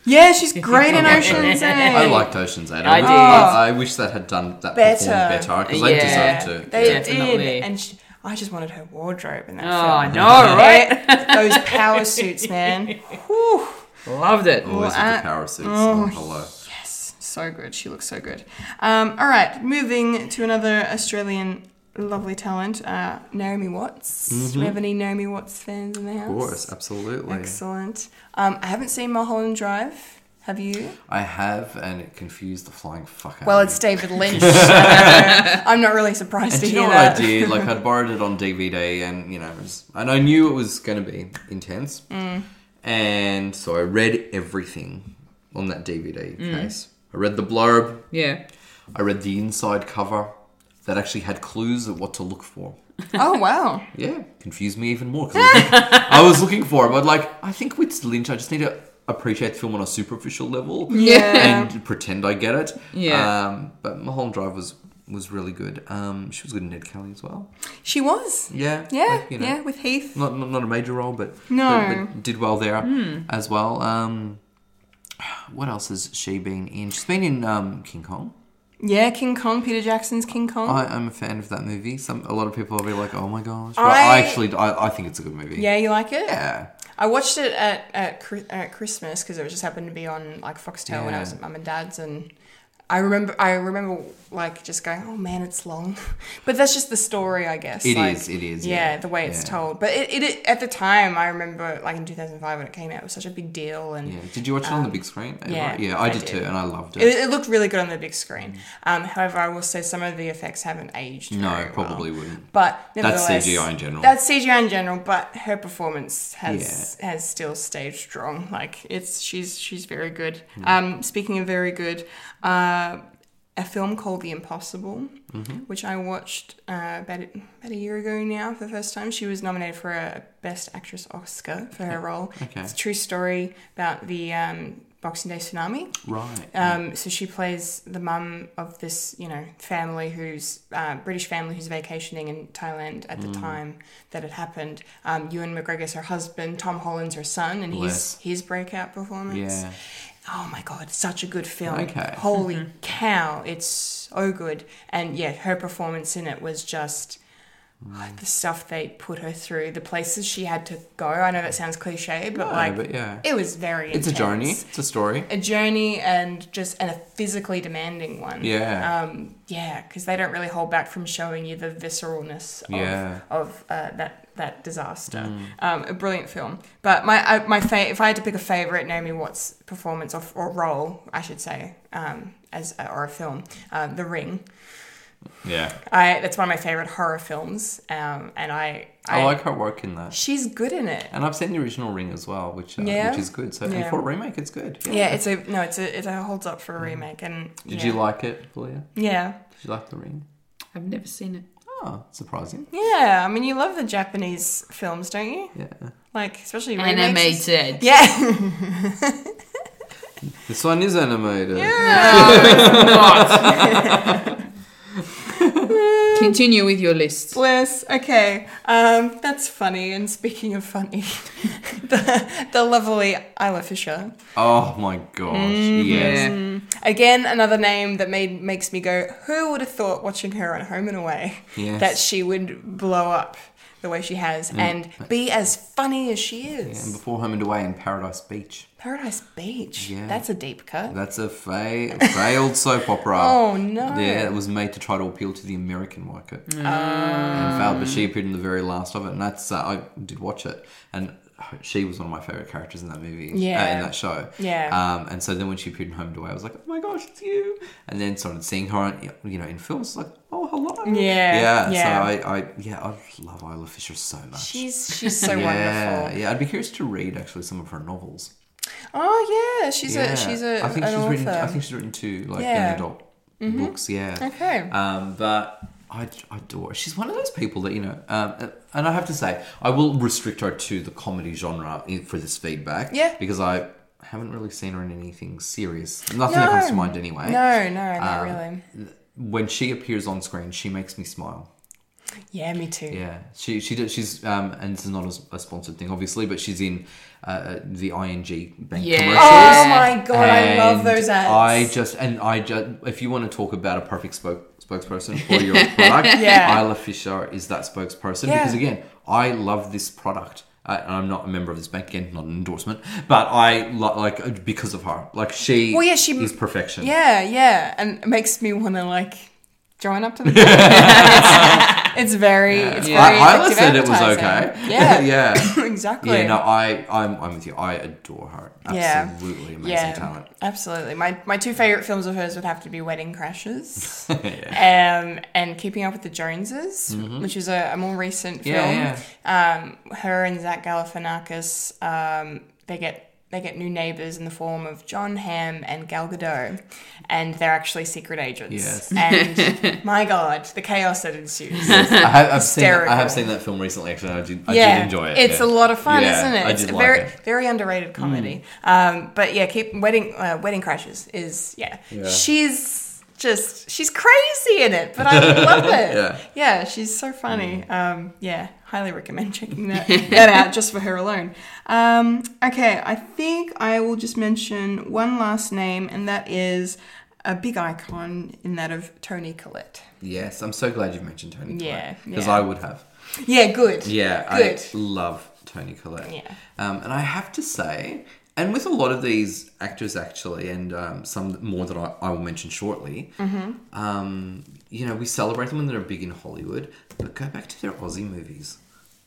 Speaker 1: yeah, she's great in
Speaker 3: I liked her.
Speaker 1: Ocean's Eight.
Speaker 3: I liked Ocean's Eight.
Speaker 2: I
Speaker 3: I, really-
Speaker 2: did.
Speaker 3: I, I wish that had done that
Speaker 1: Better.
Speaker 3: better. better because they
Speaker 2: Yeah.
Speaker 3: deserve to.
Speaker 1: They
Speaker 2: Yeah. Definitely.
Speaker 1: did, and she, I just wanted her wardrobe in that
Speaker 2: Oh,
Speaker 1: film.
Speaker 2: I know, right?
Speaker 1: Those power suits, man. Whew.
Speaker 2: Loved it.
Speaker 3: Always with
Speaker 1: I-
Speaker 3: the power suits.
Speaker 1: oh,
Speaker 3: on hello.
Speaker 1: Yes, so good. She looks so good. Um, all right, moving to another Australian lovely talent, uh, Naomi Watts. Do we have any Naomi Watts fans in the house?
Speaker 3: Mm-hmm. Of course, absolutely.
Speaker 1: Excellent. Um, I haven't seen Mulholland Drive. Have you?
Speaker 3: I have, and it confused the flying fuck out.
Speaker 1: Well,
Speaker 3: of
Speaker 1: it's
Speaker 3: me.
Speaker 1: David Lynch. so I'm not really surprised
Speaker 3: And
Speaker 1: to
Speaker 3: do you
Speaker 1: hear
Speaker 3: know what
Speaker 1: that.
Speaker 3: I did? Like I'd borrowed it on DVD, and you know, it was, and I knew it was going to be intense,
Speaker 1: Mm.
Speaker 3: and so I read everything on that DVD
Speaker 1: Mm.
Speaker 3: case. I read the blurb.
Speaker 2: Yeah.
Speaker 3: I read the inside cover that actually had clues at what to look for.
Speaker 1: Oh wow!
Speaker 3: Yeah, confused me even more. 'cause I, was looking- I was looking for it, but like, I think with Lynch, I just need to appreciate the film on a superficial level.
Speaker 1: Yeah.
Speaker 3: And pretend I get it.
Speaker 2: Yeah.
Speaker 3: Um, but Mulholland Drive was was really good. Um, she was good in Ned Kelly as well.
Speaker 1: She was.
Speaker 3: Yeah.
Speaker 1: Yeah,
Speaker 3: like, you know,
Speaker 1: yeah, with Heath.
Speaker 3: Not, not not a major role, but
Speaker 1: No. Hmm.
Speaker 3: but, but did well there as well. Um, what else has she been in? She's been in um, King Kong.
Speaker 1: Yeah, King Kong, Peter Jackson's King Kong.
Speaker 3: I, I'm a fan of that movie. Some a lot of people will be like, "Oh my gosh!" But
Speaker 1: I-
Speaker 3: I, actually I, I think it's a good movie.
Speaker 1: yeah, you like it?
Speaker 3: Yeah.
Speaker 1: I watched it at at, Chri- at Christmas because it was- just happened to be on like Foxtel when I
Speaker 3: Yeah.
Speaker 1: was at mum and dad's, and I remember I remember like just going, "Oh man, it's long," but that's just the story, I guess.
Speaker 3: It
Speaker 1: It is.
Speaker 3: is, it is,
Speaker 1: Yeah,
Speaker 3: yeah,
Speaker 1: the way it's
Speaker 3: yeah.
Speaker 1: told, but it, it, it at the time I remember like in 2005 when it came out, it was such a big deal, and
Speaker 3: Yeah. Did you watch it on the big screen?
Speaker 1: yeah,
Speaker 3: yeah, I,
Speaker 1: I
Speaker 3: did,
Speaker 1: did.
Speaker 3: too, and I loved it. Mm.
Speaker 1: It, it looked really good on the big screen. Um, however, I will say some of the effects haven't aged.
Speaker 3: no,
Speaker 1: very
Speaker 3: it probably
Speaker 1: well.
Speaker 3: wouldn't.
Speaker 1: But
Speaker 3: That's
Speaker 1: nevertheless,
Speaker 3: CGI in general.
Speaker 1: That's CGI in general, but her performance has has still stayed strong. Like it's she's she's very good.
Speaker 3: Mm.
Speaker 1: Um, speaking of very good, uh, a film called The Impossible,
Speaker 3: Mm-hmm.
Speaker 1: which I watched uh, about a, about a year ago now for the first time. She was nominated for a Best Actress Oscar for her role.
Speaker 3: Okay.
Speaker 1: It's a true story about the um, Boxing Day tsunami.
Speaker 3: right.
Speaker 1: Um, so she plays the mum of this, you know, family who's uh, British family who's vacationing in Thailand at the
Speaker 3: Mm.
Speaker 1: time that it happened. Um, Ewan McGregor's her husband, Tom Holland's her son, and his
Speaker 3: Bless.
Speaker 1: his breakout performance.
Speaker 3: yeah.
Speaker 1: Oh my god, such a good film!
Speaker 3: Okay.
Speaker 1: Holy cow, it's so good. And yeah, her performance in it was just
Speaker 3: Mm.
Speaker 1: the stuff they put her through, the places she had to go. I know that sounds cliche, but
Speaker 3: No,
Speaker 1: like,
Speaker 3: but yeah.
Speaker 1: it was very.
Speaker 3: It's a journey.
Speaker 1: intense
Speaker 3: It's a story.
Speaker 1: a journey and just and a physically demanding one.
Speaker 3: Yeah.
Speaker 1: Um, yeah, because they don't really hold back from showing you the visceralness of,
Speaker 3: Yeah. Mm.
Speaker 1: of uh, that that disaster. Um, a brilliant film. But my I, my fa- if I had to pick a favorite Naomi Watts performance or, or role, I should say, um, as or a film, uh, The Ring.
Speaker 3: yeah.
Speaker 1: I that's one of my favorite horror films. Um, and I,
Speaker 3: I, like her work in that.
Speaker 1: She's good in it.
Speaker 3: And I've seen the original Ring as well, which uh,
Speaker 1: Yeah?
Speaker 3: which is good. So
Speaker 1: Yeah.
Speaker 3: and for a remake, it's good.
Speaker 1: Yeah, it's a no, it's a it holds up for a remake. And
Speaker 3: Mm. Did
Speaker 1: yeah.
Speaker 3: you like it, Julia?
Speaker 1: Yeah.
Speaker 3: Did you like the Ring?
Speaker 2: I've never seen it.
Speaker 3: Oh, surprising.
Speaker 1: Yeah, I mean, you love the Japanese films, don't you?
Speaker 3: Yeah.
Speaker 1: Like, especially remakes.
Speaker 2: Animated.
Speaker 1: Yeah,
Speaker 3: This one is animated. Yeah.
Speaker 2: Continue with your list.
Speaker 1: bless. Okay, um, that's funny. And speaking of funny, the, the lovely Isla Fisher.
Speaker 3: Oh my gosh. Yes.
Speaker 2: Yeah.
Speaker 1: Again, another name that made makes me go, who would have thought watching her on Home and Away
Speaker 3: Yes. Mm.
Speaker 1: that she would blow up the way she has and be as funny as she is?
Speaker 3: And before Home and Away in Paradise Beach.
Speaker 1: Paradise Beach.
Speaker 3: Yeah.
Speaker 1: That's a deep cut.
Speaker 3: That's a fa- failed soap opera.
Speaker 1: Oh, no.
Speaker 3: Yeah, it was made to try to appeal to the American market. And failed, but she appeared in the very last of it, and that's uh, I did watch it, and she was one of my favorite characters in that movie. uh,
Speaker 1: Yeah.
Speaker 3: in that show.
Speaker 1: Yeah.
Speaker 3: Um, and so then when she appeared in Home and Away, I was like, oh my gosh, it's you! And then started seeing her, on, you know, in films, like, oh hello.
Speaker 1: Yeah,
Speaker 3: Yeah.
Speaker 1: yeah.
Speaker 3: So I, I, yeah, I love Isla Fisher so much.
Speaker 1: She's she's so
Speaker 3: yeah,
Speaker 1: wonderful.
Speaker 3: yeah. I'd be curious to read actually some of her novels.
Speaker 1: Oh yeah, she's
Speaker 3: yeah.
Speaker 1: a she's a
Speaker 3: I think
Speaker 1: an
Speaker 3: she's
Speaker 1: author.
Speaker 3: written. I think she's written two like
Speaker 1: Yeah. Mm-hmm.
Speaker 3: young adult books. Yeah.
Speaker 1: Okay.
Speaker 3: Um, but I, I adore. her. She's one of those people that you know. Um, and I have to say, I will restrict her to the comedy genre in, for this feedback.
Speaker 1: Yeah.
Speaker 3: Because I haven't really seen her in anything serious. Nothing that comes to
Speaker 1: No.
Speaker 3: mind anyway.
Speaker 1: no, no, not
Speaker 3: Um,
Speaker 1: really.
Speaker 3: When she appears on screen, she makes me smile.
Speaker 1: Yeah, me too.
Speaker 3: Yeah, she she does, she's um and this is not a, a sponsored thing obviously, but she's in uh, the ing bank
Speaker 2: Yeah.
Speaker 3: commercials.
Speaker 1: Oh my god, I love
Speaker 3: And
Speaker 1: those ads.
Speaker 3: I just and I just if you want to talk about a perfect spoke, spokesperson for your product,
Speaker 1: Yeah.
Speaker 3: Isla Fisher is that spokesperson
Speaker 1: Yeah.
Speaker 3: because again, I love this product. Uh, and I'm not a member of this bank again, not an endorsement, but I lo- like uh, because of her. Like she,
Speaker 1: Well, yeah, she-
Speaker 3: is perfection.
Speaker 1: Yeah, yeah, and it makes me want to like join up to the. it's, it's very, it's very.
Speaker 3: I, I
Speaker 1: effective
Speaker 3: said it was okay.
Speaker 1: advertising. Yeah,
Speaker 3: yeah.
Speaker 1: exactly.
Speaker 3: Yeah, no, I, I'm, I'm with you. I adore her.
Speaker 1: Yeah.
Speaker 3: Absolutely amazing
Speaker 1: Yeah,
Speaker 3: talent.
Speaker 1: absolutely. My my two favorite films of hers would have to be Wedding Crashes,
Speaker 3: Yeah. Mm-hmm.
Speaker 1: um, and Keeping Up with the Joneses, which is a, a more recent film.
Speaker 3: Yeah,
Speaker 1: Um, her and Zach Galifianakis, um, they get they get new neighbors in the form of John Hamm and Gal Gadot, and they're actually secret agents.
Speaker 3: Yes.
Speaker 1: And my God, the chaos that ensues.
Speaker 3: I have, I've seen, that- I
Speaker 1: Hysterical.
Speaker 3: have seen that film recently, actually. and I did, I
Speaker 1: yeah,
Speaker 3: did enjoy it.
Speaker 1: It's
Speaker 3: yeah.
Speaker 1: a lot of fun,
Speaker 3: Yeah,
Speaker 1: isn't it?
Speaker 3: I
Speaker 1: it's
Speaker 3: did
Speaker 1: a
Speaker 3: like
Speaker 1: very,
Speaker 3: it. Mm.
Speaker 1: very underrated comedy. Um, but yeah, keep wedding uh, wedding crashes is yeah.
Speaker 3: Yeah.
Speaker 1: She's just she's crazy in it, but I love it.
Speaker 3: Yeah. Mm.
Speaker 1: she's so funny. Um, yeah, highly recommend checking that, that out just for her alone. Um, okay, I think I will just mention one last name, and that is a big icon in that of Tony Collette.
Speaker 3: Yes, I'm so glad you mentioned Tony Collette.
Speaker 1: Yeah,
Speaker 3: Because
Speaker 1: yeah.
Speaker 3: I would have.
Speaker 1: Yeah, good.
Speaker 3: Yeah,
Speaker 1: good.
Speaker 3: I love Tony Collette.
Speaker 1: Yeah.
Speaker 3: Um, and I have to say, and with a lot of these actors actually, and um, some more that I, I will mention shortly, um, you know, we celebrate them when they're big in Hollywood, but go back to their Aussie movies.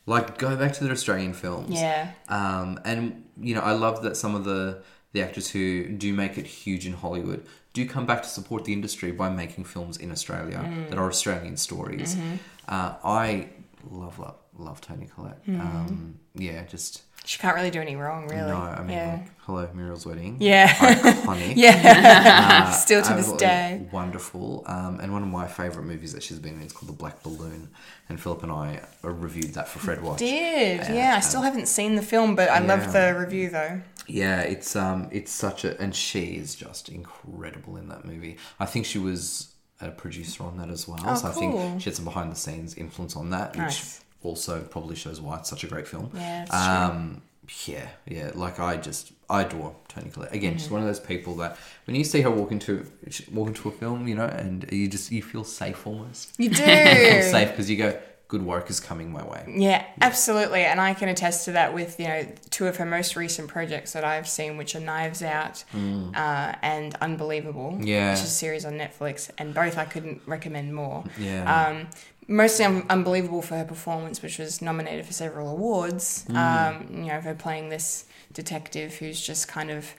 Speaker 3: Like, go back to their Australian films.
Speaker 1: Yeah.
Speaker 3: Um, and, you know, I love that some of the, the actors who do make it huge in Hollywood do come back to support the industry by making films in Australia
Speaker 1: Mm.
Speaker 3: that are Australian stories.
Speaker 1: Mm-hmm.
Speaker 3: Uh, I love, love, love Tony Collette.
Speaker 1: Mm-hmm.
Speaker 3: Um, yeah, just.
Speaker 1: she can't really do any wrong, really.
Speaker 3: No, I mean,
Speaker 1: yeah.
Speaker 3: like, hello, Muriel's Wedding.
Speaker 1: Yeah.
Speaker 3: Iconic.
Speaker 1: Yeah.
Speaker 3: Uh,
Speaker 1: Still to this
Speaker 3: absolutely
Speaker 1: day.
Speaker 3: Wonderful. Um, and one of my favourite movies that she's been in is called The Black Balloon. And Philip and I uh, reviewed that for Fred Watch.
Speaker 1: Did. Yeah, I still haven't seen the film, but I love
Speaker 3: yeah.
Speaker 1: the review though.
Speaker 3: Yeah, it's um, it's such a, and she is just incredible in that movie. I think she was a producer on that as well, so I
Speaker 1: Oh, cool.
Speaker 3: think she had some behind the scenes influence on that, which
Speaker 1: Nice.
Speaker 3: also probably shows why it's such a great film.
Speaker 1: Yeah, that's true.
Speaker 3: um, yeah, yeah. Like I just, I adore Tony Collette. Again,
Speaker 1: Mm-hmm.
Speaker 3: she's one of those people that when you see her walk into walk into a film, you know, and you just you feel safe almost.
Speaker 1: You
Speaker 3: You feel
Speaker 1: do.
Speaker 3: safe because you go, good work is coming my way.
Speaker 1: yeah, absolutely. And I can attest to that with, you know, two of her most recent projects that I've seen, which are Knives Out uh, and Unbelievable.
Speaker 3: Mm. Yeah.
Speaker 1: Which is a series on Netflix, and both I couldn't recommend more.
Speaker 3: Yeah.
Speaker 1: Um, mostly un- unbelievable for her performance, which was nominated for several awards.
Speaker 3: Mm.
Speaker 1: Um, you know, for playing this detective who's just kind of.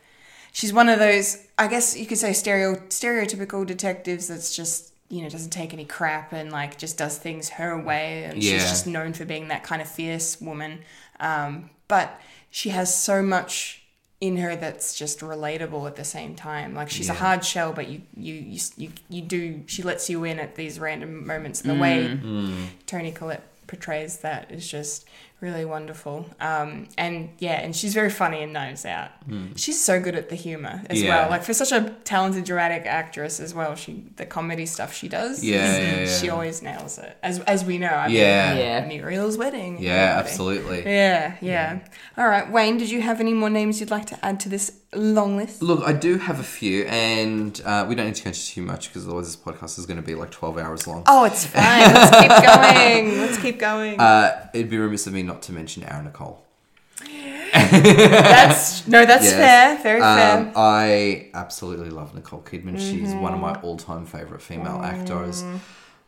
Speaker 1: She's one of those, I guess you could say, stereo, stereotypical detectives that's just, you know, doesn't take any crap and, like, just does things her way. And
Speaker 3: Yeah.
Speaker 1: she's just known for being that kind of fierce woman. Um, but she has so much in her that's just relatable at the same time. Like she's a hard shell, but you you you s- you, you do she lets you in at these random moments. And the way
Speaker 3: Mm.
Speaker 1: Tony Collette portrays that is just really wonderful. Um, and yeah, and she's very funny in Knives Out. She's so good at the humor as
Speaker 3: Mm. Yeah.
Speaker 1: well. Like for such a talented dramatic actress as well, she the comedy stuff she does,
Speaker 3: Yeah,
Speaker 1: is-
Speaker 3: yeah, yeah.
Speaker 1: she always nails it. As as we know, I mean,
Speaker 3: Yeah.
Speaker 2: Yeah.
Speaker 1: Muriel's wedding. and
Speaker 3: Yeah,
Speaker 1: everything.
Speaker 3: absolutely.
Speaker 1: Yeah, yeah, All right, Wayne, did you have any more names you'd like to add to this long list?
Speaker 3: Look, I do have a few, and uh, we don't need to go into too much because otherwise this podcast is going to be like 12 hours long.
Speaker 1: Oh, it's fine. Let's keep going. Let's keep going.
Speaker 3: Uh, it'd be remiss of me not to mention Aaron Nicole.
Speaker 1: that's no, that's
Speaker 3: Yes.
Speaker 1: fair. Very
Speaker 3: Um,
Speaker 1: fair.
Speaker 3: I absolutely love Nicole Kidman. She's one of
Speaker 1: Mm-hmm.
Speaker 3: my all time favourite female actors.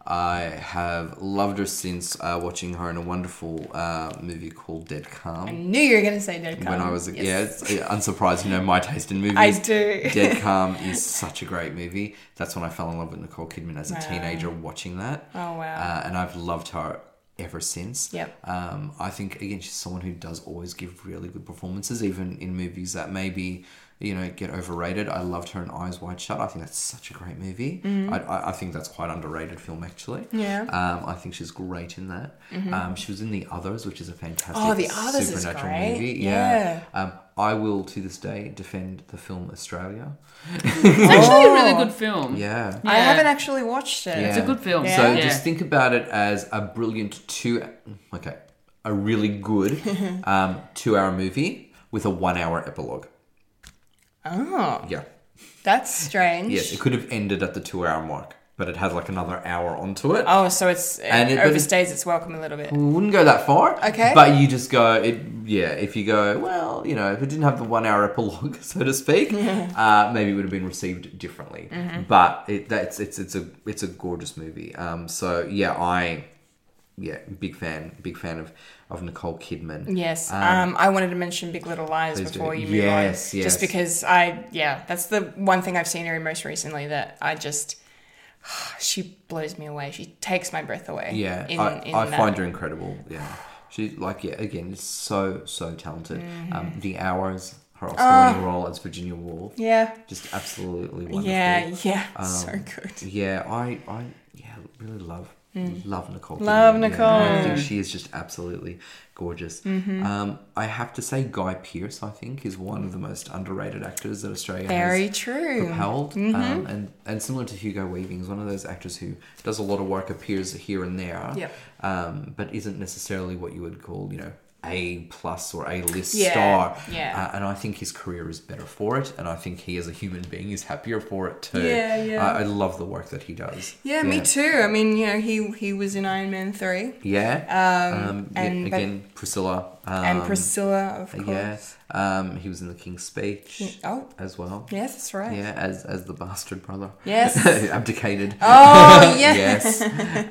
Speaker 3: I have loved her since uh, watching her in a wonderful uh, movie called Dead Calm.
Speaker 1: I knew you were going to say Dead
Speaker 3: when
Speaker 1: Calm.
Speaker 3: I was a yeah,
Speaker 1: Yes.
Speaker 3: it's uh, unsurprised. You know my taste in movies.
Speaker 1: do.
Speaker 3: Dead Calm is such a great movie. That's when I fell in love with Nicole Kidman as a teenager watching that.
Speaker 1: Oh, wow.
Speaker 3: Uh, and I've loved her ever since.
Speaker 1: Yep.
Speaker 3: Um, I think again she's someone who does always give really good performances, even in movies that maybe you know get overrated. I loved her in Eyes Wide Shut. I think that's such a great movie. I, I, I think that's quite underrated film actually.
Speaker 1: Mm-hmm. Yeah. Mm-hmm.
Speaker 3: Um, I think she's great in that. Um, she was in The Others, which is a fantastic
Speaker 1: Oh, The Others is
Speaker 3: supernatural
Speaker 1: great.
Speaker 3: movie.
Speaker 1: Yeah.
Speaker 3: Yeah. Um, I will to this day defend the film Australia.
Speaker 2: It's actually a really good film.
Speaker 3: Oh. Yeah.
Speaker 1: I
Speaker 2: Yeah.
Speaker 1: haven't actually watched it.
Speaker 2: It's a good film.
Speaker 3: So
Speaker 2: Yeah.
Speaker 3: just think about it as a brilliant two, okay, a really good um, two-hour movie with a one-hour epilogue.
Speaker 1: Oh,
Speaker 3: Yeah,
Speaker 1: that's strange.
Speaker 3: yes, it could have ended at the two-hour mark, but it had like another hour onto it.
Speaker 1: Oh, so it's it
Speaker 3: And it- but it-
Speaker 1: overstays its welcome a little bit.
Speaker 3: We wouldn't go that far.
Speaker 1: Okay.
Speaker 3: But you just go, it, yeah, if you go, well, you know, if it didn't have the one hour epilogue, so to speak, uh, maybe it would have been received differently.
Speaker 1: Mm-hmm.
Speaker 3: But it, that's, it's, it's a, it's a gorgeous movie. Um, so yeah, I, yeah, big fan, big fan of, of Nicole Kidman.
Speaker 1: Yes, um, I wanted to mention Big Little Lies
Speaker 3: Please do.
Speaker 1: before you move
Speaker 3: Yes,
Speaker 1: on,
Speaker 3: yes.
Speaker 1: just because I yeah, that's the one thing I've seen her in most recently that I just she blows me away. She takes my breath away.
Speaker 3: Yeah,
Speaker 1: in,
Speaker 3: I,
Speaker 1: in
Speaker 3: I
Speaker 1: that.
Speaker 3: find her incredible. Yeah, she's like yeah, again, so so talented. Um,
Speaker 1: Mm-hmm.
Speaker 3: the Hours, her Oscar-winning role as Virginia Woolf,
Speaker 1: Ah. yeah,
Speaker 3: just absolutely wonderful.
Speaker 1: yeah, yeah, so good.
Speaker 3: Um,
Speaker 1: Mm.
Speaker 3: Yeah, I, I, yeah, really love, love Nicole.
Speaker 1: Love
Speaker 3: Kidman, yeah.
Speaker 1: Nicole. Mm-hmm.
Speaker 3: I think she is just absolutely gorgeous. Um, I have to say, Guy Pearce, I think, is one of the most underrated actors that Australia
Speaker 1: Very
Speaker 3: has
Speaker 1: true. Mm-hmm.
Speaker 3: propelled. Um, and and similar to Hugo Weaving, is one of those actors who does a lot of work, appears here and there,
Speaker 1: Yep.
Speaker 3: um, but isn't necessarily what you would call, you know. A plus or A list
Speaker 1: Yeah,
Speaker 3: star,
Speaker 1: yeah.
Speaker 3: Uh, and I think his career is better for it, and I think he as a human being is happier for it too.
Speaker 1: Yeah, yeah.
Speaker 3: I, I love the work that he does.
Speaker 1: Yeah, me too. I mean, you know, he he was in Iron Man three
Speaker 3: Yeah. Um, yeah,
Speaker 1: and- but-
Speaker 3: again, Priscilla. Um, uh,
Speaker 1: and Priscilla, of course.
Speaker 3: Yeah. Um, he was in The King's Speech
Speaker 1: Oh,
Speaker 3: as well.
Speaker 1: yes, that's right.
Speaker 3: Yeah, as as the bastard brother.
Speaker 1: Yes.
Speaker 3: Who abdicated.
Speaker 1: Oh, yeah.
Speaker 3: yes.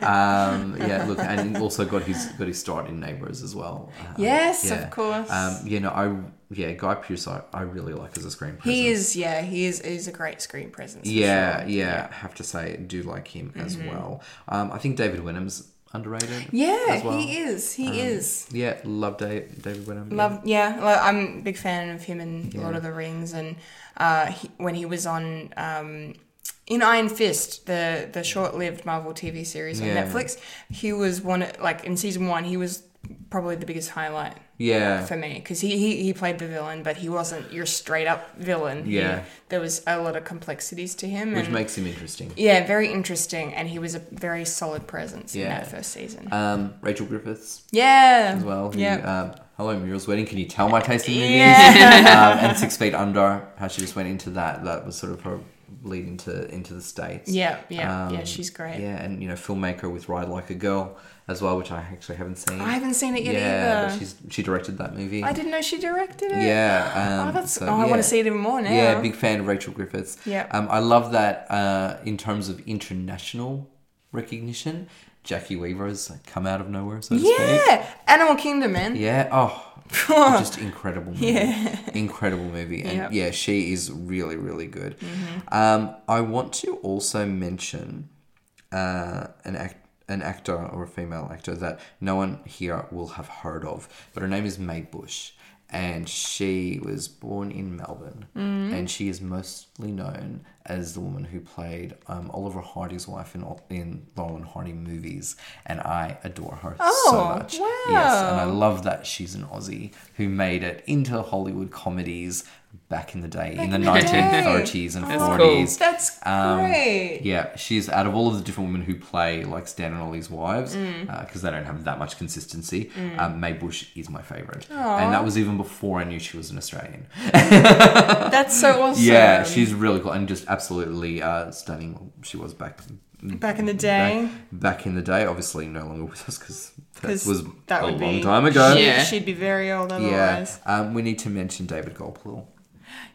Speaker 3: Um, yeah. Look, and he also got his got his start in Neighbours as well. Um,
Speaker 1: Yes, of course.
Speaker 3: Um, you know, I yeah, Guy Pearce, I, I really like as a screen. Presence.
Speaker 1: He is, yeah, he is, is a great screen presence. for
Speaker 3: Yeah,
Speaker 1: sure.
Speaker 3: yeah, I have to say, I do like him as well. Um, I think David Wenham's underrated.
Speaker 1: Mm-hmm. Yeah,
Speaker 3: as well. Um,
Speaker 1: he is. He is.
Speaker 3: Yeah, love Da- David Wenham.
Speaker 1: Love, yeah. Well, I'm a big fan of him in Lord
Speaker 3: Yeah.
Speaker 1: of the Rings, and uh, he, when he was on um, in Iron Fist, the the short lived Marvel TV series on
Speaker 3: Yeah.
Speaker 1: Netflix, he was one of- like in season one, he was probably the biggest highlight
Speaker 3: Yeah.
Speaker 1: for me because he, he he played the villain, but he wasn't your straight up villain. He-
Speaker 3: Yeah.
Speaker 1: there was a lot of complexities to him,
Speaker 3: Which
Speaker 1: and
Speaker 3: makes him interesting.
Speaker 1: yeah, very interesting, and he was a very solid presence in
Speaker 3: Yeah.
Speaker 1: that first season.
Speaker 3: Um, Rachel Griffiths
Speaker 1: yeah,
Speaker 3: as well. who,
Speaker 1: Mm-hmm. yeah.
Speaker 3: Um, Hello, Muriel's Wedding. Can you tell my taste in movies?
Speaker 1: Yeah.
Speaker 3: um, and Six Feet Under, how she just went into that. That was sort of her lead into into the states.
Speaker 1: Yeah, yeah, yeah,
Speaker 3: Um,
Speaker 1: she's great.
Speaker 3: Yeah, and you know, filmmaker with Ride Like a Girl as well, which I actually haven't seen.
Speaker 1: I haven't seen it yet
Speaker 3: yeah,
Speaker 1: either.
Speaker 3: but she's she directed that movie.
Speaker 1: I didn't know she directed it.
Speaker 3: Yeah. Um,
Speaker 1: oh, that's.
Speaker 3: so,
Speaker 1: oh, I want
Speaker 3: yeah.
Speaker 1: to see it even more now.
Speaker 3: Yeah, big fan of Rachel Griffiths.
Speaker 1: Yeah.
Speaker 3: Um, I love that uh, in terms of international recognition, Jackie Weaver has like, come out of nowhere, so to speak.
Speaker 1: yeah, Animal Kingdom, man.
Speaker 3: Yeah. Oh, just incredible movie. Incredible movie. And
Speaker 1: Yep. Mm-hmm.
Speaker 3: yeah, she is really, really good. Um, I want to also mention uh, an act. An actor or a female actor that no one here will have heard of, but her name is Mae Bush, and she was born in Melbourne,
Speaker 1: Mm-hmm.
Speaker 3: and she is mostly known as the woman who played um, Oliver Hardy's wife in in Laurel and Hardy movies, and I adore her so
Speaker 1: Oh,
Speaker 3: much. Yes, and I love that she's an Aussie who made it into Hollywood comedies back in the day, in the
Speaker 1: in the day.
Speaker 3: 1930s and
Speaker 2: cool.
Speaker 3: 40s.
Speaker 1: That's
Speaker 3: Um,
Speaker 1: great.
Speaker 3: Yeah, she's out of all of the different women who play like Stan and Ollie's wives, because they don't have that much consistency. Um, Mae Bush is my favorite, and that was even before I knew she was an Australian.
Speaker 1: That's so awesome.
Speaker 3: Yeah, she's really cool and just absolutely uh, stunning. She was back
Speaker 1: back in the day.
Speaker 3: back, back in the day. Obviously, no longer with us because that
Speaker 1: 'Cause
Speaker 3: was
Speaker 1: that
Speaker 3: a
Speaker 1: would
Speaker 3: long
Speaker 1: be-
Speaker 3: time ago.
Speaker 1: She-
Speaker 2: Yeah.
Speaker 1: She'd be very old
Speaker 3: Yeah,
Speaker 1: otherwise.
Speaker 3: um, we need to mention David Goldpool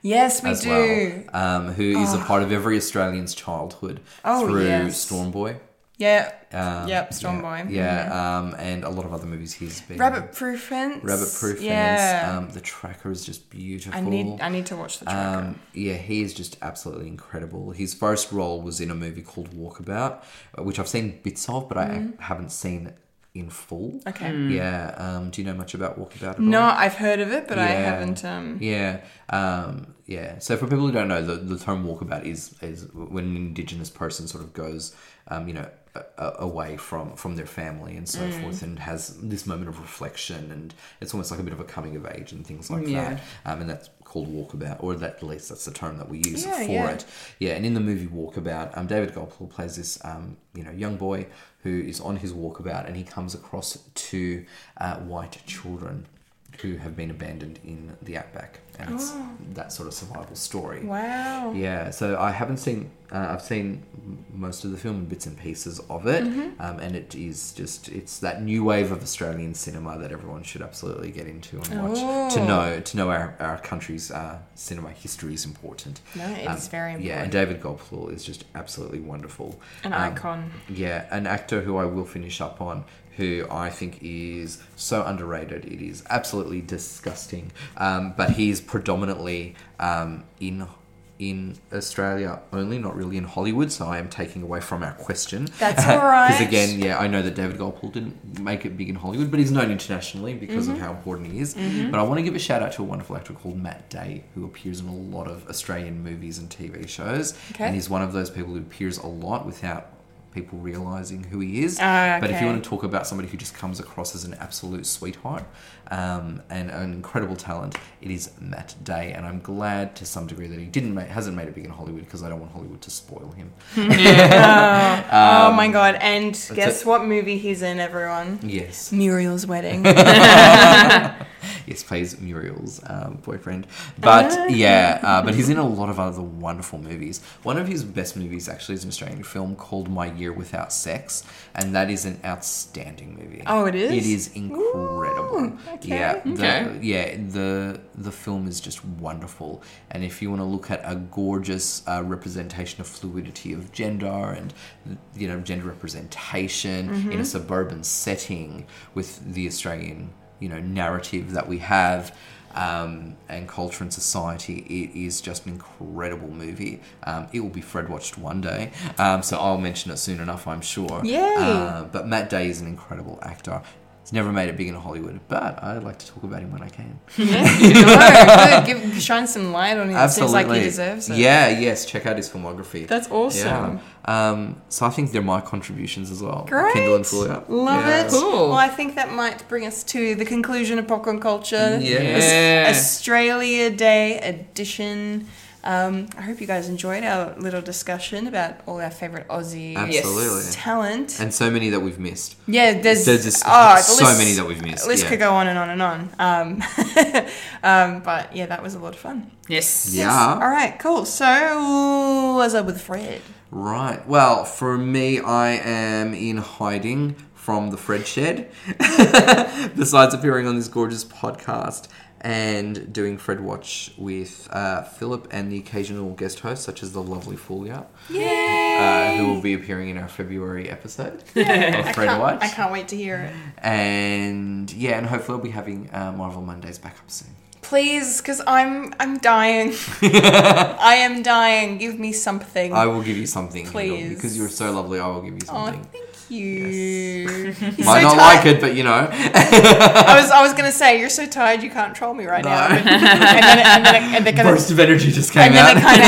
Speaker 1: Yes, we
Speaker 3: as
Speaker 1: do. Ah.
Speaker 3: well, um, who is a part of every Australian's childhood
Speaker 1: Oh,
Speaker 3: through
Speaker 1: yes.
Speaker 3: Stormboy.
Speaker 1: Yeah.
Speaker 3: Um,
Speaker 1: Yep, Mm-hmm. Stormboy.
Speaker 3: Yeah, yeah um, and a lot of other movies he's been.
Speaker 1: Rabbit proof fence.
Speaker 3: Rabbit Proof
Speaker 1: Yeah.
Speaker 3: Fence. Um, the Tracker is just beautiful.
Speaker 1: I need. I need to watch the tracker.
Speaker 3: Um, yeah, he is just absolutely incredible. His first role was in a movie called Walkabout, uh, which I've seen bits of, but I haven't seen in full.
Speaker 1: Mm-hmm. Okay.
Speaker 3: Yeah. Um, do you know much about Walkabout? At
Speaker 1: No,
Speaker 3: all?
Speaker 1: I've heard of it, but I
Speaker 3: Yeah.
Speaker 1: haven't. Um,
Speaker 3: Yeah, um, yeah. So for people who don't know, the, the term walkabout is is when an indigenous person sort of goes, um, you know, a, a- away from from their family and so
Speaker 1: Mm.
Speaker 3: forth, and has this moment of reflection, and it's almost like a bit of a coming of age and things like
Speaker 2: Yeah.
Speaker 3: that. Um, and that's called walkabout, or that at least that's the term that we use
Speaker 1: Yeah,
Speaker 3: for
Speaker 1: yeah.
Speaker 3: it. Yeah, and in the movie Walkabout, um, David Goldpool plays this um, you know young boy who is on his walkabout, and he comes across two uh, white children who have been abandoned in the outback, and it's that sort of survival story.
Speaker 1: Wow.
Speaker 3: Yeah, so I haven't seen. Uh, I've seen m- most of the film and bits and pieces of it, um, and it is just it's that new wave of Australian cinema that everyone should absolutely get into and watch to know to know our, our country's uh, cinema history is important.
Speaker 1: No, it is very
Speaker 3: Um, Yeah, and David Goldblum is just absolutely wonderful.
Speaker 1: An
Speaker 3: Um,
Speaker 1: icon.
Speaker 3: yeah, an actor who I will finish up on, who I think is so underrated. It is absolutely disgusting. Um, but he's predominantly um, in in Australia only, not really in Hollywood. So I am taking away from our question.
Speaker 1: That's all
Speaker 3: Because
Speaker 1: right.
Speaker 3: again, yeah, I know that David Goldpool didn't make it big in Hollywood, but he's known internationally because
Speaker 1: Mm-hmm.
Speaker 3: of how important he is. But I want to give a shout out to a wonderful actor called Matt Day, who appears in a lot of Australian movies and TV shows.
Speaker 1: Okay.
Speaker 3: And he's one of those people who appears a lot without people realizing who he is.
Speaker 1: Ah,
Speaker 3: But if you
Speaker 1: okay.
Speaker 3: want to talk about somebody who just comes across as an absolute sweetheart um, and an incredible talent, it is Matt Day. And I'm glad to some degree that he didn't make, hasn't made it big in Hollywood because I don't want Hollywood to spoil him.
Speaker 1: oh my god! And guess
Speaker 3: Um, it.
Speaker 1: what movie he's in, everyone?
Speaker 3: Yes.
Speaker 1: Muriel's Wedding.
Speaker 3: yes, plays Muriel's um, boyfriend.
Speaker 1: Ah.
Speaker 3: But yeah, uh, but he's in a lot of other wonderful movies. One of his best movies actually is an Australian film called My Year Without Sex, and that is an outstanding movie.
Speaker 1: Oh, it is?
Speaker 3: It is incredible. Yeah, the,
Speaker 2: Okay.
Speaker 3: yeah. The the film is just wonderful, and if you want to look at a gorgeous uh, representation of fluidity of gender and you know gender representation in a suburban setting with the Australian you know narrative that we have um, and culture and society. It is just an incredible movie. Um, it will be Fred watched one day, um, so I'll mention it soon enough, I'm sure.
Speaker 1: Yay.
Speaker 3: Uh, but Matt Day is an incredible actor. He's never made it big in Hollywood, but I like to talk about him when I can.
Speaker 1: no, good. Give, shine some light on him. It seems
Speaker 3: Absolutely,
Speaker 1: like he deserves it.
Speaker 3: Yeah, yes. Check out his filmography.
Speaker 1: That's awesome.
Speaker 3: Yeah. Um, so I think they're my contributions as well. Kindle and
Speaker 1: Great.
Speaker 3: Fuller.
Speaker 1: Love
Speaker 3: Yeah.
Speaker 1: it.
Speaker 2: Cool.
Speaker 1: Well, I think that might bring us to the conclusion of popcorn culture.
Speaker 3: Yes.
Speaker 2: Yeah.
Speaker 1: Australia Day edition. Um, I hope you guys enjoyed our little discussion about all our favorite Aussie
Speaker 3: Absolutely.
Speaker 1: talent.
Speaker 3: And so many that we've missed.
Speaker 1: yeah, there's,
Speaker 3: There's just
Speaker 1: oh, the
Speaker 3: so
Speaker 1: list-
Speaker 3: many that we've missed.
Speaker 1: The list
Speaker 3: yeah.
Speaker 1: could go on and on and on. Um, um, but yeah, that was a lot of fun.
Speaker 2: Yes.
Speaker 3: Yeah.
Speaker 1: All right, cool. So, what's up with Fred?
Speaker 3: Right. Well, for me, I am in hiding from the Fred Shed, besides appearing on this gorgeous podcast and doing Fred Watch with uh, Philip and the occasional guest host, such as the lovely Fulia, uh, who will be appearing in our February episode of Fred Watch.
Speaker 1: I can't wait to hear it.
Speaker 3: And yeah, and hopefully I'll be having uh, Marvel Mondays back up soon.
Speaker 1: Please, because I'm I'm dying. I am dying. Give me something.
Speaker 3: I will give you something, Kindle,
Speaker 1: Please.
Speaker 3: because you're so lovely. I will give you
Speaker 1: oh,
Speaker 3: something.
Speaker 1: thank you. You're
Speaker 3: Might
Speaker 1: so
Speaker 3: not
Speaker 1: tired.
Speaker 3: like it, but you know.
Speaker 1: I was I was gonna say you're so tired you can't troll me right
Speaker 3: No.
Speaker 1: now. and then it- and then it- and they're gonna.
Speaker 3: burst of energy just came
Speaker 1: And then
Speaker 3: out.
Speaker 1: it kind of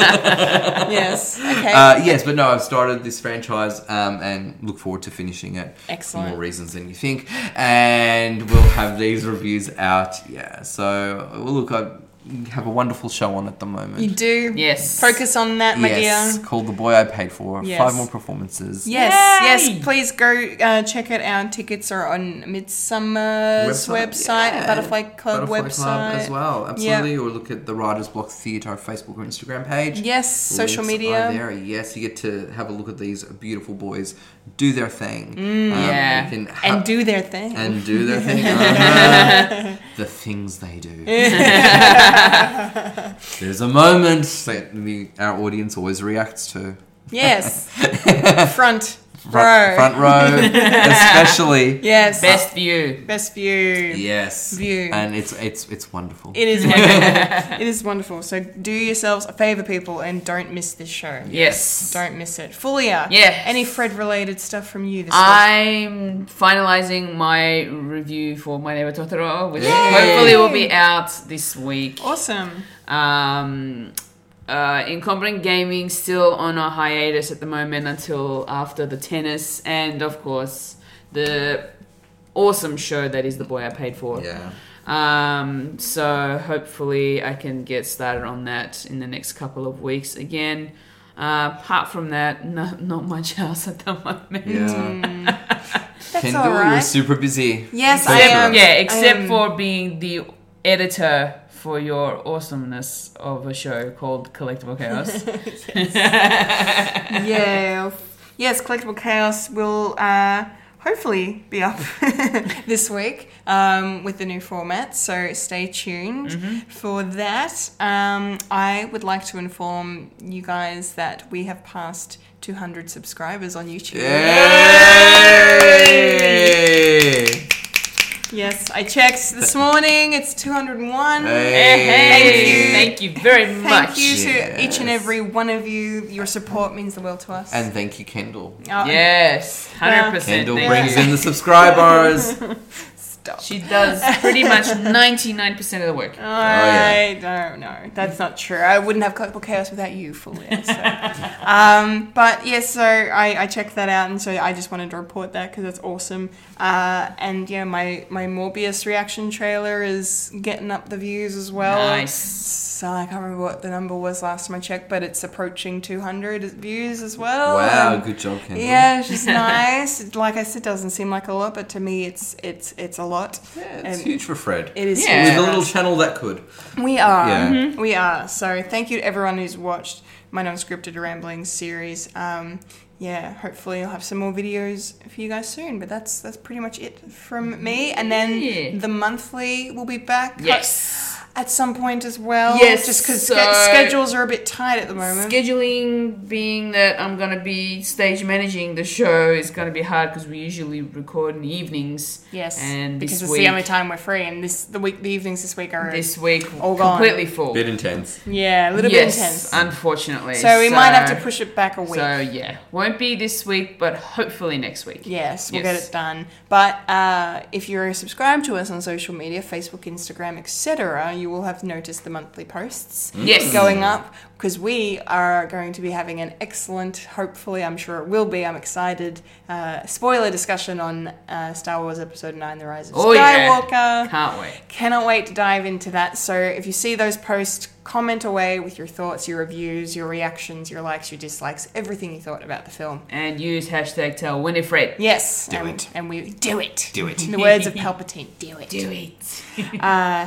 Speaker 1: happened. yes. Okay.
Speaker 3: Uh, yes, but no, I've started this franchise um, and look forward to finishing it. For
Speaker 1: Excellent.
Speaker 3: more reasons than you think. And we'll have these reviews out. Yeah. So, well, look, I have a wonderful show on at the moment.
Speaker 1: you do.
Speaker 2: Yes.
Speaker 1: Focus on that, my
Speaker 3: yes.
Speaker 1: dear.
Speaker 3: Called The Boy I Paid For.
Speaker 1: Yes.
Speaker 3: Five more performances.
Speaker 1: Yes,
Speaker 2: Yay!
Speaker 1: yes. Please go uh, check out our tickets are on Midsummer's website,
Speaker 3: yeah.
Speaker 1: Butterfly Club
Speaker 3: Butterfly
Speaker 1: website
Speaker 3: Club as well. Absolutely. Or look at the Writers Block Theatre Facebook or Instagram page.
Speaker 1: Yes, social
Speaker 3: Links
Speaker 1: media.
Speaker 3: Are there. Yes, you get to have a look at these beautiful boys do their thing. Um,
Speaker 2: yeah.
Speaker 3: you can ha-
Speaker 1: Mm, and do their thing.
Speaker 3: and do their thing. Uh-huh. the things they do. There's a moment that the, our audience always reacts to.
Speaker 1: yes. Front.
Speaker 3: front,
Speaker 1: row.
Speaker 3: front row, especially.
Speaker 1: Yes.
Speaker 2: Best view.
Speaker 1: Best view.
Speaker 3: Yes.
Speaker 1: View.
Speaker 3: And it's it's it's wonderful.
Speaker 1: It is wonderful. it is wonderful. So do yourselves a favor, people, and don't miss this show.
Speaker 2: Yes.
Speaker 1: Don't miss it. Fulia.
Speaker 2: Yes.
Speaker 1: Any Fred related stuff from you this week?
Speaker 2: I'm finalizing my review for My Neighbor Totoro, which hopefully will be out this week.
Speaker 1: Awesome.
Speaker 2: Um, uh, Incompetent Gaming still on a hiatus at the moment until after the tennis and, of course, the awesome show that is The Boy I Paid For.
Speaker 3: Yeah.
Speaker 2: Um, so hopefully I can get started on that in the next couple of weeks again. Uh, apart from that, no, not much else at the moment.
Speaker 3: Yeah.
Speaker 1: Mm. That's
Speaker 3: Kendall,
Speaker 1: all
Speaker 3: you're
Speaker 1: right.
Speaker 3: super busy.
Speaker 1: Yes, I
Speaker 3: Thank you.
Speaker 1: am.
Speaker 2: Yeah, except
Speaker 1: am-
Speaker 2: for being the editor for your awesomeness of a show called Collectible Chaos.
Speaker 1: yeah. Yes, Collectible Chaos will uh, hopefully be up this week um, with the new format, so stay tuned for that. Um, I would like to inform you guys that we have passed 200 subscribers on YouTube.
Speaker 3: Yay!
Speaker 1: Yes, I checked this morning, it's 201.
Speaker 2: hey,
Speaker 1: Thank
Speaker 2: thank you very much.
Speaker 1: Thank you to
Speaker 3: Yes.
Speaker 1: each and every one of you. Your support means the world to us.
Speaker 3: And thank you, Kendall.
Speaker 1: Oh,
Speaker 2: Yes, hundred percent.
Speaker 3: Kendall
Speaker 2: thank
Speaker 3: brings
Speaker 2: you.
Speaker 3: in the subscribers.
Speaker 2: She does pretty much ninety-nine percent of the work.
Speaker 1: Oh.
Speaker 3: Oh,
Speaker 1: I don't know. That's not true. I wouldn't have Collectible Chaos without you, Fulia. So. um, but yes, so I, I checked that out, and so I just wanted to report that because that's awesome. Uh, and yeah, my, my Morbius reaction trailer is getting up the views as well.
Speaker 2: Nice.
Speaker 1: So I can't remember what the number was last time I checked, but it's approaching 200 views as well.
Speaker 3: Wow,
Speaker 1: And-
Speaker 3: good job, Kendall.
Speaker 1: yeah, she's nice. Like I said, doesn't seem like a lot, but to me, it's it's it's a lot.
Speaker 3: Yeah, it's
Speaker 1: Um,
Speaker 3: huge for Fred.
Speaker 1: It is. huge
Speaker 2: Yeah.
Speaker 3: With a
Speaker 1: for
Speaker 3: little
Speaker 1: us.
Speaker 3: channel that could.
Speaker 1: We are. Mm-hmm.
Speaker 3: Yeah. Mhm.
Speaker 1: We are. So thank you to everyone who's watched my non-scripted ramblings series. Um, yeah, hopefully I'll have some more videos for you guys soon. But that's that's pretty much it from me. And then
Speaker 2: Mm-hmm. Yeah.
Speaker 1: the monthly will be back.
Speaker 2: Yes.
Speaker 1: At some point as well.
Speaker 2: Yes,
Speaker 1: Just because
Speaker 2: so-
Speaker 1: schedules are a bit tight at the moment.
Speaker 2: Scheduling, being that I'm gonna be stage managing the show, is gonna be hard because we usually record in the evenings.
Speaker 1: yes.
Speaker 2: and
Speaker 1: because
Speaker 2: this
Speaker 1: it's
Speaker 2: week,
Speaker 1: the only time we're free, and this the week the evenings this week are
Speaker 2: this week,
Speaker 1: All gone.
Speaker 2: completely full.
Speaker 3: Bit intense.
Speaker 1: yeah a little
Speaker 2: yes,
Speaker 1: bit intense.
Speaker 2: unfortunately.
Speaker 1: so we might have to push it back a week.
Speaker 2: So yeah, won't be this week, but hopefully next week.
Speaker 1: Yes, we'll
Speaker 2: Yes.
Speaker 1: get it done. But uh, if you're subscribed to us on social media, Facebook, Instagram, etc., you will have noticed the monthly posts
Speaker 2: Yes.
Speaker 1: going up because we are going to be having an excellent, hopefully, I'm sure it will be, I'm excited, uh, spoiler discussion on uh, Star Wars Episode 9 The Rise of
Speaker 2: Oh, yeah.
Speaker 1: Skywalker.
Speaker 2: Can't wait.
Speaker 1: Cannot wait to dive into that. So if you see those posts, comment away with your thoughts, your reviews, your reactions, your likes, your dislikes, everything you thought about the film.
Speaker 2: And use hashtag tell Winifred.
Speaker 1: Yes. Do and,
Speaker 3: it.
Speaker 1: And we do it.
Speaker 3: Do it.
Speaker 1: In the words of Palpatine, do it. Uh,
Speaker 2: Do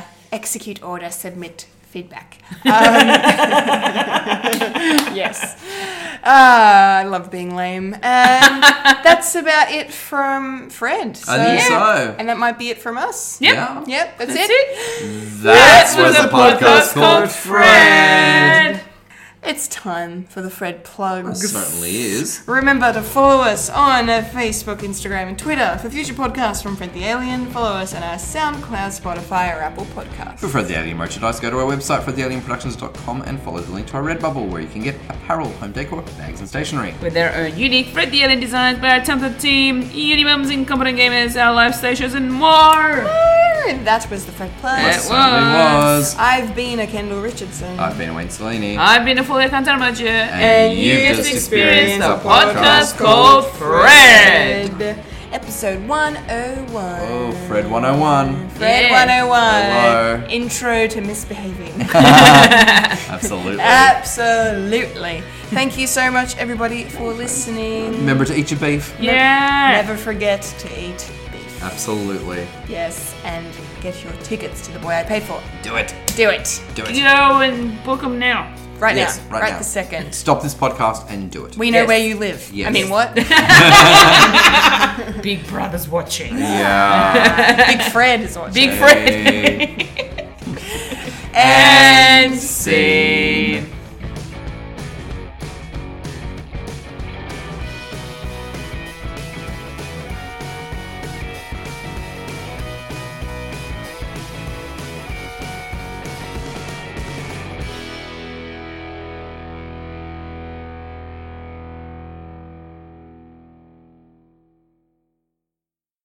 Speaker 2: it.
Speaker 1: Execute order, submit feedback. Um, yes. Ah, I love being lame. Um, that's about it from Fred. So,
Speaker 3: I think so.
Speaker 1: And that might be it from us.
Speaker 2: Yep.
Speaker 3: Yeah.
Speaker 1: Yep, that's, it.
Speaker 3: That
Speaker 2: was a podcast called
Speaker 3: Fred.
Speaker 1: It's time for the Fred
Speaker 3: It
Speaker 1: plugs.
Speaker 3: certainly is.
Speaker 1: Remember to follow us on uh, Facebook, Instagram, and Twitter for future podcasts from Fred the Alien. Follow us on our SoundCloud, Spotify, or Apple Podcasts.
Speaker 3: For Fred the Alien merchandise, go to our website, fredthealienproductions.com, and follow the link to our Redbubble, where you can get apparel, home decor, bags, and stationery.
Speaker 2: With their own unique Fred the Alien designs by our talented team, Unibums, Incompetent Gamers, our live stations, and more.
Speaker 1: And that was the Fred
Speaker 3: It
Speaker 1: Plus.
Speaker 2: Yes.
Speaker 3: certainly was.
Speaker 2: was.
Speaker 3: Uh,
Speaker 1: I've been a Kendall Richardson.
Speaker 3: I've been Wayne Cellini.
Speaker 2: I've been a full content manager,
Speaker 3: And you've just experienced
Speaker 2: a
Speaker 3: a podcast
Speaker 2: podcast called Fred.
Speaker 1: Fred. Episode 101.
Speaker 3: Oh, Fred 101.
Speaker 1: Fred
Speaker 2: Yeah.
Speaker 1: 101.
Speaker 3: Hello.
Speaker 1: Intro to misbehaving.
Speaker 3: Absolutely.
Speaker 1: Uh, Absolutely. Thank you so much, everybody, for listening.
Speaker 3: Remember to eat your beef.
Speaker 2: Yeah.
Speaker 1: Never forget to eat beef.
Speaker 3: Absolutely.
Speaker 1: Yes, and get your tickets to the boy I paid for.
Speaker 3: Do it.
Speaker 1: Do it.
Speaker 3: Do it.
Speaker 2: Go and book them now.
Speaker 1: Right
Speaker 3: Yes,
Speaker 1: now.
Speaker 3: right
Speaker 1: Right,
Speaker 3: now.
Speaker 1: the second.
Speaker 3: Stop this podcast and do it.
Speaker 1: We know
Speaker 2: Yes.
Speaker 1: where you live. I
Speaker 3: Yes.
Speaker 1: mean, what?
Speaker 2: Big Brother's watching.
Speaker 3: yeah.
Speaker 1: Big Fred is watching.
Speaker 2: Big Fred.
Speaker 3: Hey.
Speaker 1: and
Speaker 3: See.